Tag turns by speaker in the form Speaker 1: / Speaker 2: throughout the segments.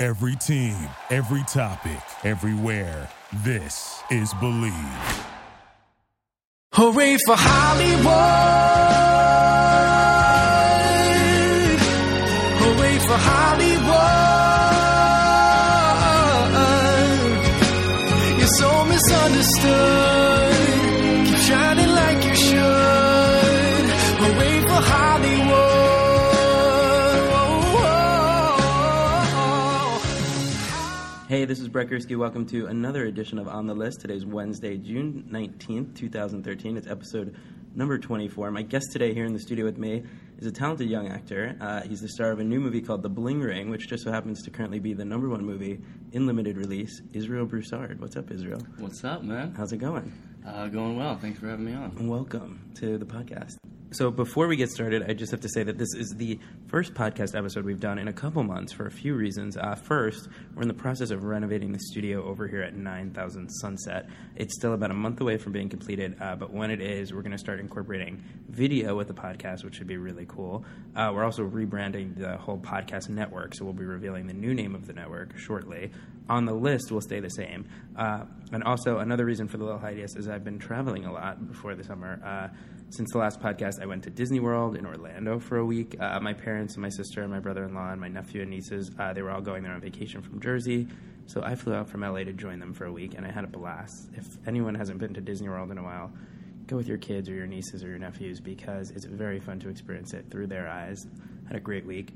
Speaker 1: Every team, every topic, everywhere. This is Believe.
Speaker 2: Hooray for Hollywood! Hooray for Hollywood! You're so misunderstood. Keep shining like you should. Hooray for Hollywood!
Speaker 3: Hey, this is Brett Gursky. Welcome to another edition of On the List. Today's Wednesday, June 19th, 2013. It's episode number 24. My guest today here in the studio with me is a talented young actor. Uh, he's the star of a new movie called The Bling Ring, which just so happens to currently be the number one movie in limited release, Israel Broussard. What's up, Israel?
Speaker 4: What's up, man?
Speaker 3: How's it going?
Speaker 4: Uh, going well. Thanks for having me on.
Speaker 3: Welcome to the podcast. So, before we get started, I just have to say that this is the first podcast episode we've done in a couple months for a few reasons. Uh, first, we're in the process of renovating the studio over here at 9000 Sunset. It's still about a month away from being completed, uh, but when it is, we're going to start incorporating video with the podcast, which should be really cool. Uh, we're also rebranding the whole podcast network, so we'll be revealing the new name of the network shortly. On the list will stay the same. Uh, and also, another reason for the little hiatus is I've been traveling a lot before the summer. Uh, since the last podcast, I went to Disney World in Orlando for a week. Uh, my parents and my sister and my brother-in-law and my nephew and nieces, uh, they were all going there on vacation from Jersey. So I flew out from LA to join them for a week, and I had a blast. If anyone hasn't been to Disney World in a while, go with your kids or your nieces or your nephews because it's very fun to experience it through their eyes. Had a great week.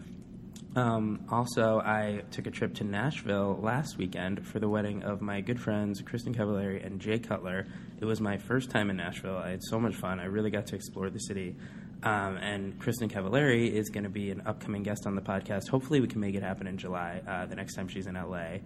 Speaker 3: Um, also, I took a trip to Nashville last weekend for the wedding of my good friends Kristen Cavallari and Jay Cutler. It was my first time in Nashville. I had so much fun. I really got to explore the city. Um, and Kristen Cavallari is going to be an upcoming guest on the podcast. Hopefully, we can make it happen in July, uh, the next time she's in LA.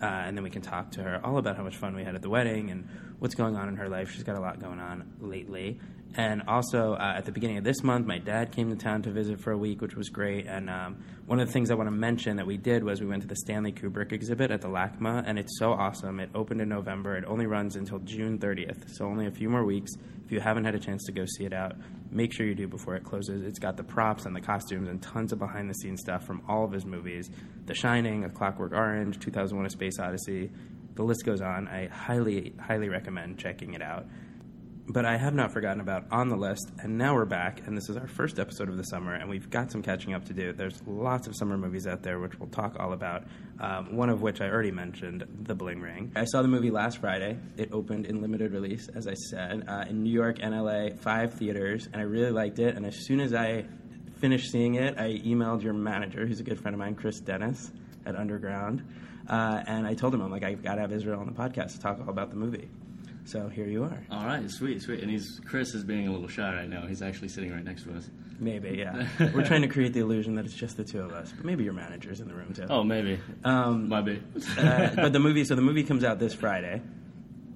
Speaker 3: Uh, and then we can talk to her all about how much fun we had at the wedding and what's going on in her life. She's got a lot going on lately. And also, uh, at the beginning of this month, my dad came to town to visit for a week, which was great. And um, one of the things I want to mention that we did was we went to the Stanley Kubrick exhibit at the LACMA, and it's so awesome. It opened in November. It only runs until June 30th, so only a few more weeks. If you haven't had a chance to go see it out, make sure you do before it closes. It's got the props and the costumes and tons of behind the scenes stuff from all of his movies The Shining, A Clockwork Orange, 2001 A Space Odyssey. The list goes on. I highly, highly recommend checking it out but I have not forgotten about On the List, and now we're back, and this is our first episode of the summer, and we've got some catching up to do. There's lots of summer movies out there, which we'll talk all about, um, one of which I already mentioned, The Bling Ring. I saw the movie last Friday. It opened in limited release, as I said, uh, in New York and LA, five theaters, and I really liked it, and as soon as I finished seeing it, I emailed your manager, who's a good friend of mine, Chris Dennis at Underground, uh, and I told him, I'm like, I've got to have Israel on the podcast to talk all about the movie. So here you are.
Speaker 4: All right, sweet, sweet. And he's Chris is being a little shy right now. He's actually sitting right next to us.
Speaker 3: Maybe, yeah. We're trying to create the illusion that it's just the two of us, but maybe your manager's in the room too.
Speaker 4: Oh, maybe.
Speaker 3: Um,
Speaker 4: Might be.
Speaker 3: uh, but the movie, so the movie comes out this Friday.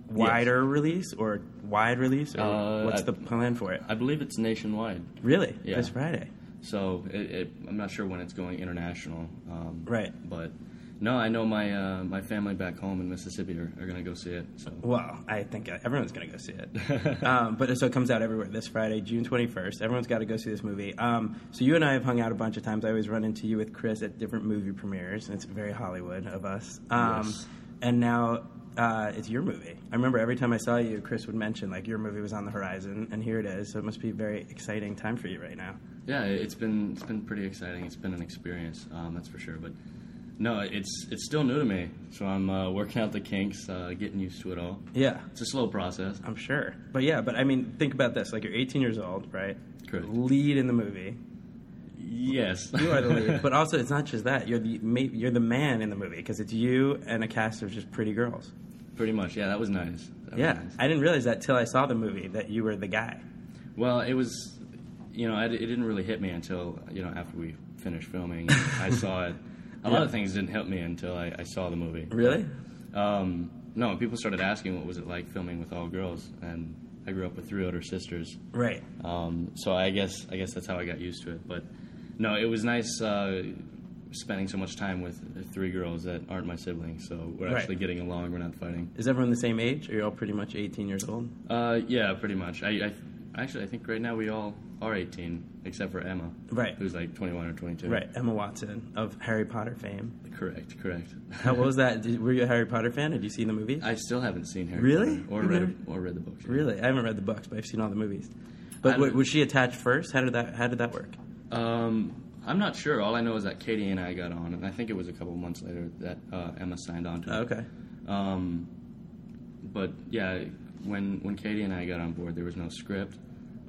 Speaker 3: Wider release or wide release? Or
Speaker 4: Uh,
Speaker 3: what's
Speaker 4: I-
Speaker 3: the plan for it?
Speaker 4: I believe it's nationwide,
Speaker 3: Really?
Speaker 4: Yeah.
Speaker 3: This Friday?
Speaker 4: so it, it, I'm not sure when it's going international. Um,
Speaker 3: Right.
Speaker 4: But no, I know my uh, my family back home in Mississippi are, are gonna go see it. So
Speaker 3: Well, I think uh, everyone's going to go see it. um, but so it comes out everywhere this Friday, June 21st. Everyone's got to go see this movie. Um, so you and I have hung out a bunch of times. I always run into you with Chris at different movie premieres, and it's very Hollywood of us. Um,
Speaker 4: Yes.
Speaker 3: And now uh, it's your movie. I remember every time I saw you, Chris would mention, like, your movie was on the horizon, and here it is. So it must be a very exciting time for you right now.
Speaker 4: yeah, it- it's been it's been pretty exciting. It's been an experience, um, that's for sure. But no, it's it's still new to me, so I'm uh, working out the kinks, uh, getting used to it all.
Speaker 3: Yeah.
Speaker 4: It's a slow process.
Speaker 3: I'm sure. But yeah, but I mean, think about this. Like, you're 18 years old, right?
Speaker 4: Correct.
Speaker 3: Lead in the movie.
Speaker 4: Yes,
Speaker 3: You are the lead, but also it's not just that. You're the ma- you're the man in the movie because it's you and a cast of just pretty girls.
Speaker 4: pretty much. Yeah, that was nice. That was
Speaker 3: Yeah,
Speaker 4: nice.
Speaker 3: I didn't realize that till I saw the movie that you were the guy.
Speaker 4: Well, it was, you know, I d it didn't really hit me until you know after we finished filming. I saw it. A lot of things didn't hit me until I, I saw the movie.
Speaker 3: Really?
Speaker 4: Um, no, people started asking what was it like filming with all girls, and I grew up with three older sisters,
Speaker 3: Right.
Speaker 4: um, so I guess I guess that's how I got used to it. But no, it was nice uh, spending so much time with three girls that aren't my siblings. So we're
Speaker 3: Right.
Speaker 4: actually getting along. We're not fighting.
Speaker 3: Is everyone the same age? Are you all pretty much 18 years old?
Speaker 4: Uh, yeah, pretty much. I, I Actually, I think right now we all are 18, except for Emma,
Speaker 3: Right.
Speaker 4: Who's like 21 or 22.
Speaker 3: Right, Emma Watson of Harry Potter fame.
Speaker 4: Correct. Correct.
Speaker 3: How what was that? Did, were you a Harry Potter fan? Had you seen the movie?
Speaker 4: I still haven't seen her.
Speaker 3: Really?
Speaker 4: Or
Speaker 3: You've
Speaker 4: read
Speaker 3: never-
Speaker 4: or read the books.
Speaker 3: really, I haven't read the books, but I've seen all the movies. But
Speaker 4: I don't-
Speaker 3: w- was she attached first? How did that? How did that work?
Speaker 4: Um, I'm not sure. All I know is that Katie and I got on, and I think it was a couple months later that uh, Emma signed on to it.
Speaker 3: Okay,
Speaker 4: Um, but yeah, when when Katie and I got on board, there was no script,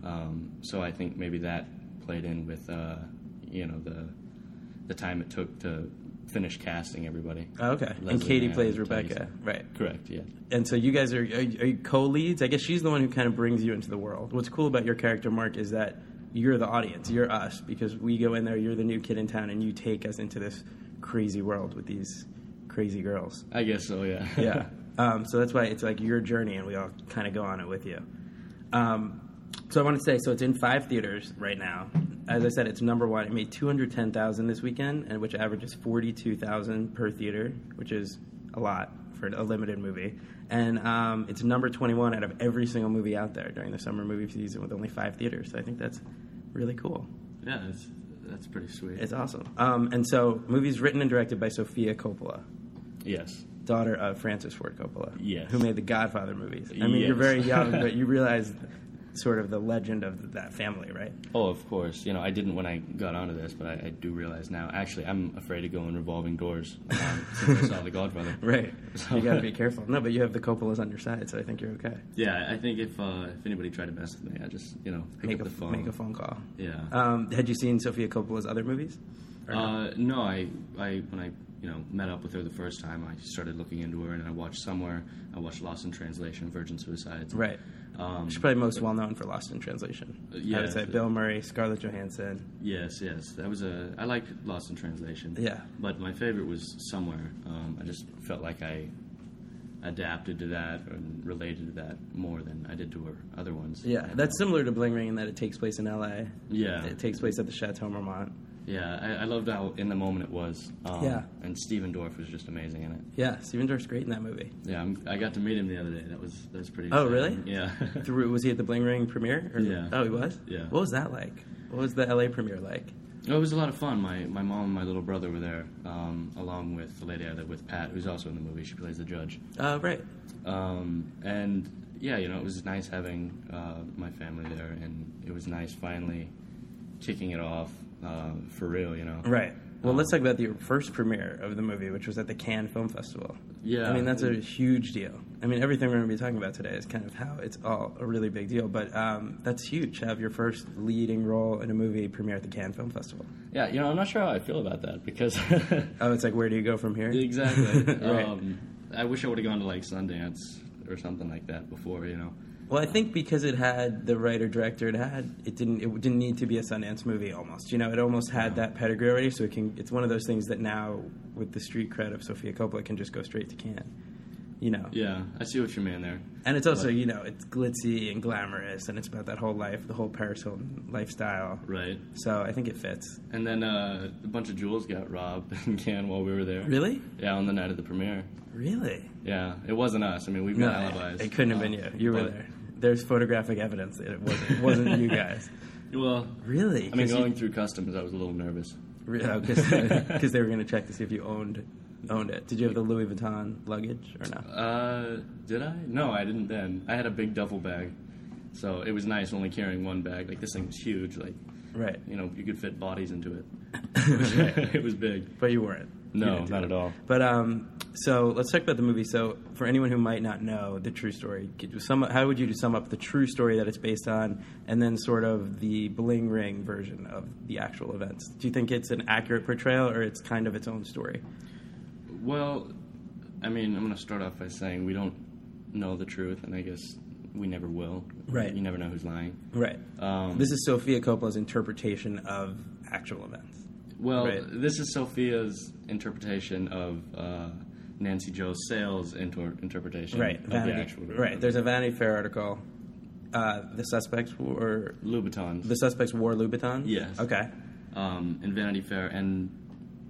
Speaker 4: um, so I think maybe that played in with uh, you know the the time it took to finish casting everybody.
Speaker 3: okay. and
Speaker 4: Leslie
Speaker 3: Katie
Speaker 4: Mann
Speaker 3: plays
Speaker 4: and
Speaker 3: Rebecca,
Speaker 4: Tyrese.
Speaker 3: right?
Speaker 4: Correct. Yeah.
Speaker 3: and so you guys are, are, you co-leads i guess she's the one who kind of brings you into the world what's cool about your character mark is that you're the audience you're us because we go in there you're the new kid in town and you take us into this crazy world with these crazy girls
Speaker 4: I guess so. Yeah.
Speaker 3: yeah um, so that's why it's like your journey and we all kind of go on it with you um, so i want to say so it's in five theaters right now as i said it's number one it made 210000 this weekend and which averages 42000 per theater which is a lot for a limited movie and um, it's number 21 out of every single movie out there during the summer movie season with only five theaters so i think that's really cool
Speaker 4: yeah. That's that's pretty sweet.
Speaker 3: it's awesome um, and so movies written and directed by sophia coppola
Speaker 4: yes.
Speaker 3: daughter of Francis Ford Coppola,
Speaker 4: Yes.
Speaker 3: who made the Godfather movies. I mean, you're
Speaker 4: Yes.
Speaker 3: very young, but you realize sort of the legend of that family, right?
Speaker 4: Oh, of course. You know, I didn't when I got onto this, but I, I do realize now. Actually, I'm afraid to go in revolving doors um, since I saw The Godfather.
Speaker 3: Right. You got to be careful. No, but you have the Coppolas on your side, so I think you're okay.
Speaker 4: Yeah, I think if uh, if anybody tried to mess with me, I just you know pick
Speaker 3: Make
Speaker 4: up
Speaker 3: a
Speaker 4: the phone.
Speaker 3: make a phone call.
Speaker 4: Yeah.
Speaker 3: Um, had you seen Sofia Coppola's other movies? Or no?
Speaker 4: Uh, no, I, I when I you know met up with her the first time, I started looking into her, and I watched somewhere. I watched Lost in Translation, Virgin Suicides.
Speaker 3: right.
Speaker 4: Um, Uh,
Speaker 3: She's probably most well known for Lost in Translation. I
Speaker 4: yeah.
Speaker 3: would say Bill Murray, Scarlett Johansson.
Speaker 4: yes, yes, that was a. I liked Lost in Translation.
Speaker 3: Yeah.
Speaker 4: But my favorite was Somewhere. Um, I just felt like I adapted to that and related to that more than I did to her other ones.
Speaker 3: Yeah, that's similar to Bling Ring in that it takes place in L.A.
Speaker 4: Yeah.
Speaker 3: It takes place at the Chateau Marmont.
Speaker 4: Yeah, I, I loved how in the moment it was. Um,
Speaker 3: Yeah.
Speaker 4: And Steven Dorff was just amazing in it.
Speaker 3: Yeah, Steven Dorff's great in that movie.
Speaker 4: Yeah, I'm, I got to meet him the other day. That was that was pretty.
Speaker 3: Oh,
Speaker 4: exciting.
Speaker 3: really?
Speaker 4: Yeah.
Speaker 3: Through, was he at the Bling Ring premiere? Or-
Speaker 4: Yeah.
Speaker 3: Oh, he was.
Speaker 4: Yeah.
Speaker 3: What was that like? What was the LA premiere like?
Speaker 4: No, it was a lot of fun. My my mom and my little brother were there, um, along with the lady I live with, Pat, who's also in the movie. She plays the judge.
Speaker 3: Uh, right.
Speaker 4: Um, and yeah, you know, it was nice having uh, my family there, and it was nice finally kicking it off uh, for real. You know.
Speaker 3: Right. Well,
Speaker 4: Um,
Speaker 3: let's talk about the first premiere of the movie, which was at the Cannes Film Festival.
Speaker 4: Yeah.
Speaker 3: I mean, that's a huge deal. I mean, everything we're going to be talking about today is kind of how it's all a really big deal. But um, that's huge to have your first leading role in a movie premiere at the Cannes Film Festival.
Speaker 4: Yeah, you know, I'm not sure how I feel about that because
Speaker 3: Oh, it's like, where do you go from here?
Speaker 4: exactly.
Speaker 3: Right.
Speaker 4: um, I wish I would have gone to like Sundance or something like that before. You know.
Speaker 3: Well, I think because it had the writer director it had, it didn't it didn't need to be a Sundance movie almost. You know, it almost had that pedigree already, so it can it's one of those things that now with the street cred of Sofia Coppola can just go straight to Cannes. You know.
Speaker 4: Yeah, I see what you mean there.
Speaker 3: And it's also, you know, it's glitzy and glamorous and it's about that whole life, the whole Paris Hilton lifestyle.
Speaker 4: Right.
Speaker 3: So I think it fits.
Speaker 4: And then uh, a bunch of jewels got robbed in Cannes while we were there.
Speaker 3: Really?
Speaker 4: Yeah, on the night of the premiere.
Speaker 3: Really?
Speaker 4: Yeah, it wasn't us. I mean, we've got alibis.
Speaker 3: it couldn't have been you.
Speaker 4: Uh,
Speaker 3: You were
Speaker 4: but-
Speaker 3: there. There's photographic evidence that it wasn't, it wasn't you guys.
Speaker 4: Well,
Speaker 3: Really?
Speaker 4: I mean,
Speaker 3: 'Cause you-
Speaker 4: going through customs, I was a little nervous.
Speaker 3: because oh, they were going to check to see if you owned owned it. Did you have the Louis Vuitton luggage or not?
Speaker 4: Uh, did I? No, I didn't then. I had a big duffel bag, so it was nice only carrying one bag. Like this thing was huge. Like
Speaker 3: Right,
Speaker 4: you know, you could fit bodies into it. it was big.
Speaker 3: but you weren't. You
Speaker 4: No,
Speaker 3: didn't do
Speaker 4: not
Speaker 3: it.
Speaker 4: at all.
Speaker 3: But um, so let's talk about the movie. So for anyone who might not know the true story, could you sum up, how would you sum up the true story that it's based on, and then sort of the bling ring version of the actual events? Do you think it's an accurate portrayal, or it's kind of its own story?
Speaker 4: Well, I mean, I'm going to start off by saying we don't know the truth, and I guess we never will.
Speaker 3: Right.
Speaker 4: You never know who's lying.
Speaker 3: Right.
Speaker 4: Um,
Speaker 3: this is Sophia Coppola's interpretation of actual events.
Speaker 4: Well,
Speaker 3: Right.
Speaker 4: this is Sophia's interpretation of uh, Nancy Joe Sales' inter- interpretation
Speaker 3: Right,
Speaker 4: of
Speaker 3: Vanity,
Speaker 4: the actual
Speaker 3: right. There's a Vanity Fair article. Uh, the suspects were
Speaker 4: Louboutins.
Speaker 3: the suspects wore Louboutins.
Speaker 4: Yes.
Speaker 3: Okay.
Speaker 4: um, in Vanity Fair, and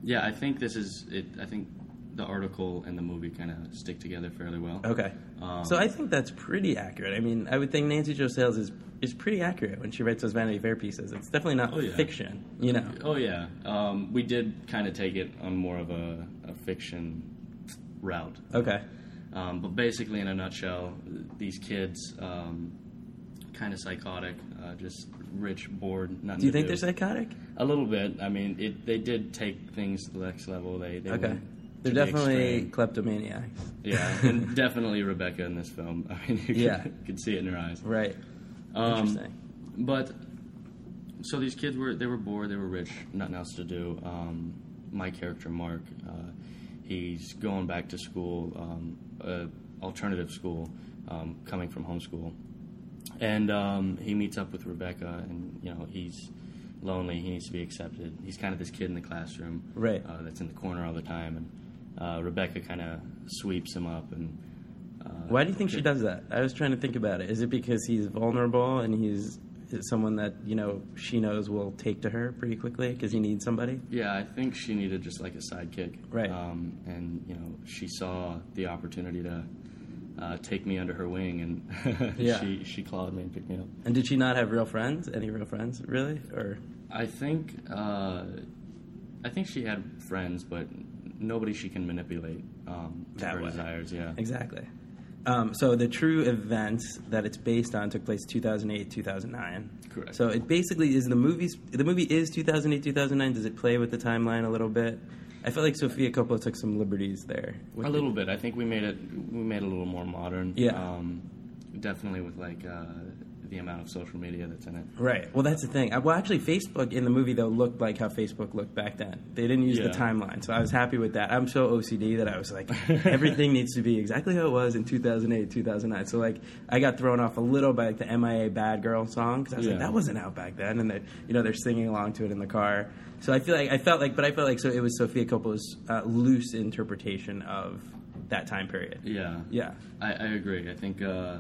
Speaker 4: yeah, I think this is it. I think the the article and the movie kind of stick together fairly well.
Speaker 3: Okay.
Speaker 4: Um,
Speaker 3: so I think that's pretty accurate. I mean, I would think Nancy Jo Sales is is pretty accurate when she writes those Vanity Fair pieces. It's definitely not
Speaker 4: Oh, yeah.
Speaker 3: fiction, you know.
Speaker 4: Oh yeah, um, we did kind of take it on more of a, a fiction route.
Speaker 3: Okay.
Speaker 4: Um, but basically, in a nutshell, these kids, um, kind of psychotic, uh, just rich, bored. Nothing
Speaker 3: Do you
Speaker 4: to
Speaker 3: think
Speaker 4: do.
Speaker 3: they're psychotic?
Speaker 4: A little bit. I mean, it, they did take things to the next level. They, they
Speaker 3: Okay.
Speaker 4: went
Speaker 3: They're
Speaker 4: to the
Speaker 3: definitely
Speaker 4: extreme.
Speaker 3: kleptomaniacs.
Speaker 4: yeah, and definitely Rebecca in this film. I mean, you
Speaker 3: Yeah.
Speaker 4: could, could see it in her eyes.
Speaker 3: Right.
Speaker 4: Um,
Speaker 3: Interesting.
Speaker 4: But so these kids were they were bored, they were rich, nothing else to do. Um, my character Mark, uh, he's going back to school, um, uh, alternative school, um, coming from homeschool, and um, he meets up with Rebecca, and you know he's lonely. He needs to be accepted. He's kind of this kid in the classroom,
Speaker 3: Right.
Speaker 4: Uh, that's in the corner all the time, and uh, Rebecca kind of sweeps him up and. Uh,
Speaker 3: Why do you think she does that? I was trying to think about it. Is it because he's vulnerable and he's is someone that you know she knows will take to her pretty quickly because he needs somebody?
Speaker 4: Yeah, I think she needed just like a sidekick.
Speaker 3: Right.
Speaker 4: Um, and you know, she saw the opportunity to uh, take me under her wing, and
Speaker 3: Yeah.
Speaker 4: she she clawed me and picked me up.
Speaker 3: And did she not have real friends? Any real friends, really? Or
Speaker 4: I think uh, I think she had friends, but nobody she can manipulate um, to
Speaker 3: That
Speaker 4: her
Speaker 3: way.
Speaker 4: desires. Yeah.
Speaker 3: exactly. Um, so the true events that it's based on took place 2008 2009.
Speaker 4: Correct.
Speaker 3: So it basically is the movies. The movie is 2008 2009. Does it play with the timeline a little bit? I felt like Sofia Coppola took some liberties there. with
Speaker 4: A
Speaker 3: the-
Speaker 4: little bit. I think we made it we made it a little more modern.
Speaker 3: Yeah.
Speaker 4: Um, definitely with like uh, the amount of social media that's in it.
Speaker 3: Right. Well, that's the thing. I- Well, actually, Facebook in the movie though looked like how Facebook looked back then. They didn't use the
Speaker 4: Yeah.
Speaker 3: timeline, so I was happy with that. I'm so OCD that I was like, everything needs to be exactly how it was in 2008, 2009. So like, I got thrown off a little by like the MIA Bad Girl song because I was like,
Speaker 4: Yeah.
Speaker 3: that wasn't out back then, and they, you know, they're singing along to it in the car. So I feel like I felt like, but I felt like so it was Sofia Coppola's uh, loose interpretation of that time period.
Speaker 4: Yeah.
Speaker 3: Yeah.
Speaker 4: I, I agree. I think, uh,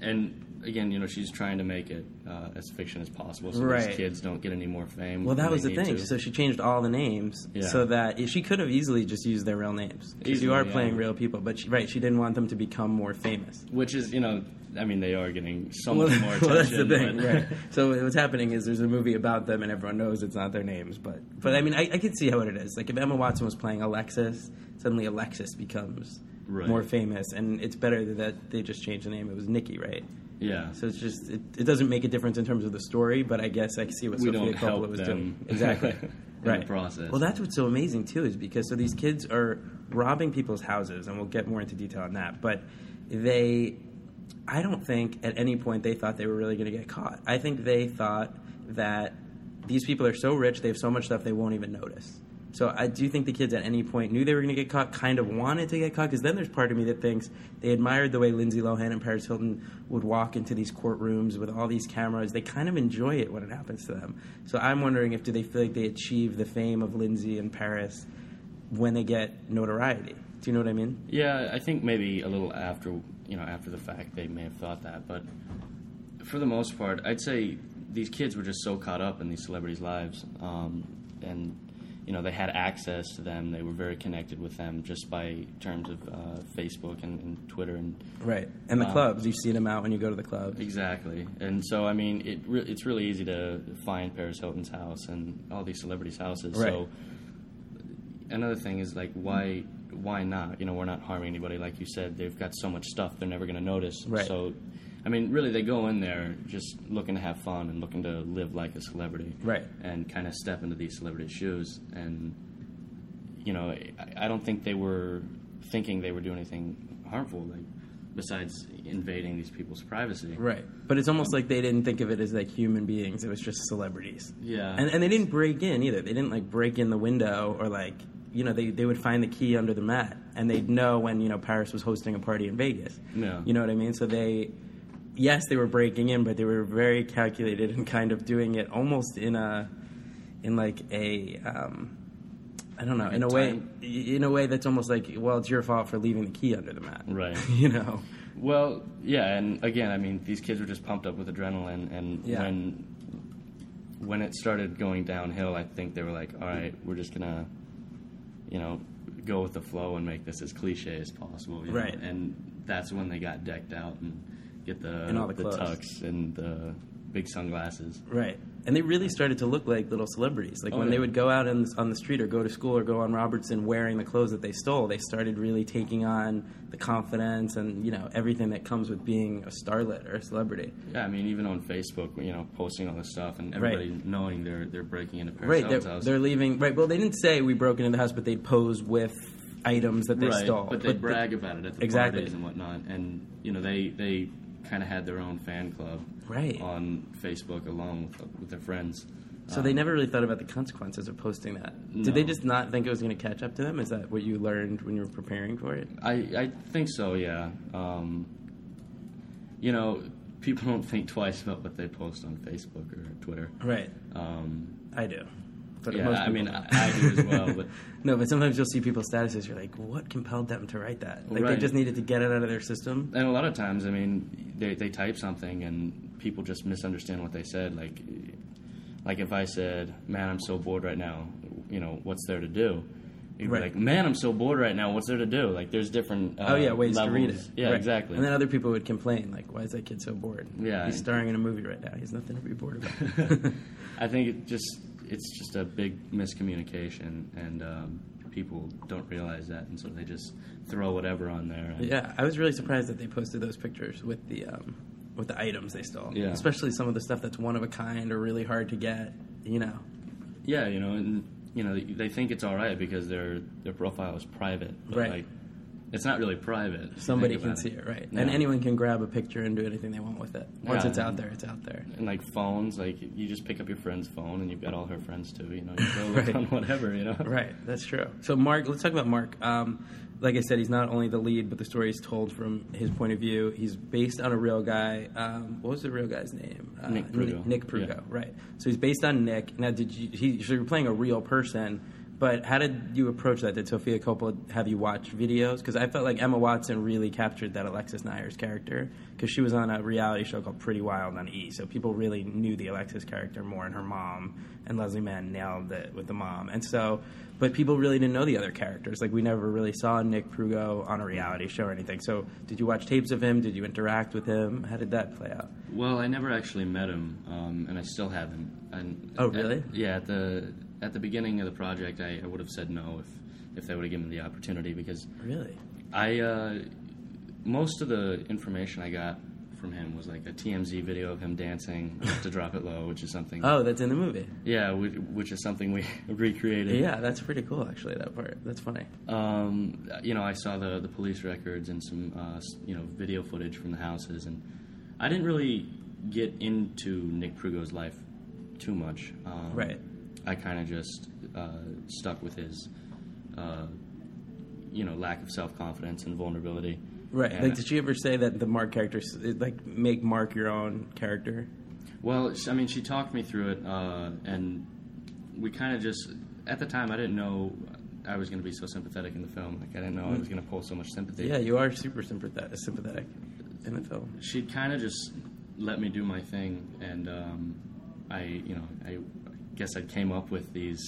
Speaker 4: and again, you know, she's trying to make it uh, as fiction as possible, so
Speaker 3: Right.
Speaker 4: these kids don't get any more fame.
Speaker 3: Well, that
Speaker 4: than
Speaker 3: was
Speaker 4: they
Speaker 3: the
Speaker 4: need
Speaker 3: thing.
Speaker 4: to.
Speaker 3: So she changed all the names
Speaker 4: Yeah.
Speaker 3: so that she could have easily just used their real names because you
Speaker 4: Easily,
Speaker 3: are
Speaker 4: yeah.
Speaker 3: playing real people. But she, right, she didn't want them to become more famous.
Speaker 4: Which is, you know, I mean, they are getting so
Speaker 3: Well,
Speaker 4: much more attention.
Speaker 3: that's the thing.
Speaker 4: but-
Speaker 3: Right. So what's happening is there's a movie about them, and everyone knows it's not their names. But but I mean, I, I could see how it is. Like if Emma Watson was playing Alexis, suddenly Alexis becomes
Speaker 4: Right.
Speaker 3: more famous, and it's better that they just changed the name. It was Nikki, right?
Speaker 4: Yeah.
Speaker 3: So it's just it, it doesn't make a difference in terms of the story, but I guess I can see what
Speaker 4: We
Speaker 3: Sophia
Speaker 4: don't
Speaker 3: Coppola
Speaker 4: help
Speaker 3: was
Speaker 4: them
Speaker 3: doing. Exactly.
Speaker 4: in the
Speaker 3: right.
Speaker 4: process.
Speaker 3: Well, that's what's so amazing too is because so these kids are robbing people's houses, and we'll get more into detail on that. But they, I don't think at any point they thought they were really going to get caught. I think they thought that these people are so rich, they have so much stuff they won't even notice. So I do think the kids at any point knew they were going to get caught, kind of wanted to get caught, because then there's part of me that thinks they admired the way Lindsay Lohan and Paris Hilton would walk into these courtrooms with all these cameras. They kind of enjoy it when it happens to them. So I'm wondering if do they feel like they achieve the fame of Lindsay and Paris when they get notoriety? Do you know what I mean?
Speaker 4: Yeah, I think maybe a little after, you know, after the fact, they may have thought that. But for the most part, I'd say these kids were just so caught up in these celebrities' lives, um, and you know, they had access to them. They were very connected with them just by terms of uh, Facebook and, and Twitter and
Speaker 3: Right. And the clubs, you've seen them out when you go to the club.
Speaker 4: exactly. And so, I mean, it re- it's really easy to find Paris Hilton's house and all these celebrities' houses.
Speaker 3: Right.
Speaker 4: So another thing is like why why not? You know, we're not harming anybody. Like you said, they've got so much stuff they're never going to notice.
Speaker 3: Right.
Speaker 4: So, I mean, really, they go in there just looking to have fun and looking to live like a celebrity.
Speaker 3: Right.
Speaker 4: And kind of step into these celebrity shoes. And you know, I, I don't think they were thinking they were doing anything harmful. Like besides invading these people's privacy.
Speaker 3: Right. But it's almost like they didn't think of it as like human beings. It was just celebrities.
Speaker 4: Yeah.
Speaker 3: And, and they didn't break in either. They didn't like break in the window or like, you know, they, they would find the key under the mat and they'd know when, you know, Paris was hosting a party in Vegas.
Speaker 4: Yeah.
Speaker 3: You know what I mean? So they, yes, they were breaking in, but they were very calculated and kind of doing it almost in a, in like a, um, I don't know, in a way,
Speaker 4: time-
Speaker 3: in a way that's almost like, well, it's your fault for leaving the key under the mat.
Speaker 4: Right.
Speaker 3: you know?
Speaker 4: Well, yeah, and again, I mean, these kids were just pumped up with adrenaline, and
Speaker 3: Yeah.
Speaker 4: when when it started going downhill, I think they were like, "All right, we're just gonna, you know, go with the flow and make this as cliche as possible. you know?
Speaker 3: Right.
Speaker 4: And that's when they got decked out and get the
Speaker 3: And all the clothes.
Speaker 4: tux and the big sunglasses.
Speaker 3: Right. And they really started to look like little celebrities. Like
Speaker 4: Oh,
Speaker 3: when
Speaker 4: yeah.
Speaker 3: they would go out in, on the street or go to school or go on Robertson wearing the clothes that they stole, they started really taking on the confidence and, you know, everything that comes with being a starlet or a celebrity.
Speaker 4: Yeah, I mean, even on Facebook, you know, posting all this stuff and
Speaker 3: Right.
Speaker 4: everybody knowing they're they're breaking into Paris
Speaker 3: Right. They're,
Speaker 4: Hilton's house.
Speaker 3: they're leaving. Right. Well, they didn't say we broke into the house, but they'd pose with items that they
Speaker 4: right,
Speaker 3: stole.
Speaker 4: but they brag about it at the
Speaker 3: Exactly.
Speaker 4: parties and whatnot. And you know, they they kind of had their own fan club
Speaker 3: Right.
Speaker 4: on Facebook along with, with their friends.
Speaker 3: So they never really thought about the consequences of posting that. Did they just not think it was going to catch up to them? Is that what you learned when you were preparing for it?
Speaker 4: I, I think so, yeah. Um, you know, people don't think twice about what they post on Facebook or Twitter.
Speaker 3: Right.
Speaker 4: Um,
Speaker 3: I do. But
Speaker 4: yeah,
Speaker 3: most
Speaker 4: I
Speaker 3: people
Speaker 4: mean,
Speaker 3: don't.
Speaker 4: I, I do as well, but
Speaker 3: No, but sometimes you'll see people's statuses. You're like, what compelled them to write that? Like
Speaker 4: Right.
Speaker 3: they just needed to get it out of their system.
Speaker 4: and a lot of times, I mean, they, they type something and people just misunderstand what they said. Like, like if I said, "Man, I'm so bored right now," you know, what's there to do? You'd
Speaker 3: Right.
Speaker 4: be like, "Man, I'm so bored right now. What's there to do?" Like, there's different. Uh,
Speaker 3: oh yeah, ways to read it.
Speaker 4: levels. Yeah,
Speaker 3: Right.
Speaker 4: exactly.
Speaker 3: And then other people would complain, like, why is that kid so bored?
Speaker 4: Yeah.
Speaker 3: he's starring in a movie right now. He's nothing to be bored about.
Speaker 4: I think it just it's just a big miscommunication, and um, people don't realize that, and so they just throw whatever on there. And,
Speaker 3: yeah, I was really surprised that they posted those pictures with the um, with the items they stole.
Speaker 4: Yeah.
Speaker 3: especially some of the stuff that's one of a kind or really hard to get. You know.
Speaker 4: yeah, you know, and you know they, they think it's all right because their their profile is private, but
Speaker 3: Right.
Speaker 4: like it's not really private. if you
Speaker 3: Somebody
Speaker 4: think
Speaker 3: can
Speaker 4: about
Speaker 3: see it, right?
Speaker 4: Yeah.
Speaker 3: And anyone can grab a picture and do anything they want with it. Once
Speaker 4: Yeah.
Speaker 3: it's out there, it's out there.
Speaker 4: And like phones, like you just pick up your friend's phone, and you've got all her friends too. You know, you go look
Speaker 3: Right.
Speaker 4: on whatever. You know,
Speaker 3: Right, that's true. So Mark, let's talk about Mark. Um, like I said, he's not only the lead, but the story is told from his point of view. He's based on a real guy. Um, what was the real guy's name? Uh,
Speaker 4: Nick Prugo.
Speaker 3: Nick, Nick Prugo,
Speaker 4: Yeah.
Speaker 3: right? So he's based on Nick. Now, did you? He, so you're playing a real person, but how did you approach that? Did Sophia Coppola have you watch videos? Because I felt like Emma Watson really captured that Alexis Nyers character because she was on a reality show called Pretty Wild on E, so people really knew the Alexis character more and her mom. And Leslie Mann nailed it with the mom, and so, but people really didn't know the other characters. Like we never really saw Nick Prugo on a reality show or anything. So, did you watch tapes of him? Did you interact with him? How did that play out?
Speaker 4: Well, I never actually met him, um, and I still haven't. And
Speaker 3: Oh, really?
Speaker 4: At, yeah, at the at the beginning of the project, I, I would have said no if if they would have given me the opportunity because
Speaker 3: Really?
Speaker 4: I uh, most of the information I got from him was like a TMZ video of him dancing to "Drop It Low," which is something.
Speaker 3: Oh, that's in the movie.
Speaker 4: Yeah, we, which is something we recreated.
Speaker 3: Yeah, that's pretty cool, actually. That part. That's funny.
Speaker 4: um, you know, I saw the the police records and some uh, s- you know video footage from the houses, and I didn't really get into Nick Prugo's life too much. Um,
Speaker 3: Right.
Speaker 4: I kind of just uh, stuck with his, uh, you know, lack of self confidence and vulnerability.
Speaker 3: Right.
Speaker 4: And-
Speaker 3: like, did she ever say that the Mark character, s- it, like, make Mark your own character?
Speaker 4: Well, sh- I mean, she talked me through it, uh, and we kind of just at the time I didn't know I was going to be so sympathetic in the film. Like I didn't know I was going to pull so much sympathy.
Speaker 3: Yeah, you are super sympathetic, sympathetic in the film.
Speaker 4: she kind of just let me do my thing, and um, I, you know, I guess I came up with these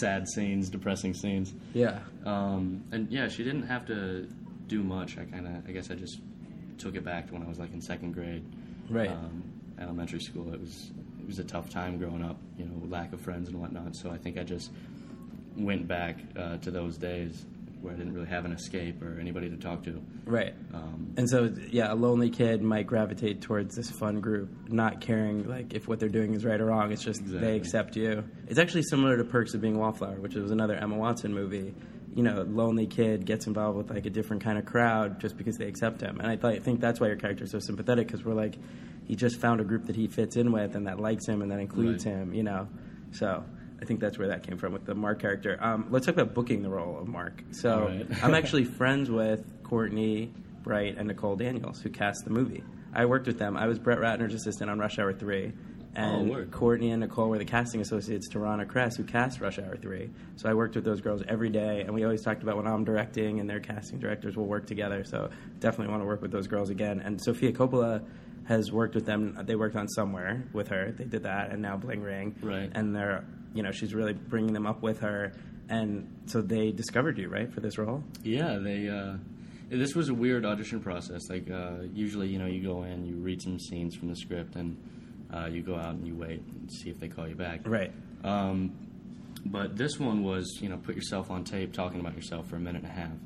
Speaker 4: sad scenes, depressing scenes,
Speaker 3: Yeah.
Speaker 4: um, and yeah, she didn't have to do much. I kind of, I guess, I just took it back to when I was like in second grade,
Speaker 3: Right.
Speaker 4: um, elementary school. It was it was a tough time growing up, you know, lack of friends and whatnot. So I think I just went back uh, to those days where I didn't really have an escape or anybody to talk to. Um,
Speaker 3: Right. and so, yeah, a lonely kid might gravitate towards this fun group, not caring like if what they're doing is right or wrong. It's just they
Speaker 4: Exactly.
Speaker 3: accept you. It's actually similar to Perks of Being a Wallflower, which was another Emma Watson movie. You know, lonely kid gets involved with like a different kind of crowd just because they accept him. And I th- think that's why your character is so sympathetic because we're like, he just found a group that he fits in with and that likes him and that includes
Speaker 4: Right.
Speaker 3: him. You know, so. I think that's where that came from with the Mark character. Um, let's talk about booking the role of Mark. So
Speaker 4: All right.
Speaker 3: I'm actually friends with Courtney Bright and Nicole Daniels, who cast the movie. I worked with them. I was Brett Ratner's assistant on Rush Hour 3. And
Speaker 4: Oh, word.
Speaker 3: Courtney and Nicole were the casting associates to Rana Kress, who cast Rush Hour 3. So I worked with those girls every day, and we always talked about when I'm directing and their casting directors will work together. So definitely want to work with those girls again. And Sophia Coppola has worked with them. They worked on Somewhere with her. They did that, and now Bling Ring
Speaker 4: Right.
Speaker 3: and they're you know she's really bringing them up with her And so they discovered you, right, for this role?
Speaker 4: Yeah, they. Uh, this was a weird audition process. Like uh, usually, you know, you go in, you read some scenes from the script, and uh, you go out and you wait and see if they call you back.
Speaker 3: Right.
Speaker 4: Um, but this one was, you know, put yourself on tape talking about yourself for a minute and a half,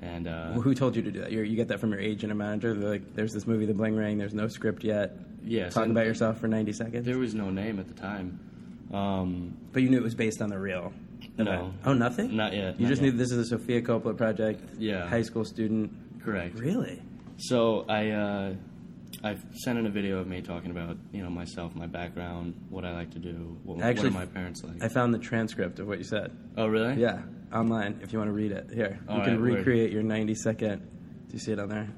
Speaker 4: and uh,
Speaker 3: Who told you to do that? You're, you get that from your agent and manager. They're like, there's this movie, The Bling Ring. There's no script yet.
Speaker 4: Yes,
Speaker 3: Talk
Speaker 4: and-
Speaker 3: about yourself for 90 seconds.
Speaker 4: there was no name at the time. Um,
Speaker 3: but you knew it was based on the real.
Speaker 4: No.
Speaker 3: Oh, nothing?
Speaker 4: Not yet,
Speaker 3: You
Speaker 4: not
Speaker 3: just
Speaker 4: yet.
Speaker 3: knew this is a Sophia Coppola project.
Speaker 4: Yeah.
Speaker 3: High school student.
Speaker 4: correct.
Speaker 3: Really?
Speaker 4: So I uh, I sent in a video of me talking about you know myself, my background, what I like to do, what,
Speaker 3: Actually,
Speaker 4: what are my parents like.
Speaker 3: I found the transcript of what you said.
Speaker 4: oh really?
Speaker 3: Yeah, online if you want to read it. Here,
Speaker 4: All
Speaker 3: you can
Speaker 4: right, word.
Speaker 3: recreate your 90 second. Do you see it on there?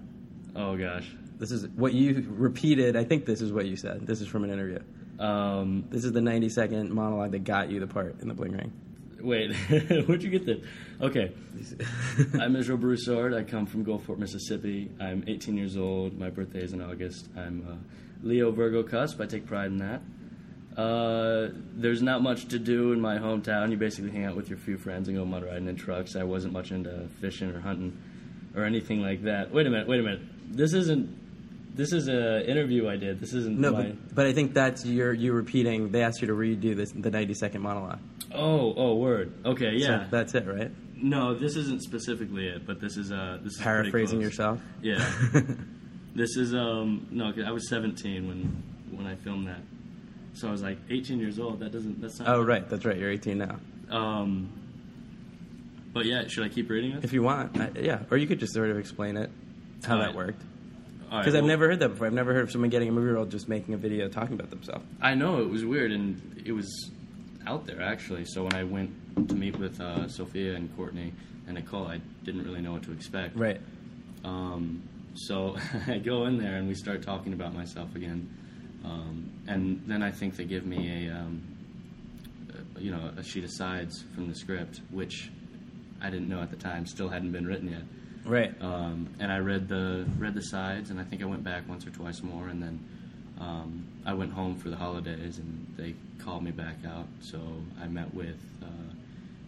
Speaker 4: Oh gosh.
Speaker 3: This is what you repeated. I think this is what you said. This is from an interview.
Speaker 4: Um,
Speaker 3: This is the 90 second monologue that got you the part in the bling ring.
Speaker 4: wait, where'd you get this? Okay, I'm Israel Broussard. I come from Gulfport, Mississippi. I'm 18 years old. My birthday is in August. I'm uh, Leo Virgo cusp. I take pride in that. Uh, there's not much to do in my hometown. You basically hang out with your few friends and go mud riding in trucks. I wasn't much into fishing or hunting or anything like that. Wait a minute. Wait a minute. This isn't. This is a interview I did. This isn't
Speaker 3: No,
Speaker 4: my.
Speaker 3: but, but I think that's your you repeating. They asked you to redo this the 90 second monologue.
Speaker 4: Oh, oh, word. Okay,
Speaker 3: So
Speaker 4: yeah.
Speaker 3: that's it, right?
Speaker 4: No, this isn't specifically it, but this is uh, this is pretty
Speaker 3: Paraphrasing
Speaker 4: close.
Speaker 3: yourself.
Speaker 4: Yeah, this is um, no, 'cause I was 17 when when I filmed that, so I was like 18 years old. That doesn't that's not.
Speaker 3: Oh, right. That's right. You're 18 now.
Speaker 4: Um, but yeah, should I keep reading it?
Speaker 3: If you want, I, yeah. Or you could just sort of explain it how that
Speaker 4: Alright.
Speaker 3: worked.
Speaker 4: All right,
Speaker 3: Because I've
Speaker 4: well,
Speaker 3: never heard that before. I've never heard of someone getting a movie role just making a video talking about themselves.
Speaker 4: I know it was weird, and it was out there actually. So when I went to meet with uh, Sophia and Courtney and Nicole, I didn't really know what to expect.
Speaker 3: Right.
Speaker 4: Um, so I go in there and we start talking about myself again, um, and then I think they give me a, um, a you know a sheet of sides from the script, which I didn't know at the time, still hadn't been written yet.
Speaker 3: Right.
Speaker 4: Um, and I read the read the sides, and I think I went back once or twice more, and then um, I went home for the holidays, and they called me back out. So I met with uh,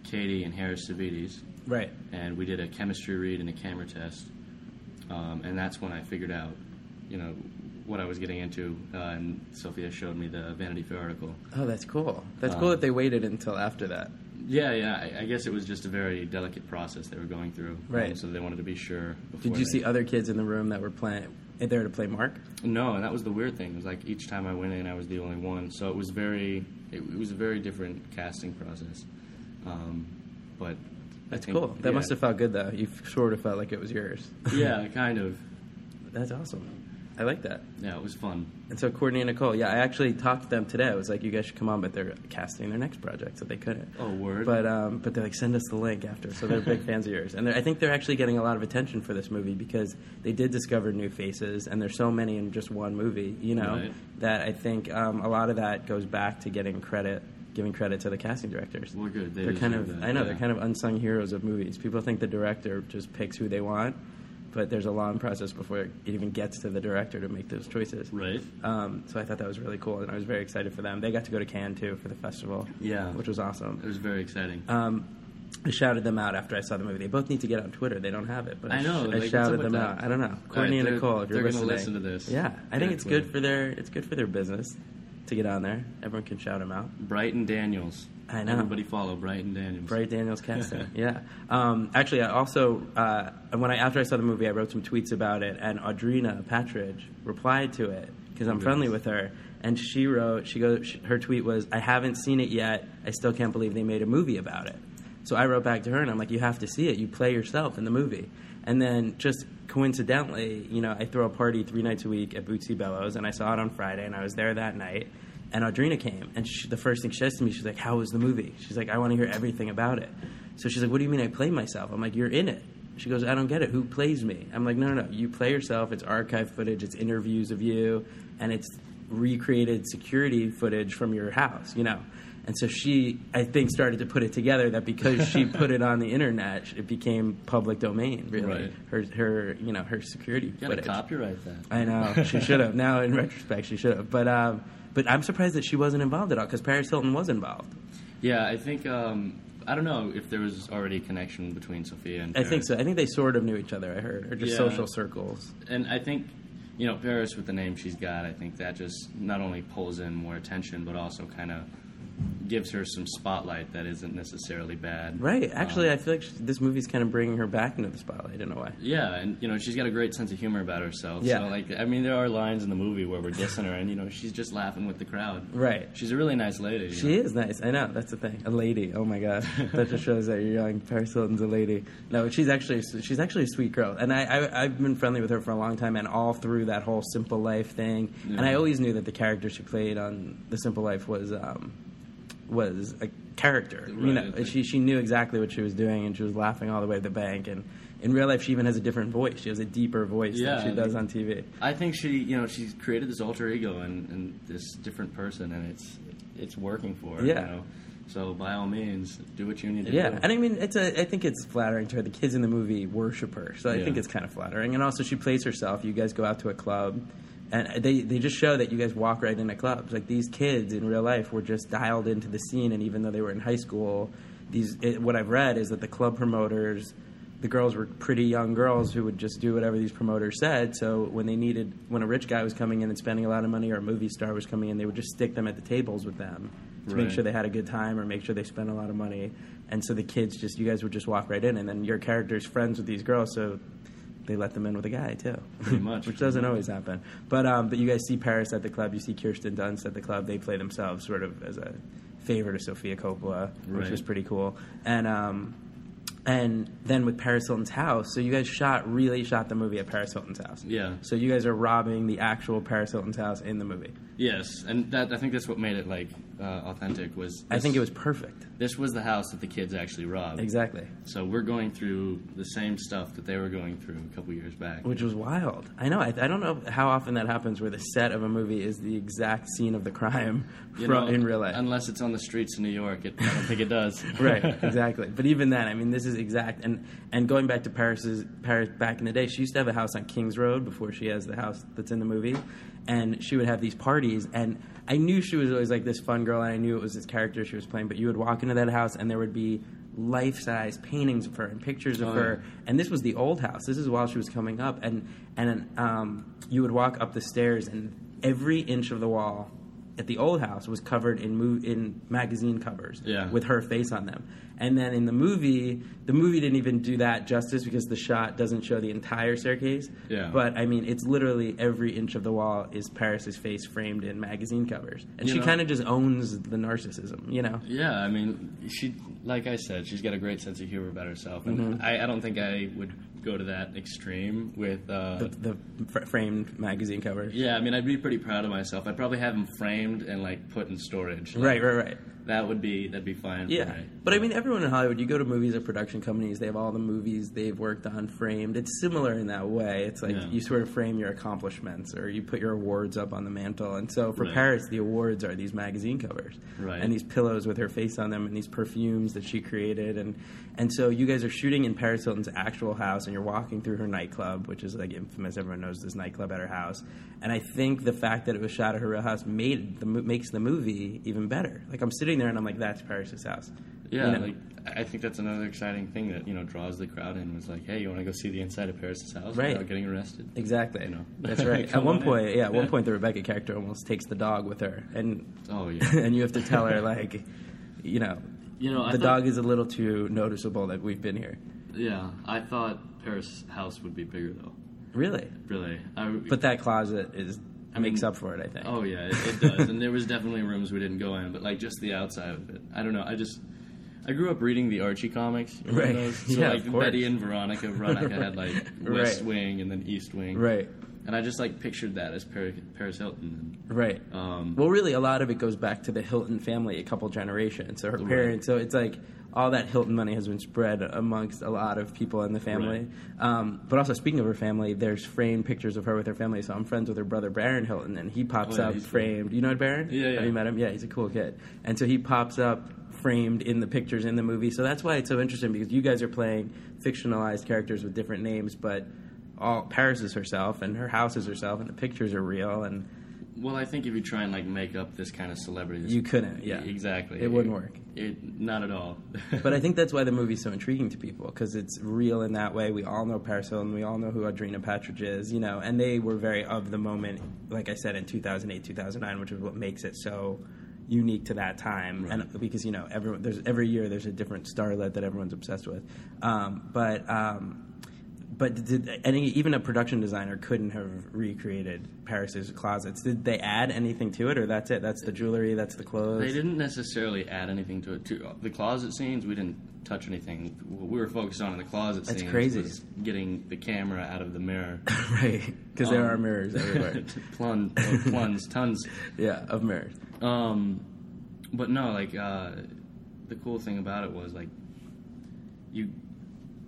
Speaker 4: Katie and Harris Savides,
Speaker 3: right.
Speaker 4: and we did a chemistry read and a camera test, um, and that's when I figured out, you know, what I was getting into. Uh, and Sophia showed me the Vanity Fair article.
Speaker 3: Oh, that's cool. That's
Speaker 4: um,
Speaker 3: cool that they waited until after that.
Speaker 4: Yeah, yeah. I, I guess it was just a very delicate process they were going through.
Speaker 3: Right.
Speaker 4: so they wanted to be sure. Before
Speaker 3: Did you
Speaker 4: they-
Speaker 3: see other kids in the room that were playing eh, there to play Mark?
Speaker 4: No, and that was the weird thing. It was like each time I went in, I was the only one. So it was very, it, it was a very different casting process. Um, but
Speaker 3: That's
Speaker 4: I think,
Speaker 3: cool. That
Speaker 4: yeah.
Speaker 3: must have felt good though. You f- sort of felt like it was yours.
Speaker 4: yeah, kind of.
Speaker 3: that's awesome. I like that.
Speaker 4: Yeah, it was fun.
Speaker 3: And so Courtney and Nicole, yeah, I actually talked to them today. I was like, you guys should come on, but they're casting their next project, so they couldn't.
Speaker 4: Oh, word.
Speaker 3: But um, but they're like, send us the link after. So they're big fans of yours, and they're- I think they're actually getting a lot of attention for this movie because they did discover new faces, and there's so many in just one movie, you know,
Speaker 4: Right.
Speaker 3: that I think um, a lot of that goes back to getting credit, giving credit to the casting directors.
Speaker 4: Well, good. They
Speaker 3: are kind of,
Speaker 4: deserve that,
Speaker 3: I know, they're
Speaker 4: yeah.
Speaker 3: kind of unsung heroes of movies. People think the director just picks who they want. But there's a long process before it even gets to the director to make those choices.
Speaker 4: Right.
Speaker 3: Um, so I thought that was really cool, and I was very excited for them. They got to go to Cannes too for the festival,
Speaker 4: Yeah.
Speaker 3: which was
Speaker 4: It
Speaker 3: awesome.
Speaker 4: was very exciting.
Speaker 3: Um, I shouted them out after I saw the movie. They both need to get on Twitter. They don't have it, but I,
Speaker 4: I know,
Speaker 3: sh-
Speaker 4: like,
Speaker 3: I
Speaker 4: what's up
Speaker 3: shouted
Speaker 4: with
Speaker 3: them
Speaker 4: that?
Speaker 3: out. I don't know,
Speaker 4: right,
Speaker 3: Courtney and
Speaker 4: they're-
Speaker 3: Nicole. If you're
Speaker 4: they're gonna
Speaker 3: listening,
Speaker 4: listen to this.
Speaker 3: Yeah, I think
Speaker 4: Yeah,
Speaker 3: it's good
Speaker 4: Twitter.
Speaker 3: for their it's good for their business to get on there. Everyone can shout them out.
Speaker 4: Brighton Daniels.
Speaker 3: I know.
Speaker 4: Everybody follow Brighton Daniels.
Speaker 3: Bright Daniels casting. yeah. Um, actually, I also uh, when I after I saw the movie, I wrote some tweets about it, and Audrina Patridge replied to it because I'm friendly with her, and she wrote she goes she, her tweet was I haven't seen it yet. I still can't believe they made a movie about it. So I wrote back to her, and I'm like, you have to see it. You play yourself in the movie, and then just coincidentally, you know, I throw a party three nights a week at Bootsy Bellows, and I saw it on Friday, and I was there that night. And Audrina came, and she, the first thing she says to me, she's like, "How was the movie?" She's like, "I want to hear everything about it." So she's like, "What do you mean I play myself?" I'm like, "You're in it." She goes, "I don't get it. Who plays me?" I'm like, "No, no, no. You play yourself. It's archive footage. It's interviews of you, and it's recreated security footage from your house. You know." And so she, I think, started to put it together that because she put it on the internet, it became public domain. Really,
Speaker 4: Right.
Speaker 3: her, her, you know, her security
Speaker 4: You gotta
Speaker 3: footage.
Speaker 4: copyright that.
Speaker 3: I know she should have. Now in retrospect, she should have. But um, but I'm surprised that she wasn't involved at all because Paris Hilton was involved.
Speaker 4: Yeah, I think um, I don't know if there was already a connection between Sophia and.
Speaker 3: I
Speaker 4: Paris.
Speaker 3: think so. I think they sort of knew each other. I heard, or just
Speaker 4: Yeah.
Speaker 3: social circles.
Speaker 4: and I think you know Paris with the name she's got. I think that just not only pulls in more attention, but also kind of gives her some spotlight that isn't necessarily bad.
Speaker 3: Right. Actually, I feel like sh this movie's kind of bringing her back into the spotlight in a way.
Speaker 4: Yeah, and you know she's got a great sense of humor about herself.
Speaker 3: Yeah.
Speaker 4: So like, I mean, there are lines in the movie where we're dissing her, and you know she's just laughing with the crowd.
Speaker 3: Right.
Speaker 4: She's a really nice lady. you
Speaker 3: She is nice. I know. That's the thing. A lady. Oh my god. That just shows that you're young. Paris Hilton's a lady. No, she's actually she's actually a sweet girl, and I, I I've been friendly with her for a long time, and all through that whole Simple Life thing, and I always knew that the character she played on The Simple Life was um was a character. You
Speaker 4: Right.
Speaker 3: know, she she knew exactly what she was doing, and she was laughing all the way to the bank. And in real life, she even has a different voice. She has a deeper voice
Speaker 4: Yeah,
Speaker 3: than she
Speaker 4: and-
Speaker 3: does on TV.
Speaker 4: I think she, you know, she's created this alter ego and, and this different person, and it's it's working for her.
Speaker 3: Yeah.
Speaker 4: You know? So by all means, do what you need to do.
Speaker 3: Yeah, and I mean, it's a. I think it's flattering to her. The kids in the movie worship her, so I
Speaker 4: Yeah.
Speaker 3: think it's kind of flattering. And also, she plays herself. You guys go out to a club, and they they just show that you guys walk right into clubs. Like these kids in real life were just dialed into the scene, and even though they were in high school, these it, what I've read is that the club promoters. The girls were pretty young girls who would just do whatever these promoters said. So when they needed, when a rich guy was coming in and spending a lot of money, or a movie star was coming in, they would just stick them at the tables with them to make
Speaker 4: Right.
Speaker 3: sure they had a good time or make sure they spent a lot of money. And so the kids just, you guys would just walk right in, and then your character's friends with these girls, so they let them in with a guy too,
Speaker 4: Pretty much.
Speaker 3: which doesn't always happen. But um, but you guys see Paris at the club, you see Kirsten Dunst at the club. They play themselves sort of as a favor to Sofia Coppola, which
Speaker 4: Right.
Speaker 3: was pretty cool. And um, and then with Paris Hilton's house, so you guys shot really shot the movie at Paris Hilton's house.
Speaker 4: Yeah.
Speaker 3: So you guys are robbing the actual Paris Hilton's house in the movie.
Speaker 4: Yes, and that I think that's what made it like uh, authentic was.
Speaker 3: I
Speaker 4: this-
Speaker 3: think it was perfect.
Speaker 4: This was the house that the kids actually robbed.
Speaker 3: Exactly.
Speaker 4: So we're going through the same stuff that they were going through a couple years back.
Speaker 3: which was wild. I know. I, I don't know how often that happens, where the set of a movie is the exact scene of the crime
Speaker 4: You
Speaker 3: from,
Speaker 4: know,
Speaker 3: in real life.
Speaker 4: unless it's on the streets in New York, it, I don't think it does.
Speaker 3: right, exactly. But even then, I mean, this is exact. And and going back to Paris's Paris back in the day, she used to have a house on Kings Road before she has the house that's in the movie, and she would have these parties. And I knew she was always like this fun girl, and I knew it was this character she was playing. But you would walk into that house, and there would be life-size paintings of her and pictures of
Speaker 4: Oh,
Speaker 3: her
Speaker 4: yeah.
Speaker 3: and this was the old house. This is while she was coming up, and and um, you would walk up the stairs, and every inch of the wall at the old house was covered in mov- in magazine covers
Speaker 4: Yeah.
Speaker 3: with her face on them. And then in the movie, the movie didn't even do that justice because the shot doesn't show the entire staircase.
Speaker 4: Yeah.
Speaker 3: But I mean, it's literally every inch of the wall is Paris's face framed in magazine covers, and
Speaker 4: You
Speaker 3: she
Speaker 4: know-
Speaker 3: kind of just owns the narcissism, you know.
Speaker 4: Yeah, I mean, she, like I said, she's got a great sense of humor about herself, and
Speaker 3: Mm-hmm.
Speaker 4: I, I don't think I would go to that extreme with. Uh,
Speaker 3: The fr- framed magazine covers.
Speaker 4: yeah, I mean, I'd be pretty proud of myself. I'd probably have them framed and like put in storage. Like,
Speaker 3: Right, right, right.
Speaker 4: That would be that'd be fine.
Speaker 3: Yeah,
Speaker 4: for me.
Speaker 3: but I mean, everyone in Hollywood, you go to movies or production companies, they have all the movies they've worked on framed. It's similar in that way. It's like
Speaker 4: Yeah.
Speaker 3: you sort of frame your accomplishments or you put your awards up on the mantle. And so for
Speaker 4: Right.
Speaker 3: Paris, the awards are these magazine covers
Speaker 4: Right.
Speaker 3: and these pillows with her face on them and these perfumes that she created. And, and so you guys are shooting in Paris Hilton's actual house and you're walking through her nightclub, which is like infamous. Everyone knows this nightclub at her house. And I think the fact that it was shot at her real house made the, mo- makes the movie even better. Like I'm sitting there and I'm like, that's Paris's house.
Speaker 4: Yeah,
Speaker 3: You know?
Speaker 4: like I think that's another exciting thing that you know draws the crowd in. Was like, hey, you want to go see the inside of Paris's house
Speaker 3: Right.
Speaker 4: without getting arrested?
Speaker 3: Exactly.
Speaker 4: You know.
Speaker 3: That's right. at
Speaker 4: Come
Speaker 3: one
Speaker 4: on in.
Speaker 3: point, yeah, at one
Speaker 4: Yeah.
Speaker 3: point the Rebecca character almost takes the dog with her, and
Speaker 4: Oh yeah.
Speaker 3: and you have to tell her like, you know,
Speaker 4: You know, I
Speaker 3: the
Speaker 4: thought-
Speaker 3: dog is a little too noticeable that we've been here.
Speaker 4: yeah, I thought Paris' house would be bigger though.
Speaker 3: Really,
Speaker 4: Really, I,
Speaker 3: but that closet is
Speaker 4: mean-
Speaker 3: makes up for it, I think.
Speaker 4: oh yeah, it, it does. and there was definitely rooms we didn't go in, but like just the outside of it. I don't know. I just. I grew up reading the Archie comics, you know
Speaker 3: Right.
Speaker 4: those? So
Speaker 3: Yeah, of
Speaker 4: like
Speaker 3: course.
Speaker 4: Betty and Veronica. Veronica had like West
Speaker 3: Right.
Speaker 4: Wing and then East Wing,
Speaker 3: Right.
Speaker 4: And I just like pictured that as Paris, Paris Hilton.
Speaker 3: Right.
Speaker 4: Um,
Speaker 3: well, really, a lot of it goes back to the Hilton family, a couple generations. So her parents. So it's like all that Hilton money has been spread amongst a lot of people in the family.
Speaker 4: Right.
Speaker 3: Um, but also, speaking of her family, there's framed pictures of her with her family. So I'm friends with her brother Baron Hilton, and he pops
Speaker 4: Oh, yeah,
Speaker 3: up
Speaker 4: he's cool.
Speaker 3: framed. You know Baron?
Speaker 4: Yeah, yeah.
Speaker 3: Have you met him? Yeah, he's a cool kid. And so he pops up framed in the pictures in the movie. So that's why it's so interesting because you guys are playing fictionalized characters with different names, but all Paris is herself and her house is herself and the pictures are real and
Speaker 4: Well, I think if you try and like make up this kind of celebrity, this
Speaker 3: You couldn't, yeah.
Speaker 4: exactly,
Speaker 3: It wouldn't work.
Speaker 4: It not at all.
Speaker 3: But I think that's why the movie's so intriguing to people because it's real in that way. We all know Paris Hilton, we all know who Audrina Patridge is, you know, and they were very of the moment, like I said, in 2008, 2009, which is what makes it so unique to that time. And because, you know, every, there's, every year there's a different starlet that everyone's obsessed with. Um, but, um, but did any even a production designer couldn't have recreated Paris's closets? Did they add anything to it, or that's it? That's the jewelry, that's the clothes.
Speaker 4: They didn't necessarily add anything to it. To the closet scenes, we didn't touch anything. What we were focused on in the closet
Speaker 3: That's
Speaker 4: scenes
Speaker 3: crazy.
Speaker 4: was getting the camera out of the mirror.
Speaker 3: right? Because there
Speaker 4: Um.
Speaker 3: are mirrors everywhere.
Speaker 4: Plun, pluns, tons.
Speaker 3: Yeah, of mirrors.
Speaker 4: Um, but no, like uh, the cool thing about it was like you.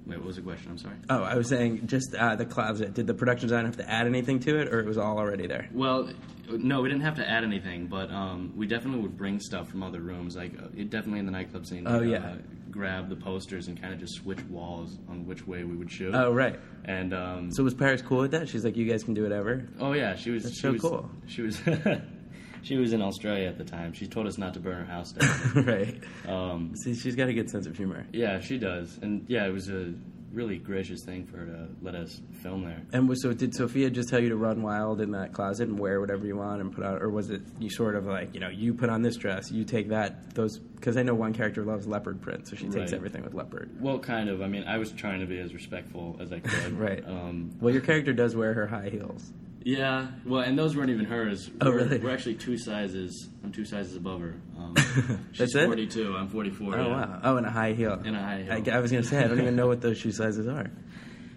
Speaker 4: Wait, what was the question? I'm sorry. Uh,
Speaker 3: Oh, I was saying just uh, the closet. Did the production design have to add anything to it, or it was all already there?
Speaker 4: Well, no, we didn't have to add anything, but um, we definitely would bring stuff from other rooms. Like, uh, it definitely in the nightclub scene.
Speaker 3: Oh,
Speaker 4: we'd,
Speaker 3: yeah.
Speaker 4: uh, grab the posters and kind of just switch walls on which way we would shoot.
Speaker 3: Oh, right.
Speaker 4: And um,
Speaker 3: So was Paris cool with that? She's like, "You guys can do whatever."
Speaker 4: oh yeah, she was. she
Speaker 3: so
Speaker 4: was,
Speaker 3: cool.
Speaker 4: She was. she was in Australia at the time. She told us not to burn her house down.
Speaker 3: right.
Speaker 4: um,
Speaker 3: See, she's got a good sense of humor.
Speaker 4: yeah, she does, and yeah, it was a really gracious thing for her to let us film there.
Speaker 3: And was, so, did Sophia just tell you to run wild in that closet and wear whatever you want and put on, or was it you sort of like, you know, you put on this dress, you take that those? Because I know one character loves leopard print, so she takes
Speaker 4: Right.
Speaker 3: everything with leopard.
Speaker 4: Well, kind of. I mean, I was trying to be as respectful as I could.
Speaker 3: Right.
Speaker 4: Um,
Speaker 3: Well, your character does wear her high heels.
Speaker 4: Yeah, well, and those weren't even hers.
Speaker 3: Oh,
Speaker 4: we're,
Speaker 3: really?
Speaker 4: We're actually two sizes. I'm two sizes above her. Um,
Speaker 3: That's
Speaker 4: she's
Speaker 3: it?
Speaker 4: 42. I'm 44.
Speaker 3: Oh
Speaker 4: yeah.
Speaker 3: wow! Oh, and a high heel.
Speaker 4: And a high heel.
Speaker 3: I, I was gonna say I don't even know what those shoe sizes are.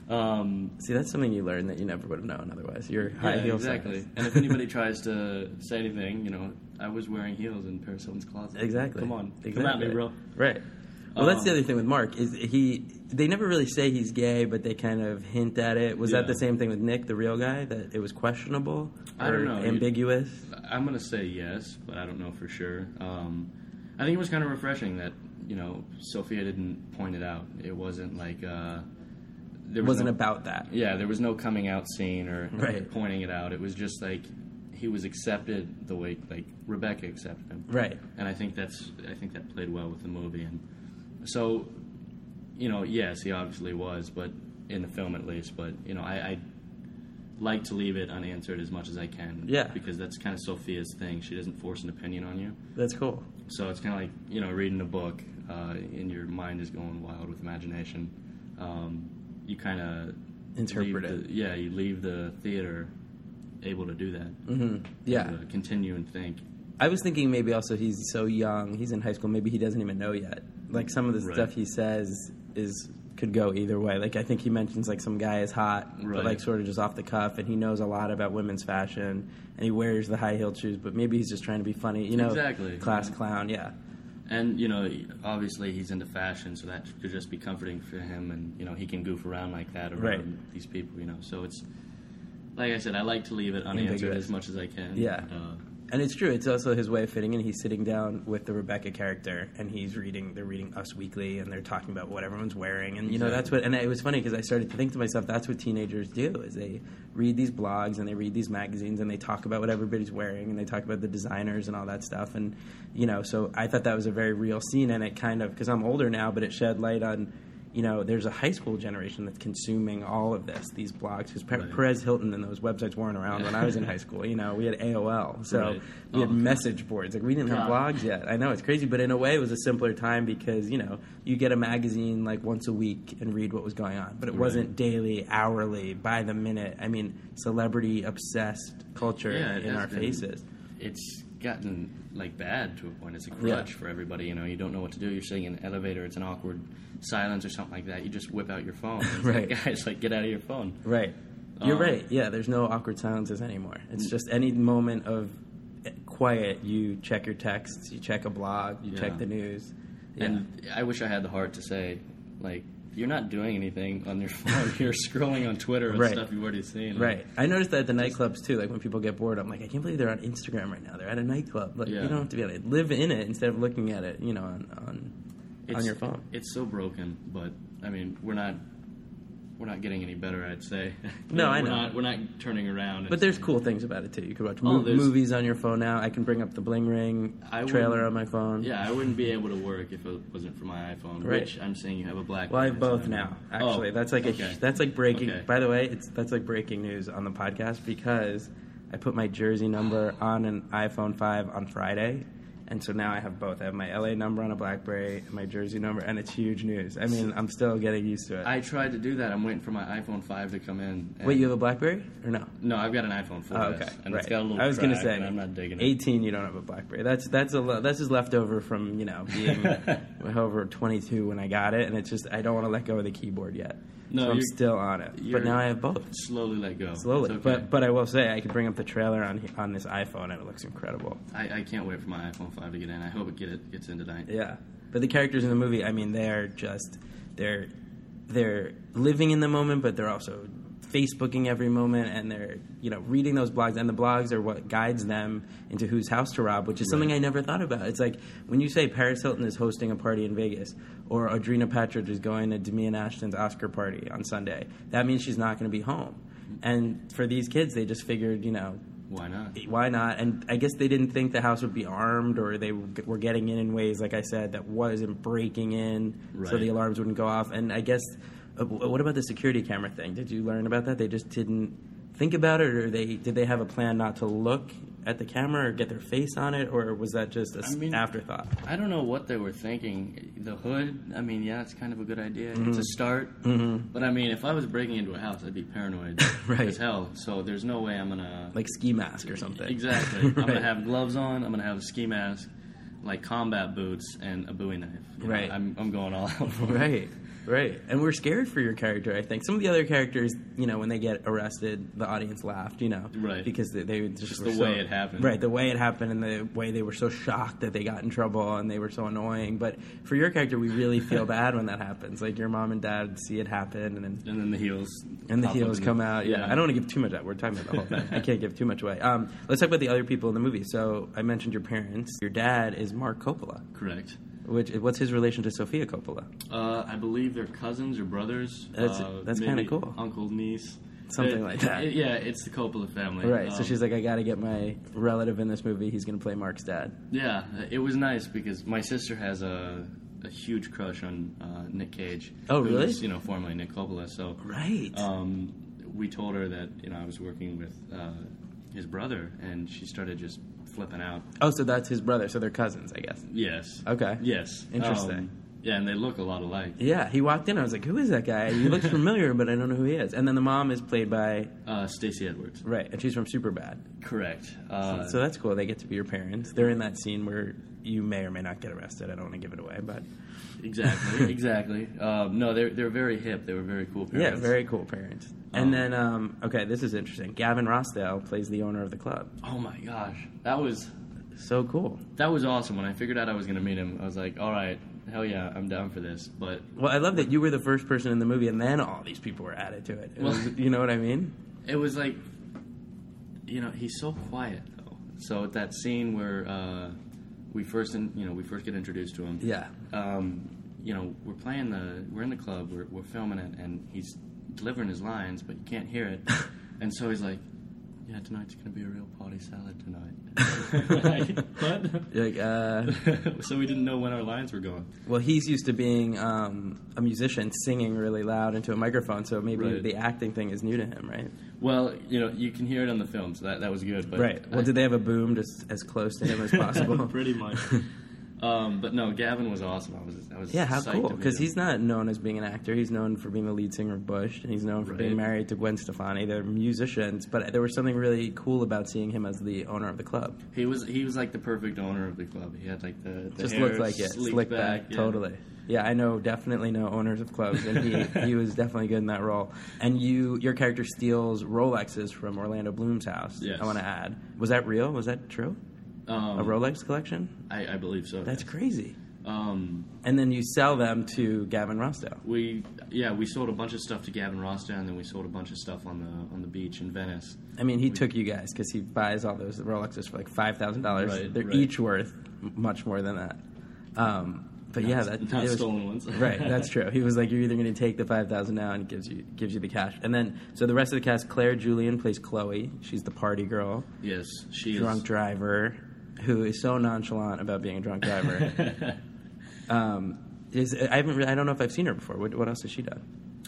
Speaker 4: Um,
Speaker 3: See, that's something you learn that you never would have known otherwise. Your high
Speaker 4: yeah,
Speaker 3: heel
Speaker 4: exactly.
Speaker 3: size.
Speaker 4: and if anybody tries to say anything, you know, I was wearing heels in Paris Hilton's closet.
Speaker 3: Exactly.
Speaker 4: Come on,
Speaker 3: Exactly.
Speaker 4: come at me, bro.
Speaker 3: Right. Well, that's the
Speaker 4: Um,
Speaker 3: other thing with Mark is he. They never really say he's gay, but they kind of hint at it. Was that
Speaker 4: Yeah.
Speaker 3: the same thing with Nick, the real guy? That it was questionable
Speaker 4: I don't
Speaker 3: or
Speaker 4: know. You-
Speaker 3: ambiguous.
Speaker 4: I'm gonna say yes, but I don't know for sure. Um, I think it was kind of refreshing that you know Sophia didn't point it out. It wasn't like uh,
Speaker 3: It
Speaker 4: there was
Speaker 3: wasn't
Speaker 4: no-
Speaker 3: about that.
Speaker 4: Yeah, there was no coming out scene or
Speaker 3: Right.
Speaker 4: pointing it out. It was just like he was accepted the way like Rebecca accepted him.
Speaker 3: Right.
Speaker 4: And I think that's I think that played well with the movie and so you know, yes, he obviously was, but in the film at least, but you know, I, I like to leave it unanswered as much as I can.
Speaker 3: Yeah.
Speaker 4: Because that's kind of Sophia's thing. She doesn't force an opinion on you.
Speaker 3: That's cool.
Speaker 4: So it's kind of like you know reading a book, uh, and your mind is going wild with imagination. Um, you kind of
Speaker 3: Interpret it.
Speaker 4: Yeah, you leave the theater able to do that.
Speaker 3: Mm-hmm. Yeah.
Speaker 4: To continue and think.
Speaker 3: I was thinking maybe also he's so young, he's in high school, maybe he doesn't even know yet. Like some of the
Speaker 4: Right.
Speaker 3: stuff he says is could go either way. Like I think he mentions like some guy is hot, but
Speaker 4: Right.
Speaker 3: like sort of just off the cuff, and he knows a lot about women's fashion, and he wears the high heeled shoes, but maybe he's just trying to be funny, you know?
Speaker 4: Exactly.
Speaker 3: Class clown, yeah.
Speaker 4: And you know, obviously he's into fashion, so that could just be comforting for him, and you know he can goof around like that around
Speaker 3: Right.
Speaker 4: these people. You know, so it's like I said, I like to leave it unanswered
Speaker 3: Ambiguous.
Speaker 4: as much as I can.
Speaker 3: Yeah.
Speaker 4: Uh,
Speaker 3: And it's true. It's also his way of fitting in. He's sitting down with the Rebecca character, and he's reading. They're reading Us Weekly, and they're talking about what everyone's wearing. And you know that's what. And it was funny because I started to think to myself, that's what teenagers do: is they read these blogs and they read these magazines, and they talk about what everybody's wearing, and they talk about the designers and all that stuff. And you know, so I thought that was a very real scene, and it kind of because I'm older now, but it shed light on. You know, there's a high school generation that's consuming all of this, these blogs, because Pe-
Speaker 4: Right.
Speaker 3: Perez Hilton and those websites weren't around when I was in high school. You know, we had AOL, so
Speaker 4: Right.
Speaker 3: we had
Speaker 4: Oh,
Speaker 3: message boards. Like we didn't have
Speaker 4: God.
Speaker 3: blogs yet. I know it's crazy, but in a way, it was a simpler time because you know you get a magazine like once a week and read what was going on, but it wasn't daily, hourly, by the minute. I mean, celebrity obsessed culture
Speaker 4: Yeah, it
Speaker 3: in
Speaker 4: has
Speaker 3: our
Speaker 4: been.
Speaker 3: faces.
Speaker 4: it's gotten like bad to a point. It's a crutch
Speaker 3: Yeah.
Speaker 4: for everybody. You know, you don't know what to do. You're sitting in an elevator. It's an awkward silence or something like that. You just whip out your phone. It's
Speaker 3: Right.
Speaker 4: like, guys, like get out of your phone.
Speaker 3: Right. You're
Speaker 4: Um, Mm.
Speaker 3: right. Yeah, there's no awkward silences anymore. It's just any moment of eh, quiet. You check your texts. You check a blog. You
Speaker 4: Yeah.
Speaker 3: check the news. Yeah.
Speaker 4: And I wish I had the heart to say, like, you're not doing anything on your phone. you're scrolling on Twitter and
Speaker 3: Right.
Speaker 4: stuff you've already seen.
Speaker 3: Right. I noticed that at the nightclubs too. Like when people get bored, I'm like, I can't believe they're on Instagram right now. They're at a nightclub. Like
Speaker 4: Yeah.
Speaker 3: you don't have to be on it. Live in it instead of looking at it. You know, on on, on
Speaker 4: It's-
Speaker 3: your phone.
Speaker 4: It's so broken, but I mean, we're not we're not getting any better. I'd say.
Speaker 3: No, I
Speaker 4: we're
Speaker 3: know.
Speaker 4: Not, we're not turning around.
Speaker 3: But there's cool things about it too. You can watch
Speaker 4: Oh,
Speaker 3: mo-
Speaker 4: there's-
Speaker 3: movies on your phone now. I can bring up the Bling Ring
Speaker 4: I
Speaker 3: trailer
Speaker 4: wouldn't-
Speaker 3: on my phone.
Speaker 4: Yeah, I wouldn't be able to work if it wasn't for my iPhone.
Speaker 3: Right.
Speaker 4: Which I'm seeing you have a black.
Speaker 3: Well, I
Speaker 4: one,
Speaker 3: have
Speaker 4: so
Speaker 3: both
Speaker 4: don't
Speaker 3: now.
Speaker 4: know.
Speaker 3: Actually,
Speaker 4: Oh,
Speaker 3: that's like
Speaker 4: okay.
Speaker 3: a, that's like breaking.
Speaker 4: Okay.
Speaker 3: By the way, it's that's like breaking news on the podcast because I put my jersey number on an iPhone five on Friday, and so now I have both. I have my LA number on a BlackBerry and my jersey number, and it's huge news. I mean, I'm still getting used to it.
Speaker 4: I tried to do that. I'm waiting for my iPhone 5 to come in. and-
Speaker 3: Wait, you have a BlackBerry or no?
Speaker 4: No, I've got an iPhone 4.
Speaker 3: Oh, okay,
Speaker 4: yes, and
Speaker 3: right.
Speaker 4: it's got a little.
Speaker 3: I was gonna
Speaker 4: crack,
Speaker 3: say
Speaker 4: and I'm not digging it.
Speaker 3: 18. You don't have a BlackBerry. That's that's a lo- that's just leftover from you know being over 22 when I got it, and it's just I don't want to let go of the keyboard yet.
Speaker 4: No,
Speaker 3: so I'm
Speaker 4: you're-
Speaker 3: still on it, but
Speaker 4: you're-
Speaker 3: now I have both
Speaker 4: Slowly let go.
Speaker 3: slowly.
Speaker 4: It's okay.
Speaker 3: But but I will say I can bring up the trailer on he- on this iPhone, and it looks incredible.
Speaker 4: I, I can't wait for my iPhone 5 to get in. I hope it get it gets in tonight.
Speaker 3: Yeah, but the characters in the movie, I mean, they are just they're they're living in the moment, but they're also Facebooking every moment, and they're you know reading those blogs, and the blogs are what guides them into whose house to rob, which is something I never thought about. It's like when you say Paris Hilton is hosting a party in Vegas, or Audrina Patridge is going to Damian Ashton's Oscar party on Sunday. That means she's not going to be home. And for these kids, they just figured, you know,
Speaker 4: Why not?
Speaker 3: why not? And I guess they didn't think the house would be armed, or they were getting in in ways, like I said, that wasn't breaking in, so
Speaker 4: Right.
Speaker 3: the alarms wouldn't go off. And I guess, uh, w- what about the security camera thing? Did you learn about that? They just didn't think about it, or they did they have a plan not to look at the camera or get their face on it, or was that just an
Speaker 4: I mean-
Speaker 3: afterthought?
Speaker 4: I don't know what they were thinking. The hood. I mean, yeah, it's kind of a good idea. It's
Speaker 3: Mm-hmm.
Speaker 4: a start. But I mean, if I was breaking into a house, I'd be paranoid
Speaker 3: Right.
Speaker 4: as hell. So there's no way I'm gonna
Speaker 3: Like ski mask or something.
Speaker 4: Exactly. I'm gonna
Speaker 3: Right.
Speaker 4: have gloves on. I'm gonna have a ski mask, like combat boots, and a Bowie knife. You know,
Speaker 3: Right.
Speaker 4: I'm, I'm going all out. For it.
Speaker 3: Right, right. And we're scared for your character, I think. Some of the other characters, you know, when they get arrested, the audience laughed, you know.
Speaker 4: Right.
Speaker 3: Because they, they just,
Speaker 4: Just
Speaker 3: were
Speaker 4: the
Speaker 3: so-
Speaker 4: way it happened.
Speaker 3: Right, the way it happened and the way they were so shocked that they got in trouble and they were so annoying. But for your character, we really feel bad when that happens. Like your mom and dad see it happen and then
Speaker 4: And then the heels.
Speaker 3: and the
Speaker 4: pop up
Speaker 3: heels
Speaker 4: in
Speaker 3: come out. Yeah. I don't want to give too much. We're talking about the whole thing. I can't give too much away. Um, let's talk about the other people in the movie. So I mentioned your parents. Your dad is Mark Coppola.
Speaker 4: Correct.
Speaker 3: Which what's his relation to Sofia Coppola?
Speaker 4: Uh, I believe they're cousins or brothers.
Speaker 3: That's-
Speaker 4: uh,
Speaker 3: that's
Speaker 4: maybe
Speaker 3: kinda cool.
Speaker 4: Uncle, niece,
Speaker 3: Something
Speaker 4: It-
Speaker 3: like that.
Speaker 4: it- yeah, it's the Coppola family.
Speaker 3: Right. so
Speaker 4: Um,
Speaker 3: she's like, I got to get my relative in this movie. He's going to play Mark's dad.
Speaker 4: Yeah, it was nice because my sister has a, a huge crush on uh, Nick Cage.
Speaker 3: Oh,
Speaker 4: who
Speaker 3: really?
Speaker 4: was, you know, formerly Nick Coppola. So
Speaker 3: Right.
Speaker 4: um, we told her that you know I was working with uh, his brother, and she started just flipping out.
Speaker 3: oh, so that's his brother. So they're cousins, I guess.
Speaker 4: Yes.
Speaker 3: Okay.
Speaker 4: Yes.
Speaker 3: Interesting.
Speaker 4: Um, yeah, and they look a lot alike.
Speaker 3: Yeah. He walked in. I was like, who is that guy? He looks familiar, but I don't know who he is. And then the mom is played by
Speaker 4: Uh, Stacy Edwards.
Speaker 3: right, and she's from Superbad.
Speaker 4: Correct. Uh,
Speaker 3: so that's cool. They get to be your parents. They're in that scene where you may or may not get arrested. I don't want to give it away, but
Speaker 4: exactly. Exactly. Um, no, they're they're very hip. They were very cool
Speaker 3: yeah,
Speaker 4: parents.
Speaker 3: very cool parents.
Speaker 4: Um,
Speaker 3: and then um, okay, this is interesting. Gavin Rossdale plays the owner of the club.
Speaker 4: Oh my gosh, that was
Speaker 3: So cool.
Speaker 4: that was awesome. When I figured out I was gonna meet him, I was like, all right, hell yeah, I'm down for this. But
Speaker 3: Well, I love that you were the first person in the movie, and then all these people were added to it. It
Speaker 4: Well-
Speaker 3: was- you know what I mean?
Speaker 4: it was like, you know, he's so quiet though. So at that scene where uh, we first, in, you know, we first get introduced to him.
Speaker 3: Yeah.
Speaker 4: um, you know, we're playing the, we're in the club, we're, we're filming it, and he's delivering his lines, but you can't hear it. and so he's like, yeah, tonight's going to be a real party salad tonight. Like,
Speaker 3: You're like, uh,
Speaker 4: what? so we didn't know when our lines were going.
Speaker 3: well, he's used to being um, a musician singing really loud into a microphone, so maybe
Speaker 4: Right.
Speaker 3: the acting thing is new to him, right?
Speaker 4: Well, you know, you can hear it on the film, so that, that was good. But
Speaker 3: Right. Well,
Speaker 4: I-
Speaker 3: did they have a boom just as close to him as possible?
Speaker 4: Pretty much. um, but no, Gavin was awesome. I was, I was
Speaker 3: Yeah, how
Speaker 4: psyched
Speaker 3: cool.
Speaker 4: to meet
Speaker 3: Because
Speaker 4: him.
Speaker 3: he's not known as being an actor. He's known for being the lead singer of Bush, and he's known for being
Speaker 4: Right.
Speaker 3: married to Gwen Stefani. They're musicians, but there was something really cool about seeing him as the owner of the club.
Speaker 4: he was he was like the perfect owner of the club. He had like the, the
Speaker 3: just
Speaker 4: hair
Speaker 3: looked like it,
Speaker 4: slicked
Speaker 3: slick back,
Speaker 4: yeah.
Speaker 3: totally. Yeah, I know, definitely know owners of clubs, and he, he was definitely good in that role. And you, your character steals Rolexes from Orlando Bloom's house.
Speaker 4: Yes.
Speaker 3: I want to add, was that real? Was that true?
Speaker 4: Um,
Speaker 3: A Rolex collection?
Speaker 4: I, I believe so.
Speaker 3: That's
Speaker 4: yes.
Speaker 3: crazy.
Speaker 4: Um,
Speaker 3: And then you sell them to Gavin Rostow.
Speaker 4: we yeah we sold a bunch of stuff to Gavin Rosta, and then we sold a bunch of stuff on the on the beach in Venice.
Speaker 3: I mean, he took you guys because he buys all those Rolexes for like five thousand dollars.
Speaker 4: Right,
Speaker 3: They're
Speaker 4: right.
Speaker 3: each worth m- much more than that. Um, But yeah, that
Speaker 4: not
Speaker 3: it was-
Speaker 4: stolen ones.
Speaker 3: right, that's true. He was like, "You're either going to take the five thousand now, and gives you gives you the cash." And then, so the rest of the cast: Claire Julian plays Chloe. She's the party girl,
Speaker 4: yes, she is-
Speaker 3: drunk driver, who is so nonchalant about being a drunk driver. um, is I haven't really, I don't know if I've seen her before. What, what else has she done?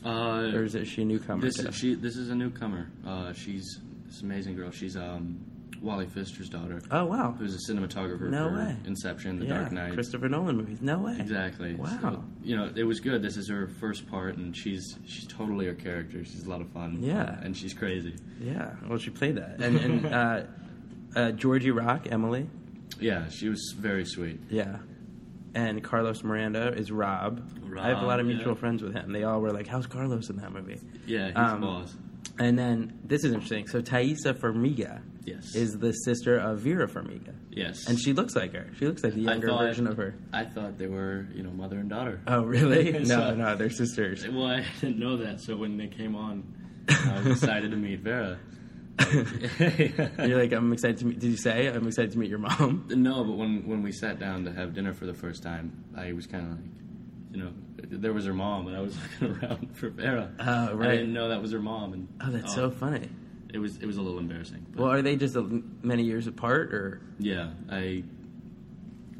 Speaker 4: Uh,
Speaker 3: Or is it she a newcomer?
Speaker 4: This
Speaker 3: to-
Speaker 4: is, she this is a newcomer. Uh, she's this amazing girl. She's um, Wally Pfister's daughter.
Speaker 3: oh wow,
Speaker 4: Who's a cinematographer
Speaker 3: No
Speaker 4: for
Speaker 3: way.
Speaker 4: Inception, The
Speaker 3: yeah,
Speaker 4: Dark Knight.
Speaker 3: Christopher Nolan movies. No way.
Speaker 4: Exactly.
Speaker 3: Wow.
Speaker 4: So, you know, it was good. This is her first part, and she's she's totally her character. She's a lot of fun.
Speaker 3: Yeah.
Speaker 4: And she's crazy.
Speaker 3: Yeah. Well, she played that, and and uh, uh, Georgie Rock, Emily.
Speaker 4: Yeah, she was very sweet.
Speaker 3: Yeah. And Carlos Miranda is Rob. I have a lot of
Speaker 4: Rob, yeah.
Speaker 3: mutual friends with him. They all were like, "How's Carlos in that movie?"
Speaker 4: Yeah, he's
Speaker 3: Um,
Speaker 4: boss.
Speaker 3: And then this is interesting. So Thaisa Farmiga
Speaker 4: Yes.
Speaker 3: is the sister of Vera Farmiga,
Speaker 4: Yes.
Speaker 3: and she looks like her. She looks like the
Speaker 4: I
Speaker 3: younger
Speaker 4: thought-
Speaker 3: version of her.
Speaker 4: I thought they were, you know, mother and daughter.
Speaker 3: Oh, really? No,
Speaker 4: So-
Speaker 3: no, they're sisters.
Speaker 4: Well, I didn't know that, so when they came on, I was excited to meet Vera.
Speaker 3: You're like, I'm excited to meet. Did you say I'm excited to meet your mom?
Speaker 4: no, but when when we sat down to have dinner for the first time, I was kind of like, you know, there was her mom, and I was looking around for Vera.
Speaker 3: Oh,
Speaker 4: I
Speaker 3: right.
Speaker 4: didn't know that was her mom, and uh,
Speaker 3: Oh, that's so funny.
Speaker 4: It was it was a little embarrassing. But
Speaker 3: Well, are they just a, many years apart, or
Speaker 4: yeah, I.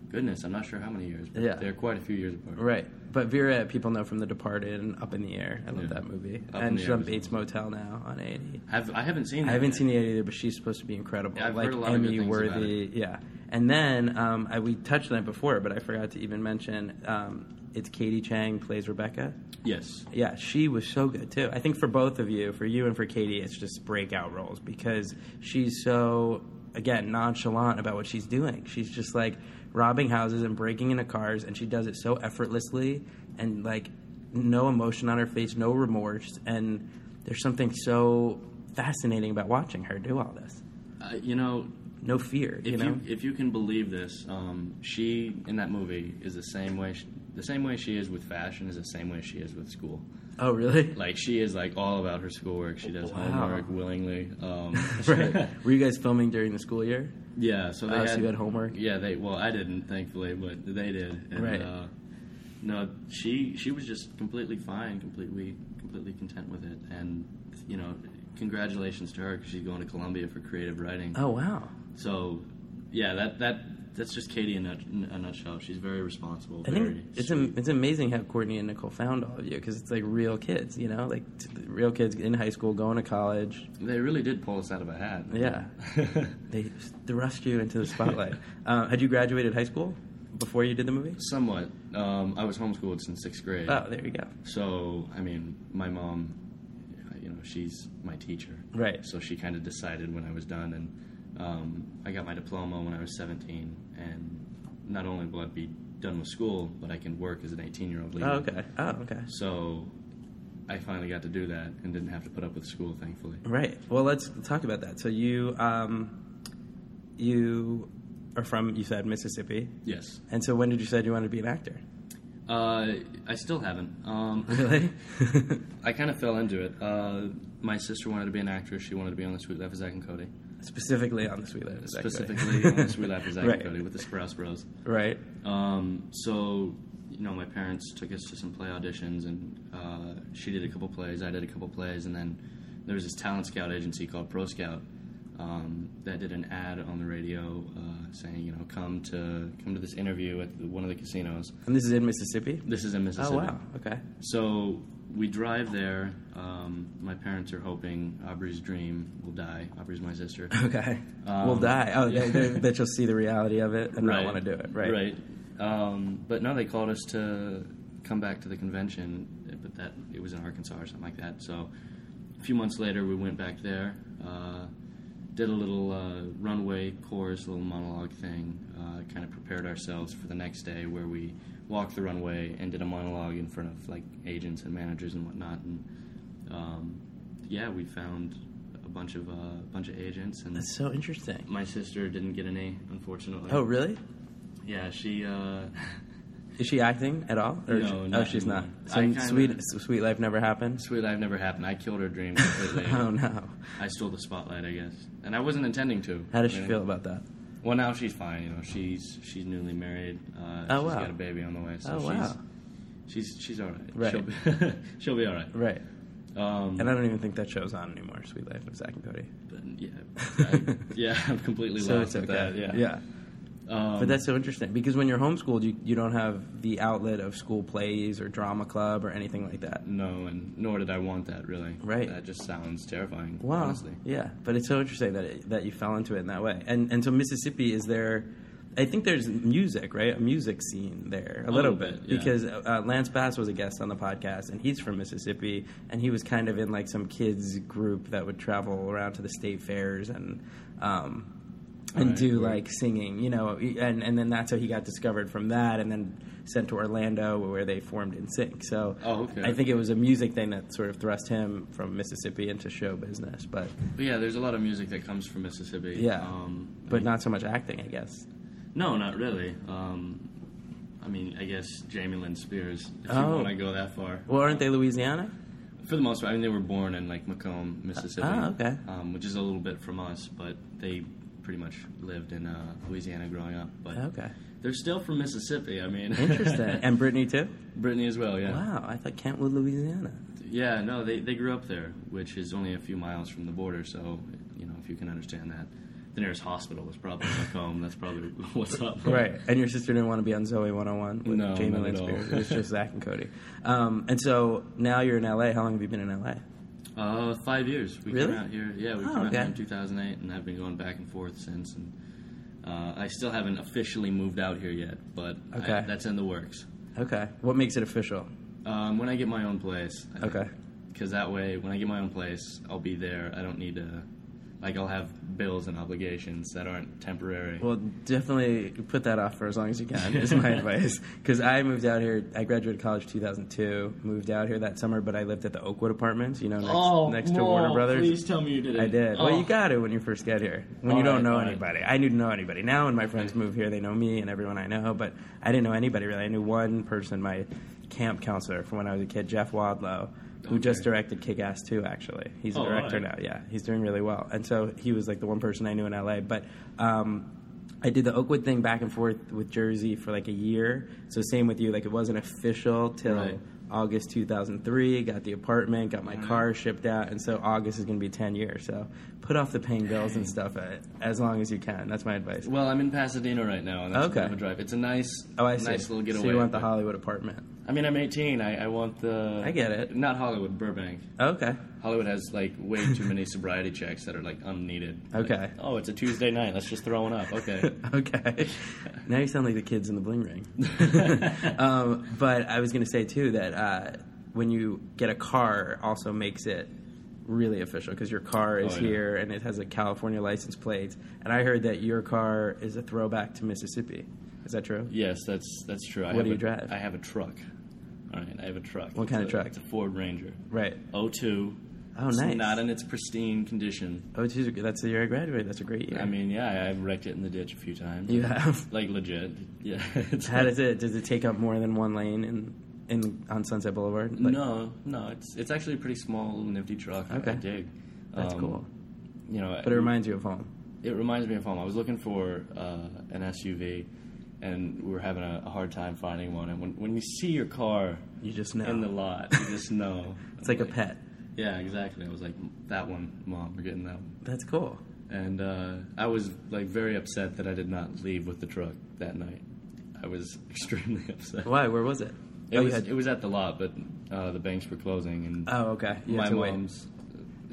Speaker 4: Goodness, I'm not sure how many years. But
Speaker 3: Yeah.
Speaker 4: they're quite a few years apart.
Speaker 3: Right. But Vera, people know from The Departed and Up in the Air. I love
Speaker 4: Yeah.
Speaker 3: that movie.
Speaker 4: Up in
Speaker 3: and
Speaker 4: the
Speaker 3: she's
Speaker 4: Air
Speaker 3: on
Speaker 4: was
Speaker 3: Bates Motel now on E. 80.
Speaker 4: Have I haven't seen.
Speaker 3: I
Speaker 4: That
Speaker 3: haven't
Speaker 4: yet.
Speaker 3: seen it either, but she's supposed to be incredible.
Speaker 4: Yeah, I've
Speaker 3: like
Speaker 4: heard a lot of good
Speaker 3: Emmy
Speaker 4: things about
Speaker 3: worthy. Yeah. And then um, I, we touched on it before, but I forgot to even mention um, it's Katie Chang plays Rebecca.
Speaker 4: Yes.
Speaker 3: Yeah, she was so good too. I think for both of you, for you and for Katie, it's just breakout roles because she's so again nonchalant about what she's doing. She's just like robbing houses and breaking into cars, and she does it so effortlessly and like no emotion on her face, no remorse, and there's something so fascinating about watching her do all this.
Speaker 4: Uh, you know,
Speaker 3: No fear,
Speaker 4: if
Speaker 3: you know.
Speaker 4: if you can believe this, um, she in that movie is the same way. She, the same way she is with fashion is the same way she is with school.
Speaker 3: oh, really?
Speaker 4: Like she is like all about her schoolwork. She does
Speaker 3: Wow.
Speaker 4: homework willingly. Um,
Speaker 3: right. Were you guys filming during the school year?
Speaker 4: Yeah. So they
Speaker 3: Oh,
Speaker 4: had,
Speaker 3: so you had homework?
Speaker 4: Yeah. They well, I didn't thankfully, but they did. And,
Speaker 3: Right.
Speaker 4: Uh, no, she she was just completely fine, completely completely content with it, and you know, congratulations to her because she's going to Columbia for creative writing.
Speaker 3: Oh, wow.
Speaker 4: So, yeah, that that that's just Katie in a, in a nutshell. She's very responsible.
Speaker 3: I
Speaker 4: very
Speaker 3: think it's
Speaker 4: sweet.
Speaker 3: am- it's amazing how Courtney and Nicole found all of you because it's like real kids, you know, like t- real kids in high school going to college.
Speaker 4: they really did pull us out of a hat.
Speaker 3: Yeah, they thrust you into the spotlight. uh, had you graduated high school before you did the movie?
Speaker 4: Somewhat. Um, I was homeschooled since sixth grade.
Speaker 3: Oh, there you go.
Speaker 4: So, I mean, my mom, you know, she's my teacher.
Speaker 3: Right.
Speaker 4: So she kind of decided when I was done, and um, I got my diploma when I was 17. And not only will I be done with school, but I can work as an 18 year old leader.
Speaker 3: Oh, okay. Oh, okay.
Speaker 4: So I finally got to do that and didn't have to put up with school, thankfully.
Speaker 3: Right. Well, let's talk about that. So you um, you are from you said Mississippi,
Speaker 4: Yes.
Speaker 3: and so when did you decide you wanted to be an actor?
Speaker 4: Uh, I still haven't. Um,
Speaker 3: Really?
Speaker 4: I kind of fell into it. Uh, my sister wanted to be an actress. She wanted to be on The Sweet Life of Zack and Cody.
Speaker 3: Specifically on the Sweet Life. is that correct?
Speaker 4: Specifically on The Sweet Life of Zack
Speaker 3: Right.
Speaker 4: and Cody with the Sprouse Bros.
Speaker 3: right.
Speaker 4: Um, so, you know, my parents took us to some play auditions, and uh, she did a couple plays, I did a couple plays, and then there was this talent scout agency called Pro Scout um, that did an ad on the radio uh, saying, you know, come to come to this interview at the, one of the casinos.
Speaker 3: And this is in Mississippi.
Speaker 4: This is in
Speaker 3: Oh
Speaker 4: Mississippi.
Speaker 3: wow. Okay.
Speaker 4: So we drive there. Um, my parents are hoping Aubrey's dream will die. Aubrey's my sister.
Speaker 3: Okay. we'll die. Oh, they- they- that you'll see the reality of it and not want to do it. Right.
Speaker 4: Um, Right. Um, but no, they called us to come back to the convention, but that it was in Arkansas or something like that. So a few months later, we went back there, uh, did a little uh, runway chorus, little monologue thing, uh, kind of prepared ourselves for the next day where we walked the runway and did a monologue in front of like agents and managers and whatnot. And um, yeah, we found a bunch of uh, bunch of agents and.
Speaker 3: That's so interesting.
Speaker 4: my sister didn't get any, unfortunately.
Speaker 3: Oh, really?
Speaker 4: Yeah, she. Uh,
Speaker 3: Is she acting at all?
Speaker 4: No,
Speaker 3: she- oh,
Speaker 4: not
Speaker 3: she's
Speaker 4: anymore.
Speaker 3: not.
Speaker 4: I
Speaker 3: So
Speaker 4: kinda-
Speaker 3: sweet, sweet life never happened.
Speaker 4: sweet life never happened. I killed her dream completely.
Speaker 3: Oh no.
Speaker 4: I stole the spotlight, I guess, and I wasn't intending to.
Speaker 3: How does she
Speaker 4: Yeah.
Speaker 3: feel about that?
Speaker 4: Well, now she's fine. You know, she's she's newly married. Uh,
Speaker 3: Oh,
Speaker 4: she's
Speaker 3: wow.
Speaker 4: got a baby on the way, so
Speaker 3: Oh,
Speaker 4: she's,
Speaker 3: wow.
Speaker 4: she's she's all right.
Speaker 3: Right.
Speaker 4: She'll be, she'll be all right.
Speaker 3: Right.
Speaker 4: Um,
Speaker 3: And I don't even think that show's on anymore, Sweet Life of Zach and Cody.
Speaker 4: but yeah, I, yeah, I'm completely
Speaker 3: So
Speaker 4: lost
Speaker 3: it's okay.
Speaker 4: at that. Yeah,
Speaker 3: yeah.
Speaker 4: Um,
Speaker 3: But that's so interesting because when you're homeschooled, you, you don't have the outlet of school plays or drama club or anything like that.
Speaker 4: no, and nor did I want that really.
Speaker 3: Right.
Speaker 4: That just sounds terrifying.
Speaker 3: Wow.
Speaker 4: Honestly.
Speaker 3: Yeah, but it's so interesting that it, that you fell into it in that way. And and so Mississippi is there. I think there's music, right? A music scene there, a, little,
Speaker 4: little
Speaker 3: bit,
Speaker 4: bit, yeah.
Speaker 3: because uh, uh, Lance Bass was a guest on the podcast, and he's from Mississippi, and he was kind of in like some kids group that would travel around to the state fairs and um, and
Speaker 4: Alright,
Speaker 3: do
Speaker 4: right.
Speaker 3: like singing, you know, and and then that's how he got discovered from that, and then sent to Orlando where they formed in sync. So
Speaker 4: Oh, okay.
Speaker 3: I think it was a music thing that sort of thrust him from Mississippi into show business, but
Speaker 4: But yeah, there's a lot of music that comes from Mississippi.
Speaker 3: yeah,
Speaker 4: Um,
Speaker 3: but not so much acting, I guess.
Speaker 4: No, not really. Um, I mean, I guess Jamie Lynn Spears, if
Speaker 3: Oh.
Speaker 4: you want to go that far.
Speaker 3: Well, aren't they Louisiana?
Speaker 4: For the most part, I mean, they were born in like Macomb, Mississippi.
Speaker 3: Ah, okay.
Speaker 4: Um, which is a little bit from us, but they pretty much lived in uh, Louisiana growing up. But
Speaker 3: Okay,
Speaker 4: they're still from Mississippi. I mean,
Speaker 3: interesting. and Brittany too.
Speaker 4: Brittany as well. Yeah.
Speaker 3: Wow, I thought Kentwood, Louisiana.
Speaker 4: Yeah. No, they they grew up there, which is only a few miles from the border. So you know, if you can understand that, the nearest hospital was probably Macomb. That's probably what's up.
Speaker 3: Right, and your sister didn't want to be on Zoe 101 with
Speaker 4: No,
Speaker 3: Jamie
Speaker 4: not
Speaker 3: Lynn
Speaker 4: at all.
Speaker 3: Spears. It was just Zach and Cody. Um, and so now you're in LA. How long have you been in LA?
Speaker 4: Uh, five years. We
Speaker 3: Really?
Speaker 4: came out here. Yeah, we
Speaker 3: Oh,
Speaker 4: came out here
Speaker 3: okay.
Speaker 4: in 2008, and I've been going back and forth since. And uh, I still haven't officially moved out here yet, but I-
Speaker 3: Okay.
Speaker 4: that's in the works.
Speaker 3: Okay, what makes it official?
Speaker 4: Um, when I get my own place.
Speaker 3: Okay.
Speaker 4: Because that way, when I get my own place, I'll be there. I don't need to. Like, I'll have bills and obligations that aren't temporary.
Speaker 3: Well, definitely put that off for as long as you can. Is my advice because I moved out here. I graduated college 2002. Moved out here that summer, but I lived at the Oakwood Apartments. You know, next, next to Warner
Speaker 4: no,
Speaker 3: Brothers.
Speaker 4: Oh, Please tell me you did it. Oh.
Speaker 3: I did. Well, you got it when you first get here. When you
Speaker 4: All
Speaker 3: don't
Speaker 4: right,
Speaker 3: know
Speaker 4: all right.
Speaker 3: anybody. I didn't know anybody. Now, when my friends move here, they know me and everyone I know, but I didn't know anybody really. I knew one person, my camp counselor from when I was a kid, Jeff Wadlow, who just
Speaker 4: Okay.
Speaker 3: directed Kick Ass 2, actually. He's a
Speaker 4: Oh, all
Speaker 3: director
Speaker 4: right.
Speaker 3: now, yeah. He's doing really well. And so he was like the one person I knew in LA. But, um, I did the Oakwood thing back and forth with Jersey for like a year. So same with you, like it wasn't official till
Speaker 4: Right.
Speaker 3: August 2003, got the apartment, got my car shipped out, and so August is going to be 10 years. So put off the paying bills and stuff uh, as long as you can. That's my advice.
Speaker 4: Well, I'm in Pasadena right now, and that's
Speaker 3: Okay.
Speaker 4: okay. a drive. It's a nice,
Speaker 3: Oh, I see.
Speaker 4: nice little getaway.
Speaker 3: So you want the
Speaker 4: but-
Speaker 3: Hollywood apartment?
Speaker 4: I mean, I'm 18. I, I want the.
Speaker 3: I get it.
Speaker 4: Not Hollywood, Burbank.
Speaker 3: Okay,
Speaker 4: Hollywood has like way too many sobriety checks that are like unneeded. Like,
Speaker 3: Okay.
Speaker 4: oh, it's a Tuesday night. Let's just throw one up. Okay.
Speaker 3: okay. now you sound like the kids in the Bling Ring. um, but I was going to say too that uh, when you get a car, also makes it really official because your car is
Speaker 4: Oh, yeah.
Speaker 3: here and it has a California license plate. And I heard that your car is a throwback to Mississippi. Is that true?
Speaker 4: yes, that's that's true. I
Speaker 3: What
Speaker 4: have
Speaker 3: do you
Speaker 4: a-
Speaker 3: drive?
Speaker 4: I have a truck. All right, I have a truck.
Speaker 3: What
Speaker 4: It's
Speaker 3: kind of
Speaker 4: a-
Speaker 3: truck?
Speaker 4: It's a Ford Ranger.
Speaker 3: Right.
Speaker 4: 02.
Speaker 3: Oh,
Speaker 4: It's
Speaker 3: nice.
Speaker 4: Not in its pristine condition.
Speaker 3: Oh, geez, that's the year I graduated. That's a great year.
Speaker 4: I mean, yeah, I've wrecked it in the ditch a few times.
Speaker 3: you have.
Speaker 4: Like legit. Yeah. It's
Speaker 3: How does it? Does it take up more than one lane in in on Sunset Boulevard? Like,
Speaker 4: no, no. It's it's actually a pretty small, little nifty truck. I-
Speaker 3: Okay.
Speaker 4: I dig.
Speaker 3: that's
Speaker 4: Um,
Speaker 3: cool.
Speaker 4: You know,
Speaker 3: But it reminds you of home.
Speaker 4: it reminds me of home. I was looking for uh, an SUV, and we were having a, a hard time finding one. And when, when you see your car
Speaker 3: You just know.
Speaker 4: in the lot, you just know.
Speaker 3: it's like a pet.
Speaker 4: Yeah, exactly. I was like, that one, mom, we're getting that one.
Speaker 3: That's cool.
Speaker 4: And uh, I was like very upset that I did not leave with the truck that night. I was extremely upset.
Speaker 3: Why? Where was it?
Speaker 4: It,
Speaker 3: oh, you
Speaker 4: was,
Speaker 3: had-
Speaker 4: it was at the lot, but uh, the banks were closing, and
Speaker 3: oh, okay. You had
Speaker 4: my
Speaker 3: to wait.
Speaker 4: mom's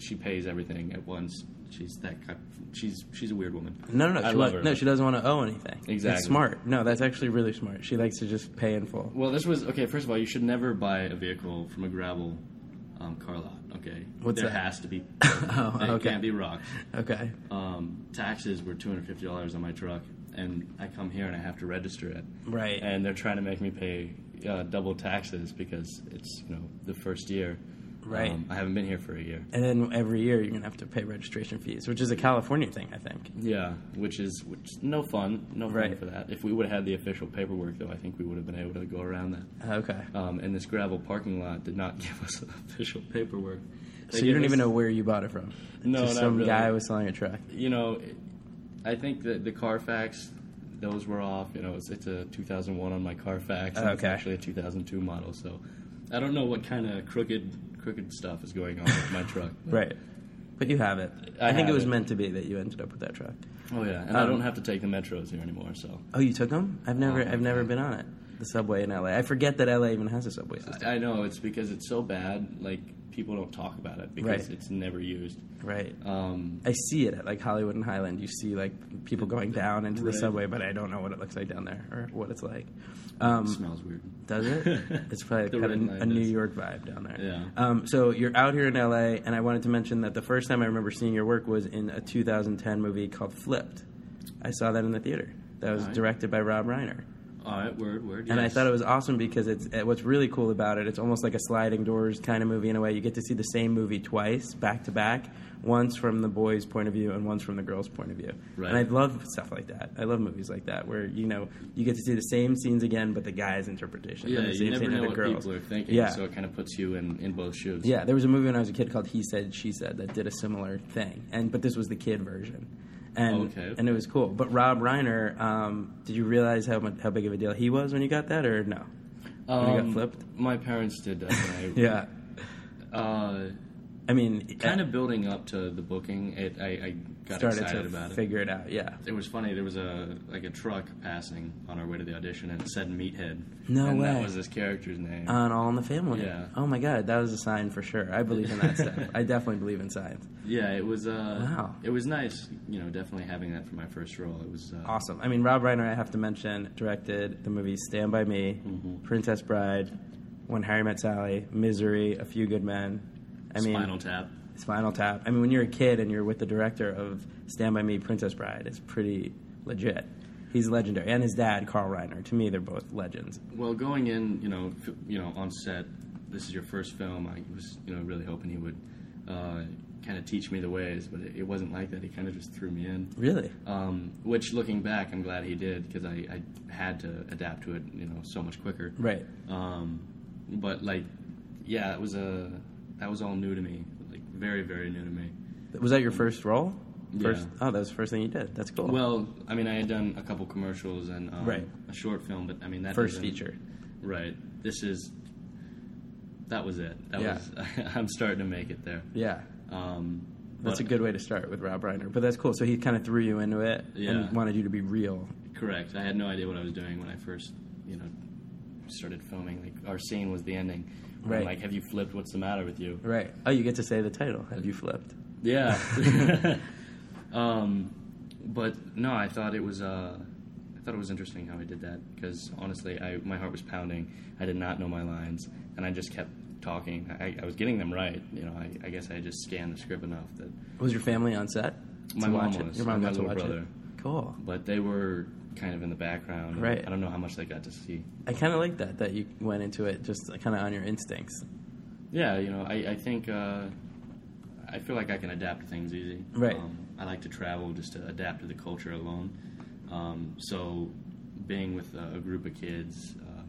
Speaker 4: she pays everything at once. She's that kind. She's she's a weird woman.
Speaker 3: No, no, no.
Speaker 4: I
Speaker 3: She
Speaker 4: love
Speaker 3: wa-
Speaker 4: her.
Speaker 3: No, she doesn't want to owe anything. That's
Speaker 4: Exactly.
Speaker 3: smart. No, that's actually really smart. She likes to just pay in full.
Speaker 4: Well, this was okay. First of all, you should never buy a vehicle from a gravel um, car lot. Okay,
Speaker 3: What's
Speaker 4: there
Speaker 3: that?
Speaker 4: has to be.
Speaker 3: Oh,
Speaker 4: It
Speaker 3: okay.
Speaker 4: can't be rocks.
Speaker 3: Okay.
Speaker 4: Um, taxes were two hundred fifty dollars on my truck, and I come here and I have to register it.
Speaker 3: Right.
Speaker 4: And they're trying to make me pay uh, double taxes because it's you know the first year. Um,
Speaker 3: Right.
Speaker 4: I haven't been here for a year.
Speaker 3: And then every year you're gonna have to pay registration fees, which is a California thing, I think.
Speaker 4: Yeah, which is which is no fun, no fun
Speaker 3: Right.
Speaker 4: for that. If we would have had the official paperwork, though, I think we would have been able to go around that.
Speaker 3: Okay.
Speaker 4: um, and this gravel parking lot did not give us official paperwork. They
Speaker 3: so you
Speaker 4: gave
Speaker 3: don't even
Speaker 4: us-
Speaker 3: know where you bought it from.
Speaker 4: No,
Speaker 3: just
Speaker 4: not
Speaker 3: some
Speaker 4: really.
Speaker 3: guy was selling a truck.
Speaker 4: You know, it, I think that the Carfax, those were off. You know, it's, it's a 2001 on my Carfax. and It's
Speaker 3: Okay.
Speaker 4: actually a 2002 model, so I don't know what kind of crooked crooked stuff is going on with my truck. but-
Speaker 3: Right. But you have it. I,
Speaker 4: I
Speaker 3: think it
Speaker 4: have
Speaker 3: was
Speaker 4: it.
Speaker 3: meant to be that you ended up with that truck.
Speaker 4: Oh yeah, and I
Speaker 3: Um,
Speaker 4: don't have to take the metros here anymore. So
Speaker 3: Oh, you took them? I've never,
Speaker 4: Oh,
Speaker 3: I've never been on it. The subway in LA. I forget that LA even has a subway system.
Speaker 4: I, I know it's because it's so bad. Like people don't talk about it because
Speaker 3: Right.
Speaker 4: it's never used.
Speaker 3: Right.
Speaker 4: Um,
Speaker 3: I see it at like Hollywood and Highland. You see like people going down into the
Speaker 4: Right.
Speaker 3: subway, but I don't know what it looks like down there or what it's like. Um,
Speaker 4: smells weird.
Speaker 3: does it? It's probably
Speaker 4: The
Speaker 3: kind
Speaker 4: red
Speaker 3: of
Speaker 4: line
Speaker 3: a New
Speaker 4: does.
Speaker 3: York vibe down there.
Speaker 4: Yeah.
Speaker 3: Um, so you're out here in LA, and I wanted to mention that the first time I remember seeing your work was in a 2010 movie called Flipped. I saw that in the theater. That was
Speaker 4: Alright.
Speaker 3: directed by Rob Reiner.
Speaker 4: All right, word word.
Speaker 3: And I
Speaker 4: yes.
Speaker 3: thought it was awesome because it's uh, what's really cool about it. It's almost like a sliding doors kind of movie in a way. You get to see the same movie twice, back to back, once from the boy's point of view and once from the girl's point of view.
Speaker 4: Right.
Speaker 3: And I love stuff like that. I love movies like that where you know you get to see the same scenes again, but the guy's interpretation.
Speaker 4: Yeah,
Speaker 3: and the
Speaker 4: you
Speaker 3: same
Speaker 4: never
Speaker 3: scene of
Speaker 4: know
Speaker 3: the
Speaker 4: what
Speaker 3: girl's.
Speaker 4: people are thinking,
Speaker 3: Yeah.
Speaker 4: so it kind of puts you in, in both shoes.
Speaker 3: Yeah, there was a movie when I was a kid called He Said She Said that did a similar thing, and but this was the kid version, and
Speaker 4: Okay.
Speaker 3: and it was cool. But Rob Reiner, um, did you realize how mu- how big of a deal he was when you got that, or no? When you got
Speaker 4: Um,
Speaker 3: flipped?
Speaker 4: My parents did that. when I,
Speaker 3: Yeah,
Speaker 4: Uh,
Speaker 3: I mean,
Speaker 4: kind of building up to the booking, it, I, I got
Speaker 3: started
Speaker 4: excited
Speaker 3: to
Speaker 4: about it.
Speaker 3: figure it out. Yeah,
Speaker 4: It was funny. There was a like a truck passing on our way to the audition, and it said Meathead.
Speaker 3: No
Speaker 4: and
Speaker 3: way. Uh,
Speaker 4: That was this character's name.
Speaker 3: on All in the Family.
Speaker 4: Yeah.
Speaker 3: Oh my God, that was a sign for sure. I believe in that stuff. I definitely believe in signs.
Speaker 4: yeah, it was. Uh,
Speaker 3: Wow.
Speaker 4: It was nice. You know, definitely having that for my first role. It was. Uh,
Speaker 3: Awesome. I mean, Rob Reiner, I have to mention, directed the movies Stand by Me,
Speaker 4: Mm-hmm.
Speaker 3: Princess Bride, When Harry Met Sally, Misery, A Few Good Men. I mean,
Speaker 4: Spinal Tap.
Speaker 3: Spinal Tap. I mean, when you're a kid and you're with the director of Stand By Me, Princess Bride, it's pretty legit. He's legendary. And his dad, Carl Reiner. To me, they're both legends.
Speaker 4: Well, going in, you know, f- you know, on set, this is your first film. I was, you know, really hoping he would uh, kind of teach me the ways, but it, it wasn't like that. He kind of just threw me in.
Speaker 3: Really?
Speaker 4: Um, which, looking back, I'm glad he did because I, I had to adapt to it, you know, so much quicker.
Speaker 3: Right.
Speaker 4: Um, but like, yeah, it was a that was all new to me, like very, very new to me.
Speaker 3: Was that your first role?
Speaker 4: Yeah.
Speaker 3: First, Oh, that was the first thing you did. That's cool.
Speaker 4: Well, I mean, I had done a couple commercials and um,
Speaker 3: Right.
Speaker 4: a short film, but I mean that
Speaker 3: 1st
Speaker 4: doesn't-
Speaker 3: feature.
Speaker 4: Right. This is. That was it. That
Speaker 3: Yeah.
Speaker 4: was. I'm starting to make it there.
Speaker 3: Yeah.
Speaker 4: Um,
Speaker 3: That's
Speaker 4: but-
Speaker 3: a good way to start with Rob Reiner. But that's cool. So he kind of threw you into it
Speaker 4: Yeah.
Speaker 3: and wanted you to be real.
Speaker 4: Correct. I had no idea what I was doing when I first, you know, started filming. Like our scene was the ending. I'm
Speaker 3: Right.
Speaker 4: like, have you flipped? What's the matter with you?
Speaker 3: Right. Oh, you get to say the title. Have you flipped?
Speaker 4: Yeah. um, but no, I thought it was. Uh, I thought it was interesting how I did that because honestly, I my heart was pounding. I did not know my lines, and I just kept talking. I, I was getting them right. You know, I, I guess I just scanned the script enough that.
Speaker 3: Was your family on set?
Speaker 4: My
Speaker 3: to
Speaker 4: mom
Speaker 3: watch
Speaker 4: was,
Speaker 3: It? Your mom
Speaker 4: and my
Speaker 3: got to
Speaker 4: little
Speaker 3: watch
Speaker 4: brother.
Speaker 3: it. Cool.
Speaker 4: But they were kind of in the background.
Speaker 3: Right.
Speaker 4: I don't know how much they got to see.
Speaker 3: I kind of like that that you went into it just kind of on your instincts.
Speaker 4: Yeah, you know, I, I think uh, I feel like I can adapt to things easy.
Speaker 3: Right.
Speaker 4: Um, I like to travel just to adapt to the culture alone. Um, so being with a, a group of kids uh,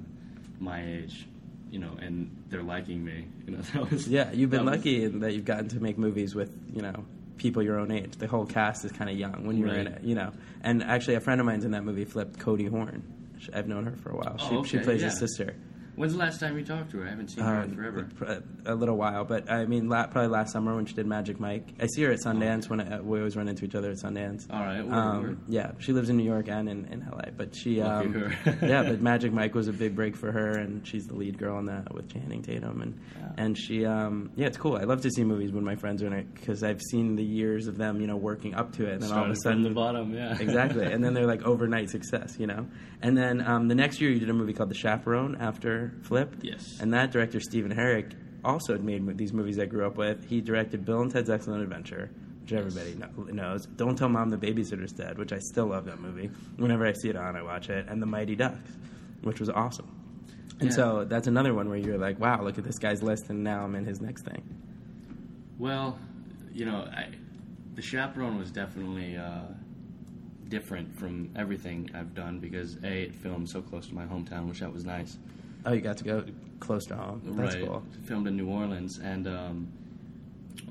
Speaker 4: my age, you know, and they're liking me, you know, that was
Speaker 3: Yeah, you've been
Speaker 4: that was-
Speaker 3: lucky in that you've gotten to make movies with you know people your own age. The whole cast is kind of young when you're in
Speaker 4: Right.
Speaker 3: it, you know. And actually, a friend of mine's in that movie flipped Cody Horn. Sh- I've known her for a while. She,
Speaker 4: Oh,
Speaker 3: she
Speaker 4: okay,
Speaker 3: plays
Speaker 4: yeah.
Speaker 3: his sister.
Speaker 4: When's the last time you talked to her? I haven't seen her in
Speaker 3: Um,
Speaker 4: forever.
Speaker 3: pr- A little while, but I mean, la- probably last summer when she did Magic Mike. I see her at Sundance when I, we always run into each other at Sundance.
Speaker 4: All right, word, word.
Speaker 3: Um, yeah, she lives in New York and in, in LA, but she,
Speaker 4: Lucky
Speaker 3: um,
Speaker 4: her.
Speaker 3: yeah, but Magic Mike was a big break for her, and she's the lead girl in that with Channing Tatum, and and she, um, yeah, it's cool. I love to see movies when my friends are in it because I've seen the years of them, you know, working up to it, and then all of a sudden
Speaker 4: Started from the bottom, yeah.
Speaker 3: exactly. And then they're like overnight success, you know. And then um, the next year, you did a movie called The Chaperone after Flip.
Speaker 4: Yes.
Speaker 3: And that director Stephen Herrick also had made mo- these movies I grew up with. He directed Bill and Ted's Excellent Adventure, which everybody kno- knows. Don't Tell Mom the Babysitter's Dead, which I still love that movie. Whenever I see it on, I watch it. And The Mighty Ducks, which was awesome. And
Speaker 4: Yeah.
Speaker 3: so that's another one where you're like, wow, look at this guy's list, and now I'm in his next thing.
Speaker 4: Well, you know, I, the chaperone was definitely uh, different from everything I've done because a it filmed so close to my hometown, which that was nice.
Speaker 3: Oh, you got to go close to home. That's
Speaker 4: right,
Speaker 3: cool.
Speaker 4: filmed in New Orleans, and um,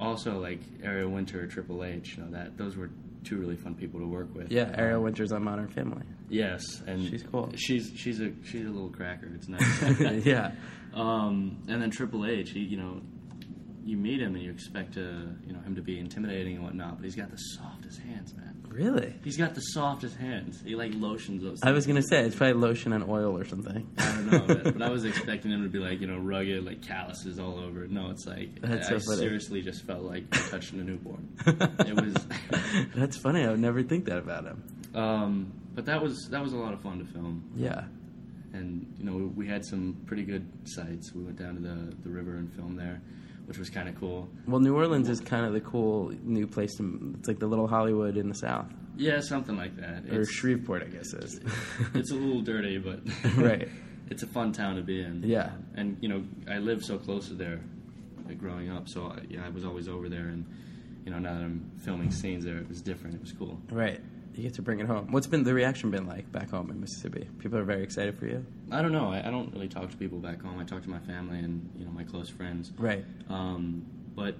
Speaker 4: also like Area Winter, Triple H. You know, that those were two really fun people to work with.
Speaker 3: Yeah, Ariel Winters on Modern Family.
Speaker 4: Yes, and
Speaker 3: She's cool.
Speaker 4: She's she's a she's a little cracker. It's nice.
Speaker 3: yeah.
Speaker 4: Um, and then Triple H, he, you know, you meet him and you expect to, you know, him to be intimidating and whatnot, but he's got the softest hands, man.
Speaker 3: Really?
Speaker 4: He's got the softest hands. He like lotions those.
Speaker 3: I was gonna say it's probably lotion and oil or something.
Speaker 4: I don't know, but, but I was expecting him to be like, you know, rugged, like calluses all over. No, it's like
Speaker 3: That's
Speaker 4: I,
Speaker 3: so funny.
Speaker 4: seriously just felt like I touched a newborn. it was,
Speaker 3: That's funny. I would never think that about him.
Speaker 4: um, but that was that was a lot of fun to film,
Speaker 3: Yeah.
Speaker 4: and you know, we, we had some pretty good sights. We went down to the the river and filmed there, which was kind of cool.
Speaker 3: Well, New Orleans is kind of the cool new place to. It's like the little Hollywood in the South,
Speaker 4: Yeah, something like that.
Speaker 3: or
Speaker 4: It's,
Speaker 3: Shreveport, I guess is.
Speaker 4: it's a little dirty, but
Speaker 3: right.
Speaker 4: it's a fun town to be in.
Speaker 3: Yeah.
Speaker 4: and you know, I lived so close to there, like, growing up, so I, yeah, I was always over there. And you know, now that I'm filming scenes there, it was different. It was cool.
Speaker 3: Right. You get to bring it home. What's been the reaction been like back home in Mississippi? People are very excited for you.
Speaker 4: I don't know. I, I don't really talk to people back home. I talk to my family and you know my close friends.
Speaker 3: Right.
Speaker 4: Um, but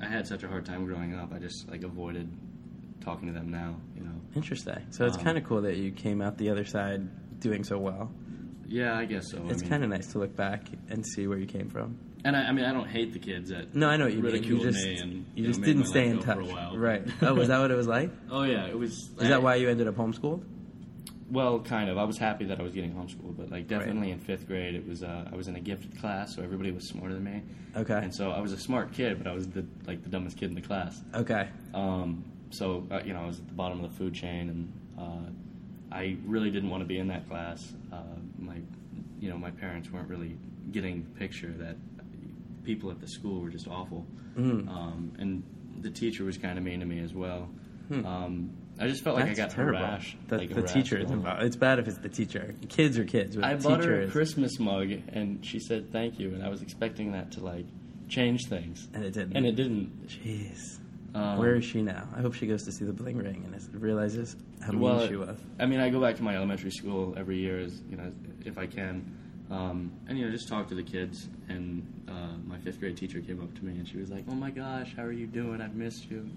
Speaker 4: I had such a hard time growing up. I just like avoided talking to them now. You know.
Speaker 3: Interesting. So
Speaker 4: Um,
Speaker 3: it's kind of cool that you came out the other side doing so well.
Speaker 4: Yeah, I guess so.
Speaker 3: It's
Speaker 4: I mean,
Speaker 3: kind of nice to look back and see where you came from.
Speaker 4: And I, I mean, I don't hate the kids that
Speaker 3: No, I know what you mean. You
Speaker 4: ridiculed
Speaker 3: just
Speaker 4: me and
Speaker 3: you
Speaker 4: know,
Speaker 3: just
Speaker 4: made
Speaker 3: didn't
Speaker 4: my
Speaker 3: stay
Speaker 4: life
Speaker 3: in
Speaker 4: go
Speaker 3: touch,
Speaker 4: for a while.
Speaker 3: right? Oh, was that what it was like?
Speaker 4: Oh yeah, it was.
Speaker 3: Is that why you ended up homeschooled?
Speaker 4: Well, kind of. I was happy that I was getting homeschooled, but like definitely in fifth grade, it was. Uh, I was in a gifted class, so everybody was smarter than me,
Speaker 3: Okay.
Speaker 4: and so I was a smart kid, but I was the like the dumbest kid in the class.
Speaker 3: Okay.
Speaker 4: Um, so uh, you know, I was at the bottom of the food chain, and uh, I really didn't want to be in that class. Uh, my, you know, my parents weren't really getting the picture that people at the school were just awful,
Speaker 3: Mm-hmm.
Speaker 4: um, and the teacher was kind of mean to me as well. Um, I just felt like
Speaker 3: Hmm. That's
Speaker 4: I got
Speaker 3: terrible.
Speaker 4: harassed.
Speaker 3: The,
Speaker 4: like,
Speaker 3: the
Speaker 4: harassed
Speaker 3: teacher
Speaker 4: a
Speaker 3: is
Speaker 4: lot.
Speaker 3: involved. It's bad if it's the teacher. Kids are kids. But
Speaker 4: I
Speaker 3: the
Speaker 4: bought
Speaker 3: teacher
Speaker 4: her a
Speaker 3: is,
Speaker 4: Christmas mug, and she said thank you, and I was expecting that to like change things,
Speaker 3: and it didn't.
Speaker 4: and it didn't.
Speaker 3: Jeez.
Speaker 4: Um,
Speaker 3: Where is she now? I hope she goes to see the bling ring and is, realizes how mean
Speaker 4: Well,
Speaker 3: she was.
Speaker 4: I mean, I go back to my elementary school every year, as, you know, if I can, um, and you know, just talk to the kids. And uh, my fifth grade teacher came up to me, and she was like, "Oh my gosh, how are you doing? I've missed you."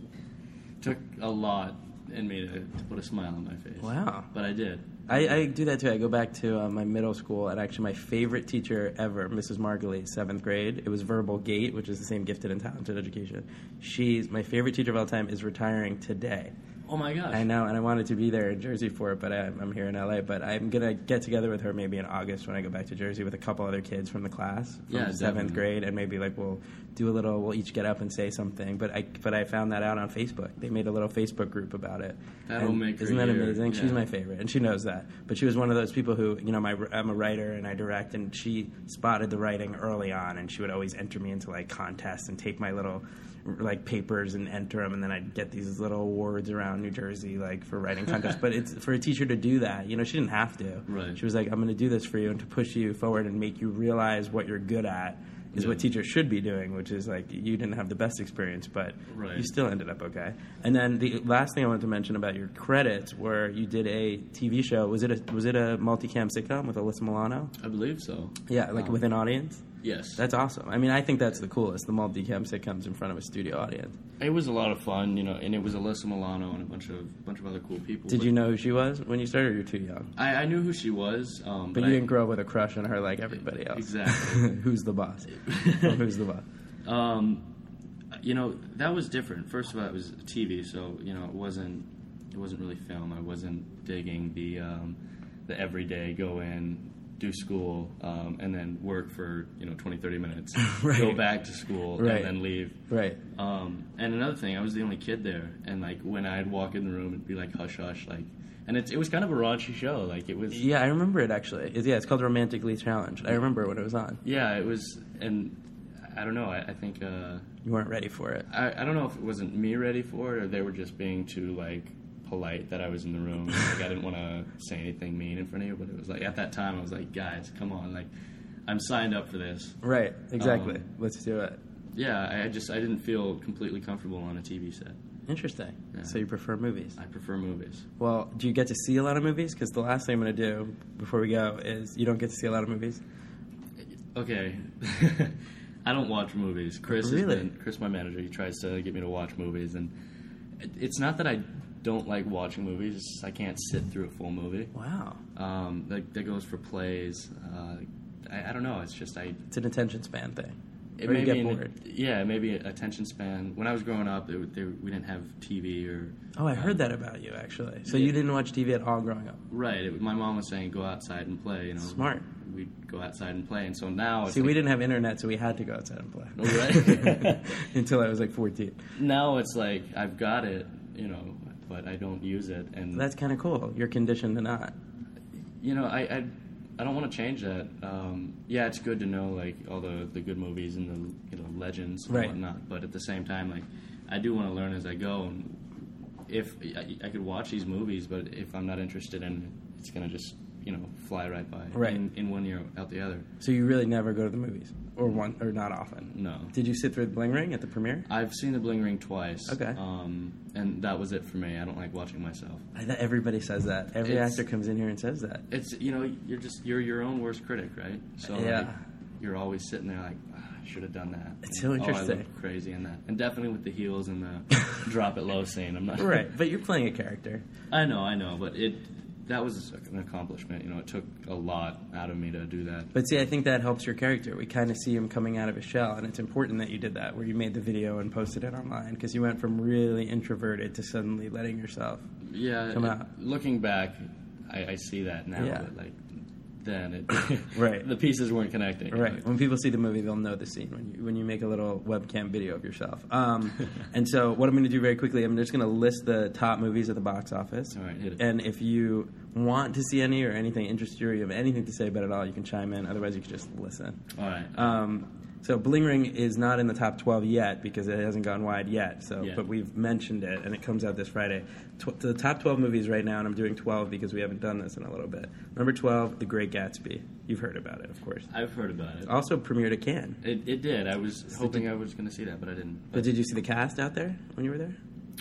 Speaker 4: Took a lot in me to, to put a smile on my face.
Speaker 3: Wow.
Speaker 4: But I did.
Speaker 3: I, I do that too. I go back to uh, my middle school, and actually, my favorite teacher ever, Mrs. Margulies, seventh grade. It was Verbal Gate, which is the same gifted and talented education. She's my favorite teacher of all time. Is retiring today.
Speaker 4: Oh my gosh.
Speaker 3: I know, and I wanted to be there in Jersey for it, but I, I'm here in LA. But I'm gonna get together with her maybe in August when I go back to Jersey with a couple other kids from the class from
Speaker 4: Yeah,
Speaker 3: the seventh
Speaker 4: definitely.
Speaker 3: grade, and maybe like we'll do a little. We'll each get up and say something. But I but I found that out on Facebook. They made a little Facebook group about it.
Speaker 4: That'll
Speaker 3: And
Speaker 4: make her
Speaker 3: isn't that
Speaker 4: year,
Speaker 3: amazing? She's
Speaker 4: yeah.
Speaker 3: my favorite, and she knows that. But she was one of those people who you know my I'm a writer and I direct, and she spotted the writing early on, and she would always enter me into like contests and take my little like papers and enter them, and then I'd get these little awards around New Jersey like for writing contests. but it's for a teacher to do that, you know, she didn't have to.
Speaker 4: Right.
Speaker 3: She was like, I'm going to do this for you and to push you forward and make you realize what you're good at. Is what teachers should be doing, which is like you didn't have the best experience, but
Speaker 4: Right.
Speaker 3: you still still ended up okay. And then the last thing I wanted to mention about your credits were you did a TV show. Was it a was it a multicam sitcom with Alyssa Milano?
Speaker 4: I believe so. Um,
Speaker 3: Yeah, like with an audience.
Speaker 4: Yes.
Speaker 3: That's awesome. I mean, I think that's the coolest. The multicam sitcoms in front of a studio audience.
Speaker 4: it was a lot of fun, you know, and it was Alyssa Milano and a bunch of bunch of other cool people.
Speaker 3: Did
Speaker 4: but
Speaker 3: you know who she was when you started? or You're too young,
Speaker 4: I, I knew who she was, um,
Speaker 3: but
Speaker 4: but
Speaker 3: you
Speaker 4: I-
Speaker 3: didn't grow up with a crush on her like everybody else.
Speaker 4: Exactly.
Speaker 3: who's the boss? Or who's the boss?
Speaker 4: Um, you know that was different. First of all, it was TV, so you know it wasn't it wasn't really film. I wasn't digging the um, the everyday go in, do school, um, and then work for you know 20, 30 minutes, go
Speaker 3: Right.
Speaker 4: back to school,
Speaker 3: Right.
Speaker 4: and then leave.
Speaker 3: Right.
Speaker 4: Um, and another thing, I was the only kid there, and like when I'd walk in the room, it'd be like hush hush, like, and it, it was kind of a raunchy show. Like it was,
Speaker 3: Yeah, I remember it actually. It's, yeah, it's called Romantically Challenged. I remember when it was on.
Speaker 4: yeah, it was, and I don't know. I, I think. Uh,
Speaker 3: You weren't ready for it.
Speaker 4: I, I don't know if it wasn't me ready for it or they were just being too like polite that I was in the room. Like I didn't want to say anything mean in front of you, but it was like at that time I was like, guys, come on, like I'm signed up for this.
Speaker 3: Right. Exactly.
Speaker 4: Um,
Speaker 3: Let's do it.
Speaker 4: Yeah, I, I just I didn't feel completely comfortable on a TV set.
Speaker 3: Interesting. So you prefer movies?
Speaker 4: I prefer movies.
Speaker 3: Well, do you get to see a lot of movies? Because the last thing I'm going to do before we go is you don't get to see a lot of movies.
Speaker 4: Okay. I don't watch movies. Chris has
Speaker 3: Really?
Speaker 4: been- Chris, my manager, he tries to get me to watch movies, and it's not that I don't like watching movies. It's just I can't sit through a full movie.
Speaker 3: Wow.
Speaker 4: Um, that, that goes for plays. Uh, I, I don't know. It's just I
Speaker 3: It's an attention span thing.
Speaker 4: it
Speaker 3: or
Speaker 4: may
Speaker 3: you get
Speaker 4: be an-
Speaker 3: bored.
Speaker 4: yeah, maybe attention span. When I was growing up, it, w- they, we didn't have TV or
Speaker 3: Oh, I heard that about you actually. So you didn't watch TV at all growing up.
Speaker 4: right. It, my mom was saying go outside and play. You know,
Speaker 3: Smart.
Speaker 4: We'd go outside and play, and so now it's
Speaker 3: See, we
Speaker 4: like,
Speaker 3: didn't have internet, so we had to go outside and play.
Speaker 4: Right.
Speaker 3: Until I was like 14.
Speaker 4: now it's like I've got it, you know, but I don't use it, and
Speaker 3: That's kind of cool. You're conditioned to not.
Speaker 4: you know, I I, I don't want to change that. Um, yeah, it's good to know like all the, the good movies and the you know legends and
Speaker 3: Right.
Speaker 4: whatnot, but at the same time, like I do want to learn as I go. And if I, I could watch these movies, but if I'm not interested in, it, it's gonna just you know fly right by,
Speaker 3: Right.
Speaker 4: In, in one ear out the other.
Speaker 3: So you really never go to the movies, or one, or not often.
Speaker 4: No.
Speaker 3: Did you sit through the Bling Ring at the premiere?
Speaker 4: I've seen The Bling Ring twice.
Speaker 3: Okay.
Speaker 4: Um, and that was it for me. I don't like watching myself.
Speaker 3: I thought everybody says that. Every
Speaker 4: It's-
Speaker 3: actor comes in here and says that.
Speaker 4: It's you know you're just you're your own worst critic, right? So like,
Speaker 3: Yeah.
Speaker 4: you're always sitting there like "Ah, I should have done that.
Speaker 3: It's so
Speaker 4: And, "Oh, I
Speaker 3: interesting."
Speaker 4: look crazy in that, and definitely with the heels and the drop it low scene. I'm not
Speaker 3: Right, but you're playing a character.
Speaker 4: I know, I know, but it that was an accomplishment. You know, it took a lot out of me to do that.
Speaker 3: But see, I think that helps your character. We kind of see him coming out of his shell, and it's important that you did that, where you made the video and posted it online, because you went from really introverted to suddenly letting yourself.
Speaker 4: Yeah,
Speaker 3: Come
Speaker 4: it-
Speaker 3: out.
Speaker 4: looking back, I, I see that now.
Speaker 3: Yeah.
Speaker 4: But like then, it,
Speaker 3: Right.
Speaker 4: the pieces weren't connecting.
Speaker 3: Right. When people see the movie, they'll know the scene when you when you make a little webcam video of yourself. Um, and so, what I'm going to do very quickly, I'm just going to list the top movies at the box office.
Speaker 4: All right, hit it.
Speaker 3: And if you want to see any or anything interests you, or you have anything to say about it all, you can chime in. Otherwise, you can just listen.
Speaker 4: All right.
Speaker 3: Um, so Bling Ring is not in the top 12 yet because it hasn't gone wide yet. So,
Speaker 4: Yeah.
Speaker 3: but we've mentioned it, and it comes out this Friday. Tw- the top 12 movies right now, and I'm doing 12 because we haven't done this in a little bit. Number 12, The Great Gatsby. You've heard about it, of course.
Speaker 4: I've heard about it.
Speaker 3: Also premiered at Cannes.
Speaker 4: It, it did. I was hoping I was going to see that, but I didn't.
Speaker 3: But did you see the cast out there when you were there?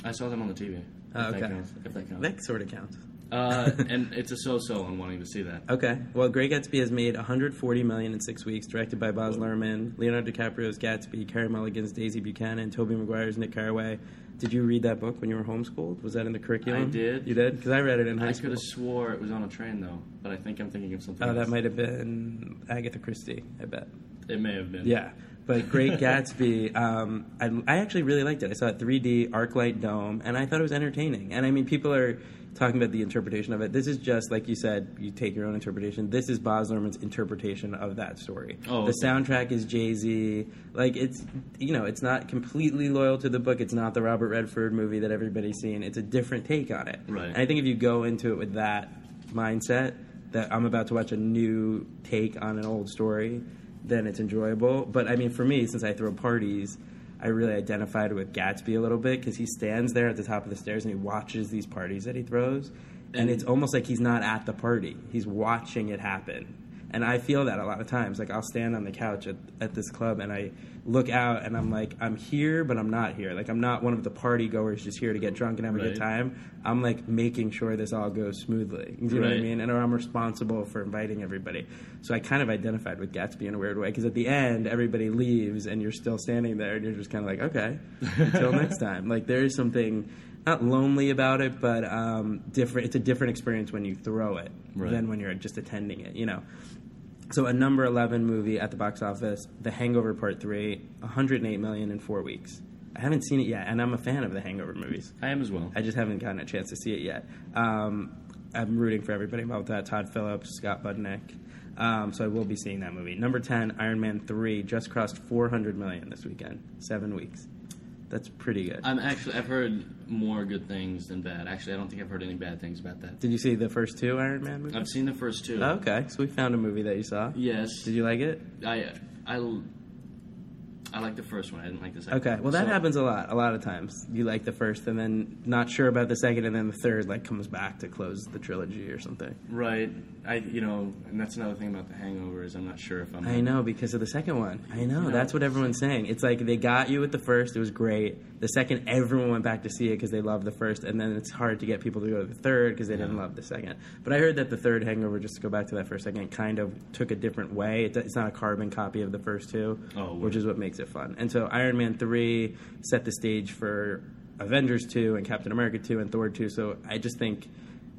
Speaker 4: I saw them on the TV.
Speaker 3: Oh,
Speaker 4: if
Speaker 3: okay.
Speaker 4: That counts, if that counts.
Speaker 3: That sort of counts.
Speaker 4: uh, and it's a so-so on wanting to see that.
Speaker 3: Okay. Well, Great Gatsby has made 140 million in six weeks. Directed by Boz Luhrmann, Leonardo DiCaprio's Gatsby, Carey Mulligan's Daisy Buchanan, Toby Maguire's Nick Carraway. Did you read that book when you were homeschooled? Was that in the curriculum?
Speaker 4: I did.
Speaker 3: You did? Because I read it in high
Speaker 4: I could
Speaker 3: school.
Speaker 4: have swore it was on a train though, but I think I'm thinking of something.
Speaker 3: Oh, that
Speaker 4: else.
Speaker 3: might have been Agatha Christie. I bet.
Speaker 4: It may have been.
Speaker 3: Yeah. But Great Gatsby, um, I, I actually really liked it. I saw it 3D, ArcLight Dome, and I thought it was entertaining. And I mean, people are talking about the interpretation of it. This is just, like you said, you take your own interpretation. This is Boz Luhrmann's interpretation of that story.
Speaker 4: Oh,
Speaker 3: the
Speaker 4: okay.
Speaker 3: soundtrack is Jay Z. Like, it's, you know, it's not completely loyal to the book. It's not the Robert Redford movie that everybody's seen. It's a different take on it.
Speaker 4: Right.
Speaker 3: And I think if you go into it with that mindset, that I'm about to watch a new take on an old story, then it's enjoyable. But I mean, for me, since I throw parties, I really identified with Gatsby a little bit because he stands there at the top of the stairs and he watches these parties that he throws. And it's almost like he's not at the party, he's watching it happen. And I feel that a lot of times. Like, I'll stand on the couch at, at this club and I look out and I'm like, I'm here, but I'm not here. Like, I'm not one of the party goers just here to get drunk and have a good
Speaker 4: Right.
Speaker 3: time time, I'm like making sure this all goes smoothly. Do you know what I
Speaker 4: Right.
Speaker 3: mean? And I'm responsible for inviting everybody. So I kind of identified with Gatsby in a weird way because at the end, everybody leaves and you're still standing there and you're just kind of like, okay, until next time. Like there is something not lonely about it, but um, different. It's a different experience when you throw it
Speaker 4: Right.
Speaker 3: than when you're just attending it. You know. So a number 11 movie at the box office, The Hangover Part 3, 108 million in 4 weeks. I haven't seen it yet and I'm a fan of the Hangover movies.
Speaker 4: I am as well.
Speaker 3: I just haven't gotten a chance to see it yet. Um, I'm rooting for everybody about that. Todd Phillips, Scott Budnick. Um, so I will be seeing that movie. Number ten, Iron Man three, just crossed 400 million this weekend, seven weeks. That's pretty good.
Speaker 4: I'm actually. I've heard more good things than bad. Actually, I don't think I've heard any bad things about that.
Speaker 3: Did you see the first two Iron Man movies? Oh,
Speaker 4: I've seen the first two.
Speaker 3: Okay, so we found a movie that you saw.
Speaker 4: Yes.
Speaker 3: Did you like it?
Speaker 4: I I I like the first one. I didn't like the second.
Speaker 3: Okay, well that
Speaker 4: So-
Speaker 3: happens a lot. A lot of times, you like the first, and then not sure about the second, and then the third like comes back to close the trilogy or something.
Speaker 4: Right. I you know, and that's another thing about the Hangover is I'm not sure if I'm.
Speaker 3: I know because of the second one. I know that's what everyone's saying. It's like they got you with the first; it was great. The second, everyone went back to see it because they loved the first, and then it's hard to get people to go to the third because they didn't love the second. But I heard that the third Hangover, just to go back to that for a second, kind of took a different way. It, it's not a carbon copy of the first two,
Speaker 4: Oh,
Speaker 3: which
Speaker 4: word.
Speaker 3: is what makes it fun. And so Iron Man three set the stage for. Avengers 2 and Captain America 2 and Thor 2. So I just think,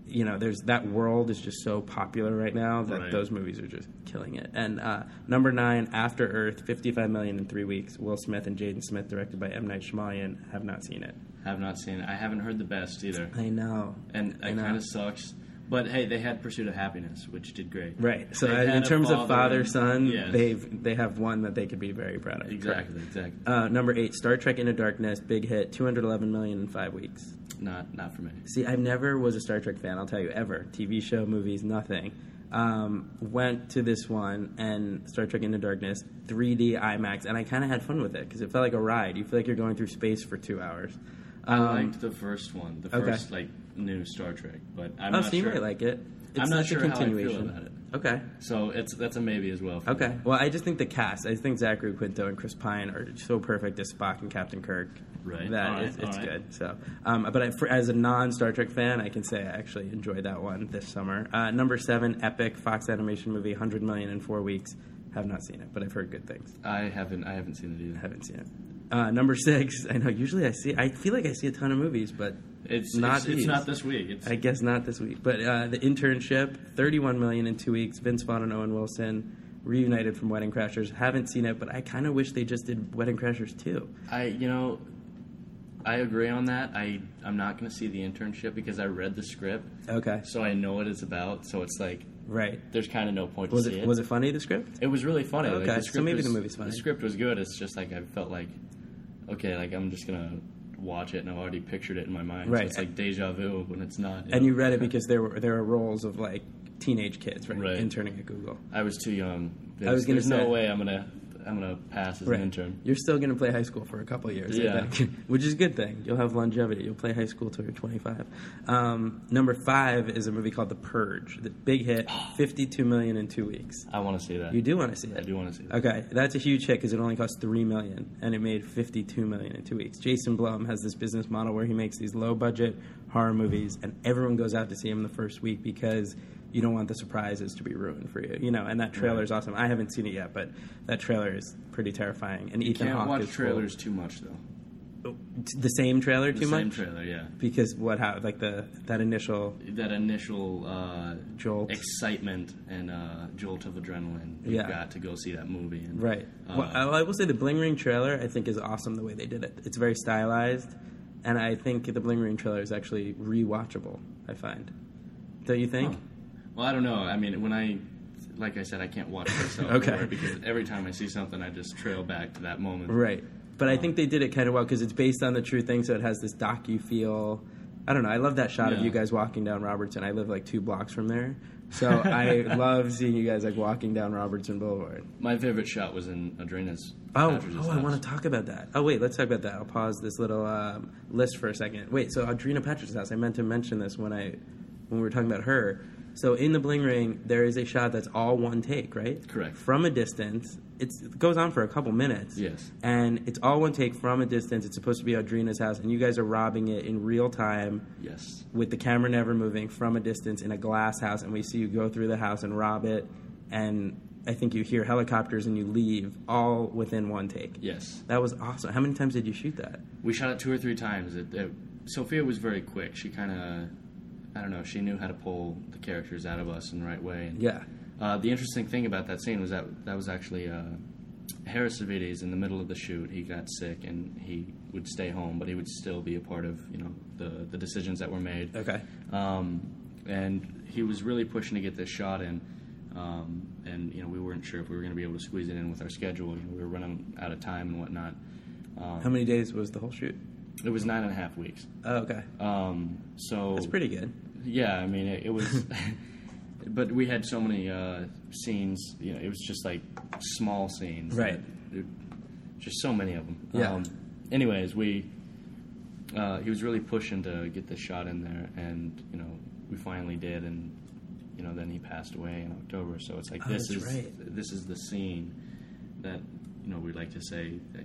Speaker 3: you know, there's that world is just so popular right now that
Speaker 4: Right.
Speaker 3: those movies are just killing it. And uh, number nine, After Earth, 55 million in three weeks. Will Smith and Jaden Smith, directed by M. Night Shyamalan, have not seen it.
Speaker 4: Have not seen it. I haven't heard the best either.
Speaker 3: I know.
Speaker 4: And
Speaker 3: I
Speaker 4: it
Speaker 3: know.
Speaker 4: kind of sucks. But hey, they had Pursuit of Happiness, which did great.
Speaker 3: Right. So
Speaker 4: They
Speaker 3: uh,
Speaker 4: had
Speaker 3: in
Speaker 4: a
Speaker 3: terms of
Speaker 4: father
Speaker 3: father
Speaker 4: and-
Speaker 3: son,
Speaker 4: Yes.
Speaker 3: they've they have one that they could be very proud of.
Speaker 4: Exactly, exactly.
Speaker 3: Uh, number eight, Star Trek Into Darkness, big hit, 211 million in five weeks.
Speaker 4: not not for me.
Speaker 3: See, I never was a Star Trek fan. I'll tell you, ever TV show, movies, nothing. Um, went to this one and Star Trek Into Darkness, 3D IMAX, and I kind of had fun with it because it felt like a ride. You feel like you're going through space for two hours. Um,
Speaker 4: I liked the first one, the
Speaker 3: okay.
Speaker 4: first like new Star Trek, but I'm
Speaker 3: oh,
Speaker 4: not
Speaker 3: so you
Speaker 4: sure.
Speaker 3: might like it.
Speaker 4: I'm not sure how I feel about it.
Speaker 3: Okay.
Speaker 4: So it's that's a maybe as well. For
Speaker 3: Okay.
Speaker 4: me.
Speaker 3: Well, I just think the cast. I think Zachary Quinto and Chris Pine are so perfect as Spock and Captain Kirk.
Speaker 4: Right.
Speaker 3: That
Speaker 4: All right,
Speaker 3: it's, it's
Speaker 4: all right.
Speaker 3: good. So, um, but I, for, as a non Star Trek fan, I can say I actually enjoyed that one this summer. Uh, number seven, epic Fox animation movie, hundred million in four weeks. Have not seen it, but I've heard good things.
Speaker 4: I haven't I haven't seen it either.
Speaker 3: Haven't seen it. Uh, number six. I know. Usually, I see. I feel like I see a ton of movies, but
Speaker 4: It's
Speaker 3: Not
Speaker 4: not it's, it's
Speaker 3: these.
Speaker 4: not this week. It's
Speaker 3: I guess not this week, but uh, the internship, thirty-one million in two weeks. Vince Vaughn and Owen Wilson reunited from Wedding Crashers. Haven't seen it, but I kind of wish they just did Wedding Crashers too.
Speaker 4: I you know I agree on that. I I'm not going to see the internship because I read the script,
Speaker 3: Okay,
Speaker 4: so I know what it's about. So it's like
Speaker 3: right.
Speaker 4: there's kind of no point
Speaker 3: Was
Speaker 4: to see
Speaker 3: it
Speaker 4: it.
Speaker 3: was it funny the script?
Speaker 4: It was really funny. like,
Speaker 3: Okay, so
Speaker 4: the script
Speaker 3: maybe
Speaker 4: was-
Speaker 3: the movie's funny.
Speaker 4: The script was good. It's just like I felt like, okay, like I'm just gonna watch it, and I've already pictured it in my mind.
Speaker 3: Right.
Speaker 4: So it's like deja vu when it's not.
Speaker 3: And
Speaker 4: know?
Speaker 3: you read it because there were there are roles of like teenage kids right,
Speaker 4: Right.
Speaker 3: interning at Google.
Speaker 4: I was too young. There's,
Speaker 3: was gonna
Speaker 4: there's no
Speaker 3: say-
Speaker 4: way I'm gonna I'm gonna pass as
Speaker 3: Right.
Speaker 4: an intern.
Speaker 3: You're still gonna play high school for a couple of years, I
Speaker 4: Yeah.
Speaker 3: think, which is a good thing. You'll have longevity. You'll play high school till you're 25. Um, number five is a movie called The Purge. The big hit, 52 million in two weeks.
Speaker 4: I want to see that.
Speaker 3: You do want to see it.
Speaker 4: I do want to see that.
Speaker 3: Okay, that's a huge hit because it only cost three million and it made fifty-two million in two weeks. Jason Blum has this business model where he makes these low-budget horror movies, and everyone goes out to see him the first week because you don't want the surprises to be ruined for you. You know, and that trailer is awesome. I haven't seen it yet, but that trailer is pretty terrifying. And Ethan
Speaker 4: Can't
Speaker 3: Hawke
Speaker 4: watch
Speaker 3: is
Speaker 4: trailers too much though.
Speaker 3: full- T- the same trailer too
Speaker 4: the same
Speaker 3: much
Speaker 4: trailer, yeah.
Speaker 3: because what happened? Like the that initial
Speaker 4: That initial uh,
Speaker 3: Jolt.
Speaker 4: excitement and uh, jolt of adrenaline.
Speaker 3: Yeah.
Speaker 4: You got to go see that movie. And,
Speaker 3: Right.
Speaker 4: Uh,
Speaker 3: well, I- I will say the Bling Ring trailer I think is awesome the way they did it. It's very stylized, and I think the Bling Ring trailer is actually rewatchable. I find, don't you think?
Speaker 4: Well, I don't know. I mean, when I, like I said, I can't watch myself
Speaker 3: Okay.
Speaker 4: anymore because every time I see something, I just trail back to that moment.
Speaker 3: Right. But I think they did it kind of well because it's based on the true thing, so it has this docu feel. I don't know. I love that shot of
Speaker 4: Yeah.
Speaker 3: you guys walking down Robertson. I live like two blocks from there, so I love seeing you guys like walking down Robertson Boulevard.
Speaker 4: My favorite shot was in Adrena's.
Speaker 3: Oh, oh I want to talk about that. Oh, wait, let's talk about that. I'll pause this little um, list for a second. Wait, so Audrina Patrick's house. I meant to mention this when I when we were talking about her. So in the bling ring, there is a shot that's all one take, right?
Speaker 4: Correct.
Speaker 3: From a distance, it's, it goes on for a couple minutes.
Speaker 4: Yes.
Speaker 3: And it's all one take from a distance. It's supposed to be Audrina's house, and you guys are robbing it in real time
Speaker 4: Yes.
Speaker 3: with the camera never moving from a distance in a glass house, and we see you go through the house and rob it, and I think you hear helicopters and you leave all within one take.
Speaker 4: Yes.
Speaker 3: That was awesome. How many times did you shoot that?
Speaker 4: We shot it two or three times. It, it, Sophia was very quick. She kind of, I don't know, she knew how to pull the characters out of us in the right way. And,
Speaker 3: Yeah.
Speaker 4: Uh, the interesting thing about that scene was that that was actually uh, Harris Savides in the middle of the shoot. He got sick and he would stay home, but he would still be a part of you know the the decisions that were made.
Speaker 3: Okay.
Speaker 4: Um, and he was really pushing to get this shot in. Um, and you know we weren't sure if we were going to be able to squeeze it in with our schedule. You know, we were running out of time and whatnot.
Speaker 3: How many days was the whole shoot?
Speaker 4: It was nine and a half weeks.
Speaker 3: Oh, okay.
Speaker 4: Um, so
Speaker 3: That's pretty good.
Speaker 4: yeah, I mean, it, it was. but we had so many uh, scenes. You know, it was just like small scenes.
Speaker 3: Right.
Speaker 4: that- it- just so many of them.
Speaker 3: Yeah.
Speaker 4: anyways, we. Uh, he was really pushing to get this shot in there, and you know, we finally did, and you know, then he passed away in October. So it's like
Speaker 3: Oh,
Speaker 4: this
Speaker 3: that's
Speaker 4: is
Speaker 3: right.
Speaker 4: this is the scene that you know we like to say that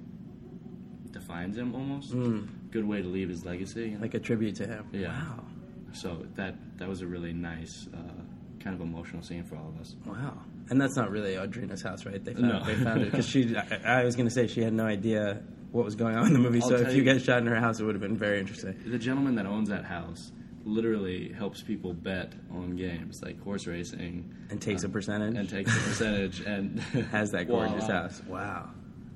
Speaker 4: defines him almost.
Speaker 3: Mm.
Speaker 4: Good way to leave his legacy. you know?
Speaker 3: Like a tribute to him.
Speaker 4: Yeah.
Speaker 3: Wow.
Speaker 4: So that that was a really nice, uh, kind of emotional scene for all of us.
Speaker 3: Wow. And that's not really Audrina's house, right? They found,
Speaker 4: No.
Speaker 3: they found it because she. I, I was going to say she had no idea what was going on in the movie.
Speaker 4: I'll
Speaker 3: so
Speaker 4: tell
Speaker 3: if you
Speaker 4: you-
Speaker 3: guys shot in her house, it would have been very interesting.
Speaker 4: the gentleman that owns that house literally helps people bet on games like horse racing
Speaker 3: And takes a percentage.
Speaker 4: and takes a percentage and
Speaker 3: has that gorgeous
Speaker 4: Wow.
Speaker 3: house. Wow.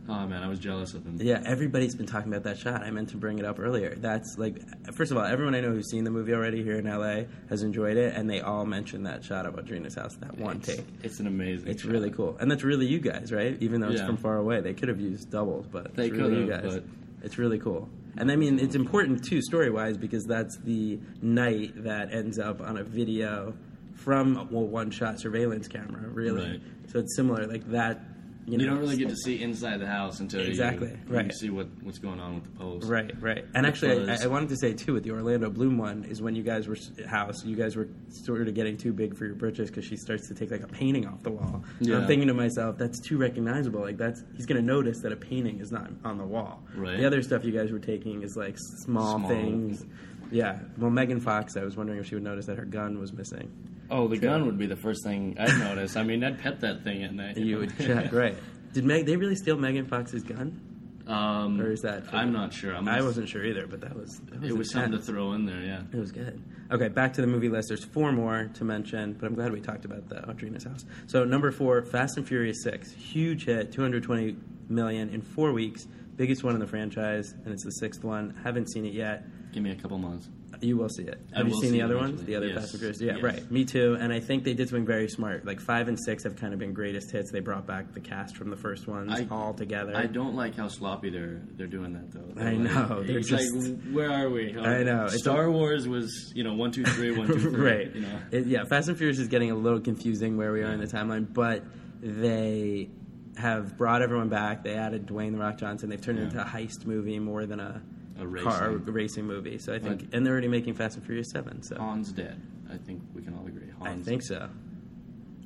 Speaker 4: Oh man, I was jealous of him.
Speaker 3: Yeah, everybody's been talking about that shot. I meant to bring it up earlier. That's like, first of all, everyone I know who's seen the movie already here in LA has enjoyed it, and they all mentioned that shot of Audrina's house, that one
Speaker 4: it's,
Speaker 3: take.
Speaker 4: It's an amazing.
Speaker 3: It's
Speaker 4: shot.
Speaker 3: really cool, and that's really you guys, right? Even though it's
Speaker 4: Yeah.
Speaker 3: from far away, they could have used doubles, but
Speaker 4: They
Speaker 3: it's really you
Speaker 4: could've,
Speaker 3: guys.
Speaker 4: but-
Speaker 3: It's really cool, and I mean it's important too, story wise, because that's the night that ends up on a video from well, one shot surveillance camera, really.
Speaker 4: Right.
Speaker 3: So it's similar, like that. You, know,
Speaker 4: You don't really get to see inside the house until you-
Speaker 3: Exactly,
Speaker 4: you,
Speaker 3: right.
Speaker 4: see what, what's going on with the poles.
Speaker 3: Right, right. And actually, I,
Speaker 4: Because-
Speaker 3: I wanted to say too with the Orlando Bloom one is when you guys were s- house, you guys were sort of getting too big for your britches because she starts to take like a painting off the wall. And I'm
Speaker 4: Yeah.
Speaker 3: thinking to myself, that's too recognizable. Like that's he's going to notice that a painting is not on the wall.
Speaker 4: Right.
Speaker 3: The other stuff you guys were taking is like small,
Speaker 4: Small.
Speaker 3: things. Yeah. Well, Megan Fox, I was wondering if she would notice that her gun was missing.
Speaker 4: Oh, the gun would be the first thing I'd notice. I mean, I'd pet that thing at night.
Speaker 3: You would check, right? Did Meg? They really steal Megan Fox's gun,
Speaker 4: Um,
Speaker 3: or is that?
Speaker 4: I'm not sure. I'm
Speaker 3: I wasn't sure either, but that was. That was
Speaker 4: It was something to
Speaker 3: intense.
Speaker 4: throw in there. Yeah.
Speaker 3: It was good. Okay, back to the movie list. There's four more to mention, but I'm glad we talked about the Audrina's house. So number four, Fast and Furious Six, huge hit, 220 million in four weeks, biggest one in the franchise, and it's the sixth one. Haven't seen it yet.
Speaker 4: Give me a couple months.
Speaker 3: You will see it.
Speaker 4: I
Speaker 3: Have you
Speaker 4: will
Speaker 3: seen
Speaker 4: see
Speaker 3: the
Speaker 4: it
Speaker 3: other ones?
Speaker 4: eventually.
Speaker 3: The other
Speaker 4: Yes.
Speaker 3: Fast and Furious? Yeah,
Speaker 4: Yes.
Speaker 3: right. Me too. And I think they did something very smart. Like five and six have kind of been greatest hits. They brought back the cast from the first ones
Speaker 4: I-
Speaker 3: all together.
Speaker 4: I don't like how sloppy they're they're doing that though. They're
Speaker 3: I know,
Speaker 4: Like,
Speaker 3: they're
Speaker 4: it's
Speaker 3: just-
Speaker 4: like, where are we?
Speaker 3: I know, it's
Speaker 4: Star
Speaker 3: a-
Speaker 4: Wars was you know one two three one two three.
Speaker 3: right.
Speaker 4: You know.
Speaker 3: It- yeah, Fast and Furious is getting a little confusing where we are in the timeline, but they have brought everyone back. They added Dwayne the Rock Johnson. They've turned it into
Speaker 4: Yeah.
Speaker 3: a heist movie more than a,
Speaker 4: A racing.
Speaker 3: car racing movie. So I think,
Speaker 4: Like-
Speaker 3: and they're already making Fast and Furious Seven. So
Speaker 4: Han's dead. I think we can all agree.
Speaker 3: I
Speaker 4: Han's
Speaker 3: think so.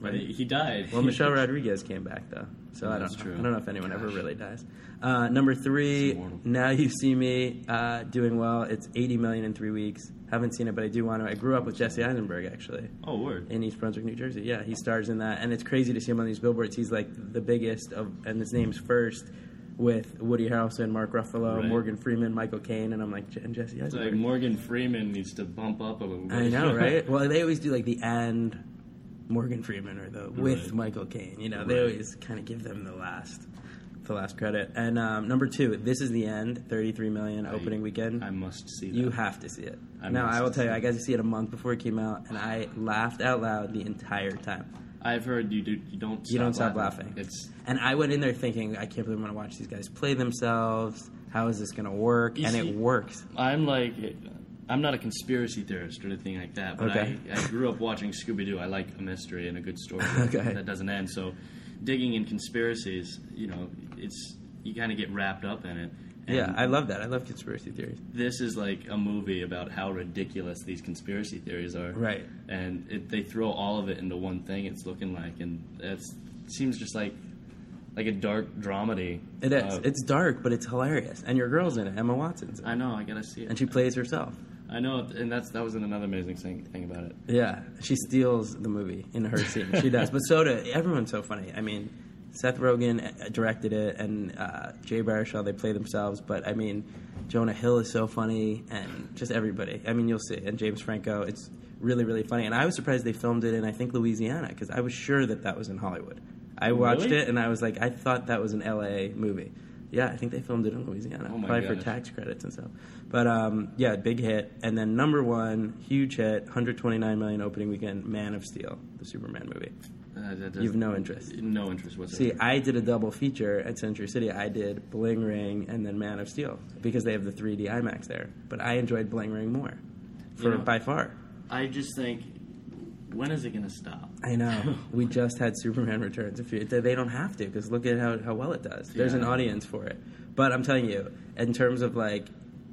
Speaker 4: But he, he died.
Speaker 3: Well, Michelle Rodriguez came back though, so I don't
Speaker 4: That's
Speaker 3: know.
Speaker 4: true.
Speaker 3: I don't know if anyone ever
Speaker 4: Gosh.
Speaker 3: really dies. Uh, number three,
Speaker 4: It's immortal.
Speaker 3: now you see me uh, doing well. It's 80 million in three weeks. Haven't seen it, but I do want to. I grew up with Jesse Eisenberg actually.
Speaker 4: oh, word.
Speaker 3: in East Brunswick, New Jersey. Yeah, he stars in that, and it's crazy to see him on these billboards. He's like the biggest of, and his name's first with Woody Harrelson, Mark Ruffalo,
Speaker 4: Right.
Speaker 3: Morgan Freeman, Michael Caine, and I'm like "Je- and Jesse
Speaker 4: It's like
Speaker 3: Eisenberg.
Speaker 4: Morgan Freeman needs to bump up a little bit.
Speaker 3: I know, right? well, they always do like the and Morgan Freeman or the with
Speaker 4: Right.
Speaker 3: Michael Caine. You know, they
Speaker 4: Right.
Speaker 3: always kind of give them the last. The last credit, and um, number two, this is the end. Thirty-three million opening weekend.
Speaker 4: I must see that.
Speaker 3: You have to see it.
Speaker 4: I
Speaker 3: now
Speaker 4: must
Speaker 3: I will tell you,
Speaker 4: see
Speaker 3: I got to see it a month before it came out, and I laughed out loud the entire time.
Speaker 4: I've heard you do. You don't.
Speaker 3: You don't stop laughing.
Speaker 4: It's
Speaker 3: And I went in there thinking, I can't believe I'm going to watch these guys play themselves. How is this going to work?
Speaker 4: You
Speaker 3: and
Speaker 4: see-
Speaker 3: it works.
Speaker 4: I'm like, I'm not a conspiracy theorist or anything like that, but
Speaker 3: Okay.
Speaker 4: I, I grew up watching Scooby Doo. I like a mystery and a good story
Speaker 3: Okay.
Speaker 4: that doesn't end. So, digging in conspiracies, you know, it's you kind of get wrapped up in it. And
Speaker 3: yeah, I love that. I love conspiracy theories.
Speaker 4: this is like a movie about how ridiculous these conspiracy theories are.
Speaker 3: Right.
Speaker 4: And it, they throw all of it into one thing. It's looking like, and that's seems just like like a dark dramedy.
Speaker 3: It is.
Speaker 4: Uh,
Speaker 3: it's dark, but it's hilarious. And your girl's in it. Emma Watson's in it.
Speaker 4: I know. I gotta see it.
Speaker 3: And she plays herself.
Speaker 4: I know, and that's that was another amazing thing, thing about it.
Speaker 3: Yeah, she steals the movie in her scene. She does, but so do everyone's so funny. I mean, Seth Rogen uh, directed it, and uh, Jay Baruchel they play themselves. But I mean, Jonah Hill is so funny, and just everybody. I mean, you'll see. And James Franco, it's really really funny. And I was surprised they filmed it in I think Louisiana because I was sure that that was in Hollywood. I watched
Speaker 4: Really?
Speaker 3: it and I was like, I thought that was an LA movie. Yeah, I think they filmed it in Louisiana,
Speaker 4: Oh my
Speaker 3: probably for
Speaker 4: gosh.
Speaker 3: tax credits and stuff. But um, yeah, big hit. And then number one, huge hit, 129 million opening weekend, Man of Steel, the Superman movie.
Speaker 4: Uh, that does-
Speaker 3: You've no interest.
Speaker 4: no interest whatsoever.
Speaker 3: See, I did a double feature at Century City. I did Bling Ring and then Man of Steel because they have the 3D IMAX there. But I enjoyed Bling Ring more, for
Speaker 4: Yeah.
Speaker 3: by far.
Speaker 4: I just think, when is it going to stop?
Speaker 3: I know. We just had Superman Returns. If you, they don't have to, because look at how, how well it does. There's an
Speaker 4: Yeah.
Speaker 3: audience for it. But I'm telling you, in terms of like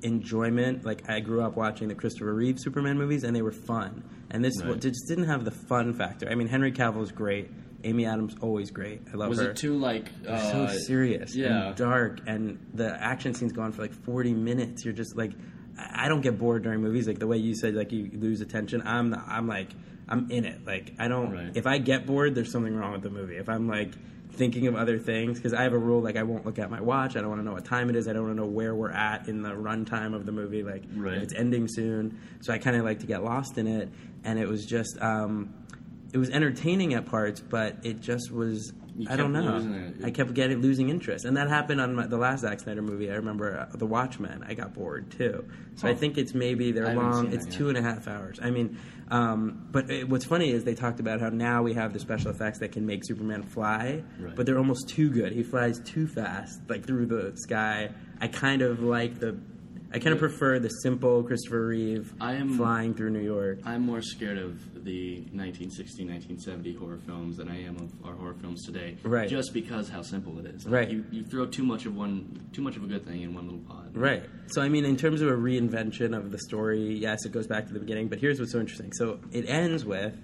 Speaker 3: enjoyment, like I grew up watching the Christopher Reeve Superman movies, and they were fun. And this
Speaker 4: Right.
Speaker 3: just didn't have the fun factor. I mean, Henry Cavill's great. Amy Adams always great. I love
Speaker 4: Was
Speaker 3: her.
Speaker 4: it too like
Speaker 3: so
Speaker 4: uh,
Speaker 3: serious
Speaker 4: Yeah,
Speaker 3: and dark, and the action scene's gone for like 40 minutes. You're just like, I I don't get bored during movies. Like the way you said, like you lose attention. I'm, I'm like, I'm in it. Like I don't.
Speaker 4: Right.
Speaker 3: If I get bored, there's something wrong with the movie. If I'm like thinking of other things because I have a rule like I won't look at my watch. I don't want to know what time it is. I don't want to know where we're at in the runtime of the movie. Like if
Speaker 4: Right.
Speaker 3: it's ending soon, so I kind of like to get lost in it. And it was just um, it was entertaining at parts, but it just was.
Speaker 4: You
Speaker 3: I don't
Speaker 4: kept
Speaker 3: know.
Speaker 4: losing it.
Speaker 3: I kept getting losing interest, and that happened on my, the last Zack Snyder movie. I remember uh, The Watchmen. I got bored too, so I
Speaker 4: Huh.
Speaker 3: think it's maybe they're
Speaker 4: Oh. I haven't
Speaker 3: long.
Speaker 4: seen
Speaker 3: It's
Speaker 4: that yet.
Speaker 3: two and a half hours. I mean, um, but it, what's funny is they talked about how now we have the special effects that can make Superman fly,
Speaker 4: Right.
Speaker 3: but they're almost too good. He flies too fast, like through the sky. I kind of like the. I kind of prefer the simple Christopher Reeve
Speaker 4: I am-
Speaker 3: flying through New York.
Speaker 4: I'm more scared of the 1960, 1970 horror films than I am of our horror films today.
Speaker 3: Right.
Speaker 4: Just because how simple it is. Like,
Speaker 3: Right.
Speaker 4: You, you throw too much of one, too much of a good thing in one little pot.
Speaker 3: Right. So I mean, in terms of a reinvention of the story, yes, it goes back to the beginning. But here's what's so interesting. So it ends with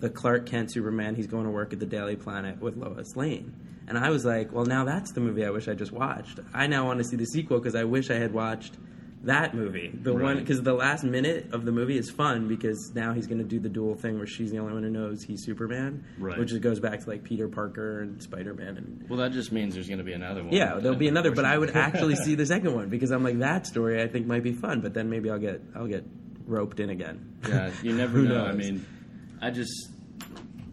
Speaker 3: the Clark Kent Superman. He's going to work at the Daily Planet with Lois Lane. And I was like, well, now that's the movie I wish I just watched. I now want to see the sequel because I wish I had watched that movie. The one
Speaker 4: Right.
Speaker 3: because the last minute of the movie is fun because now he's going to do the dual thing where she's the only one who knows he's Superman,
Speaker 4: Right.
Speaker 3: which goes back to like Peter Parker and Spider Man and
Speaker 4: Well, that just means there's going to be another one.
Speaker 3: yeah, there'll be another, but I would
Speaker 4: Unfortunately.
Speaker 3: actually see the second one because I'm like that story I think might be fun, but then maybe I'll get I'll get roped in again.
Speaker 4: Yeah, you never
Speaker 3: Who
Speaker 4: know. I
Speaker 3: knows?
Speaker 4: mean, I just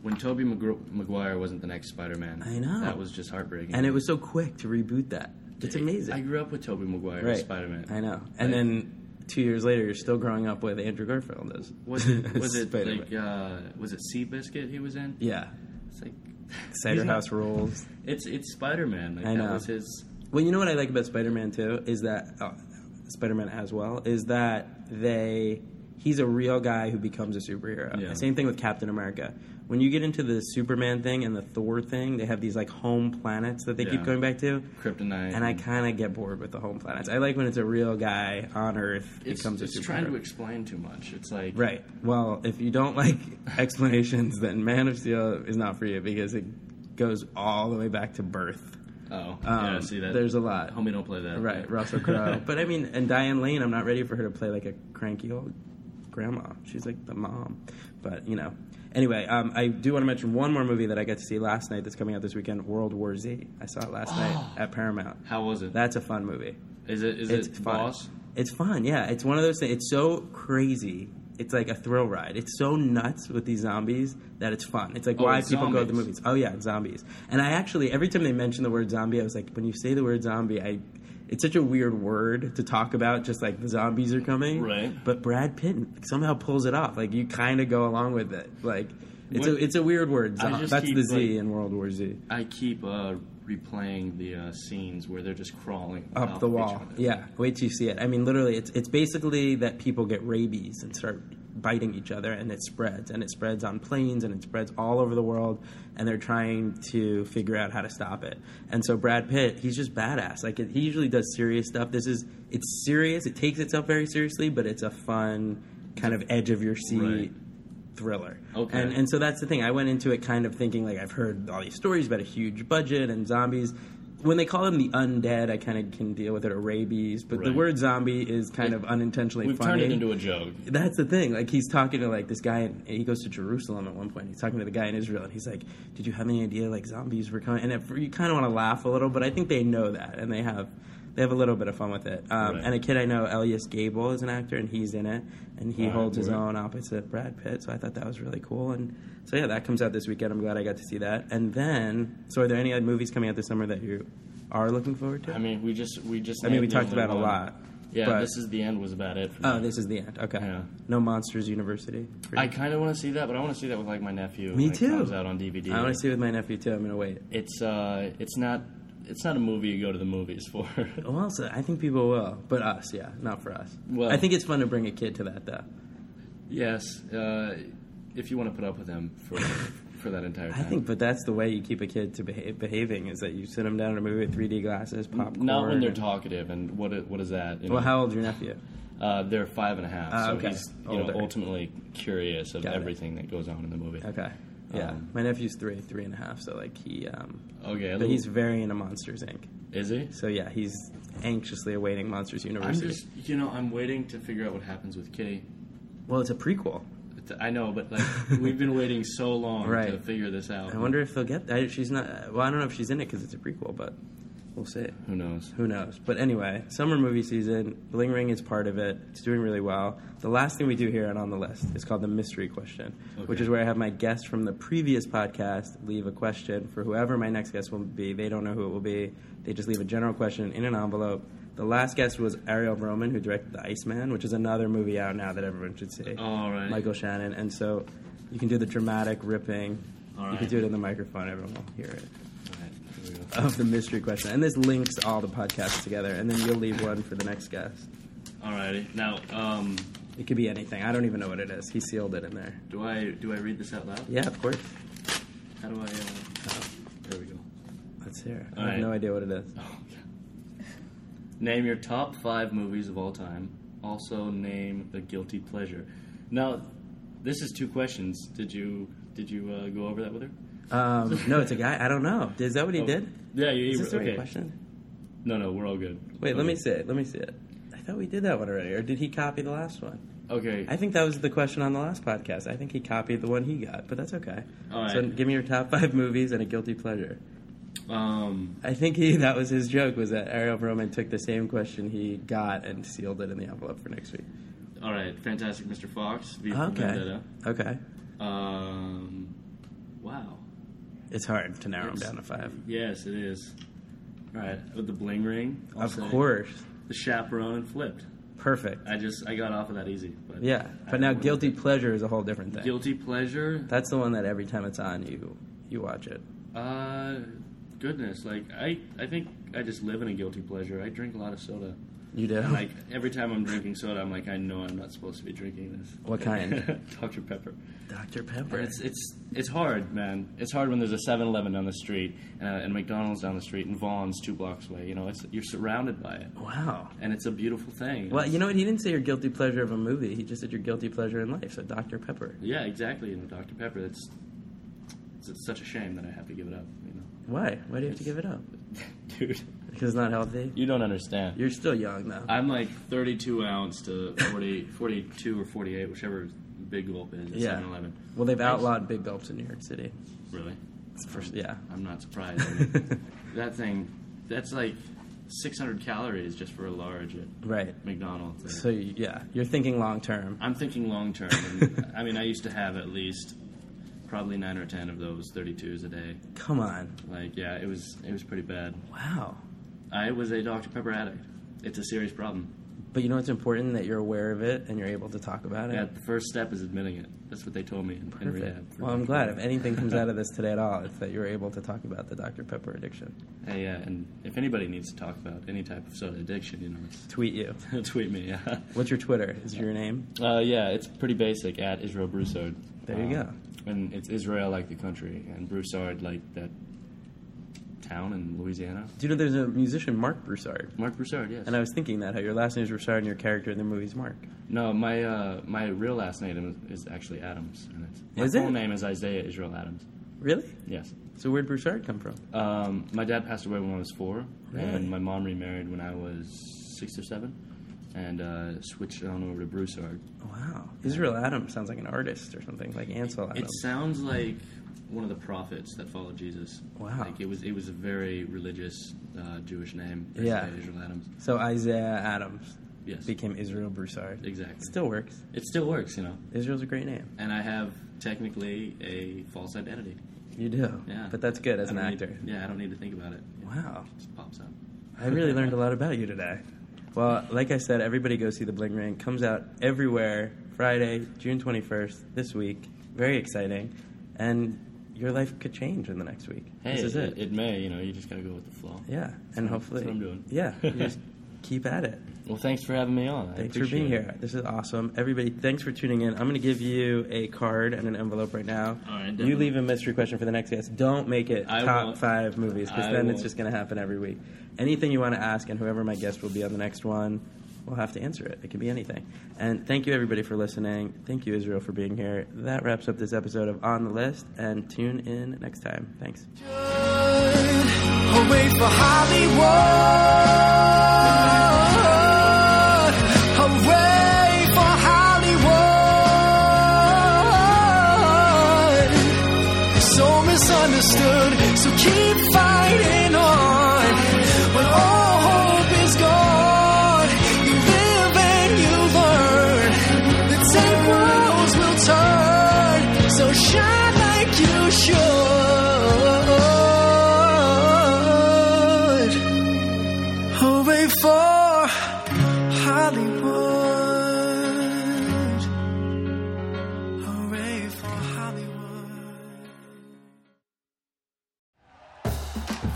Speaker 4: when Toby Maguire wasn't the next Spider-Man,
Speaker 3: I know.
Speaker 4: that was just heartbreaking.
Speaker 3: and it was so quick to reboot that. It's amazing.
Speaker 4: I grew up with Toby Maguire
Speaker 3: right.
Speaker 4: as Spider-Man.
Speaker 3: I know. And then 2 years later you're still growing up with Andrew Garfield as
Speaker 4: Was it was it
Speaker 3: Spider-Man.
Speaker 4: like uh, was it Seabiscuit he was in?
Speaker 3: Yeah.
Speaker 4: It's like
Speaker 3: Cider
Speaker 4: he's not-
Speaker 3: House rules.
Speaker 4: It's it's Spider-Man. Like,
Speaker 3: I know.
Speaker 4: That was his.
Speaker 3: Well, you know what I like about Spider-Man too is that oh, Spider-Man as well is that they he's a real guy who becomes a superhero.
Speaker 4: Yeah.
Speaker 3: Same thing with Captain America. When you get into the Superman thing and the Thor thing, they have these like home planets that they keep
Speaker 4: Yeah. Mm-hmm.
Speaker 3: going back to.
Speaker 4: Kryptonite.
Speaker 3: And I kind of get bored with the home planets. I like when it's a real guy on Earth
Speaker 4: it's,
Speaker 3: becomes a
Speaker 4: it's
Speaker 3: superhero.
Speaker 4: trying to explain too much. It's like
Speaker 3: Right. Well, if you don't like explanations, then Man of Steel is not for you because it goes all the way back to birth.
Speaker 4: Oh,
Speaker 3: Um,
Speaker 4: yeah. See that?
Speaker 3: there's a lot.
Speaker 4: Homie, don't play that.
Speaker 3: Right, Russell Crowe. but I mean, and Diane Lane, I'm not ready for her to play like a cranky old grandma. She's like the mom. But, you know. Anyway, um, I do want to mention one more movie that I got to see last night that's coming out this weekend World War Z. I saw it last night at Paramount.
Speaker 4: How was it?
Speaker 3: That's a fun movie.
Speaker 4: Is it is
Speaker 3: It's
Speaker 4: it
Speaker 3: fun.
Speaker 4: Boss?
Speaker 3: It's fun, yeah. It's one of those things. It's so crazy. It's like a thrill ride. It's so nuts with these zombies that it's fun. It's like
Speaker 4: Oh,
Speaker 3: why
Speaker 4: it's
Speaker 3: people go to the
Speaker 4: zombies.
Speaker 3: movies. Oh yeah, it's zombies. And I actually every time they mention the word zombie, I was like, when you say the word zombie, I it's such a weird word to talk about. Just like the zombies are coming,
Speaker 4: Right.
Speaker 3: But Brad Pitt somehow pulls it off. Like you kind of go along with it. Like it's a
Speaker 4: What-
Speaker 3: it's a weird word.
Speaker 4: I
Speaker 3: Zo-
Speaker 4: just
Speaker 3: that's
Speaker 4: keep,
Speaker 3: the Z
Speaker 4: like-
Speaker 3: in World War Z.
Speaker 4: I keep uh, replaying the uh, scenes where they're just crawling off
Speaker 3: up the
Speaker 4: of each
Speaker 3: wall.
Speaker 4: other.
Speaker 3: Yeah, wait till you see it. I mean, literally, it's it's basically that people get rabies and start biting each other, and it spreads, and it spreads on planes, and it spreads all over the world, and they're trying to figure out how to stop it. And so Brad Pitt, he's just badass. Like he usually does serious stuff. This is it's serious. It takes itself very seriously, but it's a fun kind of edge of your seat.
Speaker 4: Right.
Speaker 3: Thriller,
Speaker 4: Okay.
Speaker 3: and and so that's the thing. I went into it kind of thinking like I've heard all these stories about a huge budget and zombies. When they call them the undead, I kind of can deal with it or rabies, but the
Speaker 4: Right.
Speaker 3: word zombie is kind of unintentionally
Speaker 4: We've
Speaker 3: funny.
Speaker 4: turned it into a joke.
Speaker 3: that's the thing. Like he's talking to like this guy, and he goes to Jerusalem at one point. He's talking to the guy in Israel, and he's like, "Did you have any idea like zombies were coming?" And at, you kind of want to laugh a little, but I think they know that, and they have they have a little bit of fun with it. Um,
Speaker 4: Right.
Speaker 3: And a kid I know, Elias Gable, is an actor, and he's in it, and he
Speaker 4: Wow,
Speaker 3: holds his
Speaker 4: boy.
Speaker 3: own opposite Brad Pitt. So I thought that was really cool, and so yeah, that comes out this weekend. I'm glad I got to see that. And then, so are there any other movies coming out this summer that you are looking forward to?
Speaker 4: I mean, we just we just.
Speaker 3: I mean, we
Speaker 4: named
Speaker 3: talked
Speaker 4: the
Speaker 3: about a
Speaker 4: one.
Speaker 3: lot.
Speaker 4: Yeah,
Speaker 3: but-
Speaker 4: this is the end. Was about it. For
Speaker 3: Oh,
Speaker 4: me.
Speaker 3: this is the end. Okay.
Speaker 4: Yeah.
Speaker 3: No Monsters University.
Speaker 4: I kind of want to see that, but I want to see that with like my nephew.
Speaker 3: Me
Speaker 4: when it
Speaker 3: too.
Speaker 4: Comes out on DVD.
Speaker 3: I want to see it with my nephew too. I'm gonna wait.
Speaker 4: It's uh, it's not it's not a movie you go to the movies for.
Speaker 3: Well, also, I think people will, but us, yeah, not for us.
Speaker 4: Well-
Speaker 3: I think it's fun to bring a kid to that though.
Speaker 4: yes, uh, if you want to put up with them for for that entire
Speaker 3: I
Speaker 4: time.
Speaker 3: think, but that's the way you keep a kid to behave, behaving is that you sit them down in a movie with 3D glasses, popcorn.
Speaker 4: not when they're
Speaker 3: and-
Speaker 4: talkative and what i- what is that? You know?
Speaker 3: Well, how old's your nephew?
Speaker 4: uh, they're five and a half,
Speaker 3: Ah,
Speaker 4: so
Speaker 3: okay.
Speaker 4: he's you know
Speaker 3: Older.
Speaker 4: ultimately curious of
Speaker 3: Got it.
Speaker 4: everything that goes on in the movie.
Speaker 3: Okay. Yeah,
Speaker 4: Um,
Speaker 3: my nephew's three, three and a half. So like he, um,
Speaker 4: Okay, a
Speaker 3: but
Speaker 4: little-
Speaker 3: he's very into Monsters Inc.
Speaker 4: is he?
Speaker 3: So yeah, he's anxiously awaiting Monsters
Speaker 4: I'm
Speaker 3: University.
Speaker 4: just you know I'm waiting to figure out what happens with Kitty.
Speaker 3: Well, it's a prequel.
Speaker 4: It's- I know, but like we've been waiting so long to
Speaker 3: Right.
Speaker 4: figure this out.
Speaker 3: I wonder if they'll get. I, she's not. Well, I don't know if she's in it because it's a prequel, but we'll see.
Speaker 4: Who knows?
Speaker 3: Who knows? But anyway, summer movie season. Bling Ring is part of it. It's doing really well. The last thing we do here and on the list is called the mystery question, which
Speaker 4: Okay.
Speaker 3: is where I have my guest from the previous podcast leave a question for whoever my next guest will be. They don't know who it will be. They just leave a general question in an envelope. The last guest was Ariel Broman, who directed The Iceman, which is another movie out now that everyone should see.
Speaker 4: All right.
Speaker 3: Michael Shannon. And so you can do the dramatic ripping.
Speaker 4: All
Speaker 3: You
Speaker 4: right.
Speaker 3: can do it in the microphone. Everyone will hear it
Speaker 4: All right, here we go.
Speaker 3: of the mystery question. And this links all the podcasts together. And then you'll leave one for the next guest.
Speaker 4: Alrighty. Now, um,
Speaker 3: It could be anything. I don't even know what it is. He sealed it in there.
Speaker 4: do I do I read this out loud?
Speaker 3: Yeah, of course.
Speaker 4: How do I? Uh, there we go.
Speaker 3: Let's hear it. I
Speaker 4: All
Speaker 3: have
Speaker 4: right.
Speaker 3: no idea what it is.
Speaker 4: Name your top five movies of all time. Also, name the guilty pleasure. Now, this is two questions. Did you did you uh, go over that with her?
Speaker 3: Um, no, it's a guy. I don't know. Is that what he did?
Speaker 4: Yeah, you.
Speaker 3: Is this the
Speaker 4: Oh, okay.
Speaker 3: right question?
Speaker 4: No, no, we're all good.
Speaker 3: Wait, let
Speaker 4: Okay.
Speaker 3: me see it. Let me see it. I thought we did that one already. Or did he copy the last one?
Speaker 4: Okay.
Speaker 3: I think that was the question on the last podcast. I think he copied the one he got, but that's okay.
Speaker 4: All
Speaker 3: So
Speaker 4: right.
Speaker 3: give me your top five movies and a guilty pleasure.
Speaker 4: um,
Speaker 3: I think he that was his joke was that Ariel Roman took the same question he got and sealed it in the envelope for next week.
Speaker 4: all right. Fantastic, Mr. Fox. V for
Speaker 3: Okay.
Speaker 4: Vendetta.
Speaker 3: Okay.
Speaker 4: Um, wow.
Speaker 3: It's hard to narrow
Speaker 4: It's-
Speaker 3: him down to five.
Speaker 4: Yes, it is. All right. With the bling ring. I'll
Speaker 3: Of
Speaker 4: say.
Speaker 3: course.
Speaker 4: The chaperone and flipped.
Speaker 3: Perfect.
Speaker 4: I just I got off of that easy. But
Speaker 3: Yeah.
Speaker 4: I
Speaker 3: But now
Speaker 4: don't-
Speaker 3: guilty pleasure is a whole different thing.
Speaker 4: guilty pleasure.
Speaker 3: That's the one that every time it's on you you watch it.
Speaker 4: Uh, goodness, like I, I think I just live in a guilty pleasure. I drink a lot of soda.
Speaker 3: You do?
Speaker 4: Like every time I'm drinking soda, I'm like, I know I'm not supposed to be drinking this.
Speaker 3: What kind?
Speaker 4: Dr Pepper.
Speaker 3: Dr. Pepper.
Speaker 4: It's it's it's hard, man. It's hard when there's a 7-Eleven down the street uh, and McDonald's down the street and Vaughn's two blocks away. You know, it's you're surrounded by it,
Speaker 3: wow.
Speaker 4: and it's a beautiful thing.
Speaker 3: Well, you know what? He didn't say your guilty pleasure of a movie. He just said your guilty pleasure in life. So Dr. Pepper.
Speaker 4: yeah, exactly. You know, Dr Pepper. It's it's, it's such a shame that I have to give it up. You know,
Speaker 3: Why? Why do you have to give it up?
Speaker 4: dude,
Speaker 3: Because it's not healthy.
Speaker 4: you don't understand.
Speaker 3: You're still young though.
Speaker 4: I'm like 32 ounce to 40, 42 or 48, whichever big gulp is. At
Speaker 3: Yeah.
Speaker 4: 7-Eleven.
Speaker 3: Well, they've outlawed big gulps in New York City.
Speaker 4: Really?
Speaker 3: It's first, yeah.
Speaker 4: I'm not surprised. I mean, that thing, that's like 600 calories just for a large at
Speaker 3: Right.
Speaker 4: McDonald's.
Speaker 3: So you- yeah, you're thinking long term.
Speaker 4: I'm thinking long term. and I mean, I used to have at least probably nine or ten of those 32s a day.
Speaker 3: Come on.
Speaker 4: Like, yeah, it was it was pretty bad.
Speaker 3: Wow.
Speaker 4: I was a Dr Pepper addict. It's a serious problem.
Speaker 3: But you know it's important that you're aware of it and you're able to talk about it.
Speaker 4: Yeah, the first step is admitting it. That's what they told me in, in rehab.
Speaker 3: Perfect. Well, I'm glad if anything comes out of this today at all, it's that you were able to talk about the Dr. Pepper addiction.
Speaker 4: Hey, yeah, and if anybody needs to talk about any type of soda addiction, you know,
Speaker 3: Tweet you.
Speaker 4: it's tweet me. Yeah,
Speaker 3: What's your Twitter? Is your name?
Speaker 4: uh, yeah, it's pretty basic. At Israel Broussard.
Speaker 3: There you
Speaker 4: Um, And it's Israel like the country, and Broussard like that town in Louisiana.
Speaker 3: Do you know there's a musician, Mark Broussard?
Speaker 4: Mark Broussard, yes.
Speaker 3: And I was thinking that, how your last name is Broussard and your character in the movie's Mark.
Speaker 4: no, my uh, my real last name is, is actually Adams. And it's, my
Speaker 3: Is
Speaker 4: full
Speaker 3: it?
Speaker 4: name is Isaiah Israel Adams.
Speaker 3: Really?
Speaker 4: Yes.
Speaker 3: So where'd Broussard come from?
Speaker 4: Um, my dad passed away when I was four,
Speaker 3: Really?
Speaker 4: and my mom remarried when I was six or seven, and uh, switched on over to Broussard.
Speaker 3: Wow. Israel Adams sounds like an artist or something, like Ansel Adams.
Speaker 4: It sounds like one of the prophets that followed Jesus.
Speaker 3: Wow.
Speaker 4: Like it was it was a very religious uh, Jewish name. Isaiah
Speaker 3: Yeah.
Speaker 4: Israel Adams.
Speaker 3: So Isaiah Adams
Speaker 4: Yes.
Speaker 3: became Israel Broussard.
Speaker 4: exactly.
Speaker 3: Still works.
Speaker 4: It still works, you know.
Speaker 3: Israel's a great name.
Speaker 4: And I have technically a false identity.
Speaker 3: You do.
Speaker 4: Yeah.
Speaker 3: But that's good as
Speaker 4: I
Speaker 3: an
Speaker 4: don't need-
Speaker 3: actor.
Speaker 4: yeah, I don't need to think about it.
Speaker 3: Wow.
Speaker 4: It just pops up.
Speaker 3: I really learned a lot about you today. Well, like I said, everybody go see The Bling Ring. Comes out everywhere Friday, June 21st, this week. Very exciting. And your life could change in the next week. this is it.
Speaker 4: It may, you know, you just gotta go with the flow.
Speaker 3: yeah. And hopefully.
Speaker 4: that's what I'm doing.
Speaker 3: Yeah. You just keep at it.
Speaker 4: Well, thanks for having me on. I
Speaker 3: Thanks for being
Speaker 4: appreciate
Speaker 3: here.
Speaker 4: it.
Speaker 3: This is awesome. Everybody, thanks for tuning in. I'm going to give you a card and an envelope right now.
Speaker 4: All right,
Speaker 3: you
Speaker 4: definitely.
Speaker 3: leave a mystery question for the next guest. Don't make it
Speaker 4: I
Speaker 3: top
Speaker 4: won't.
Speaker 3: five movies because
Speaker 4: I
Speaker 3: then it's
Speaker 4: won't.
Speaker 3: just going to happen every week. Anything you want to ask, and whoever my guest will be on the next one will have to answer it. It could be anything. And thank you, everybody, for listening. Thank you, Israel, for being here. That wraps up this episode of On the List, and tune in next time. Thanks.
Speaker 2: I'll wait for Hollywood. I'll wait for Hollywood.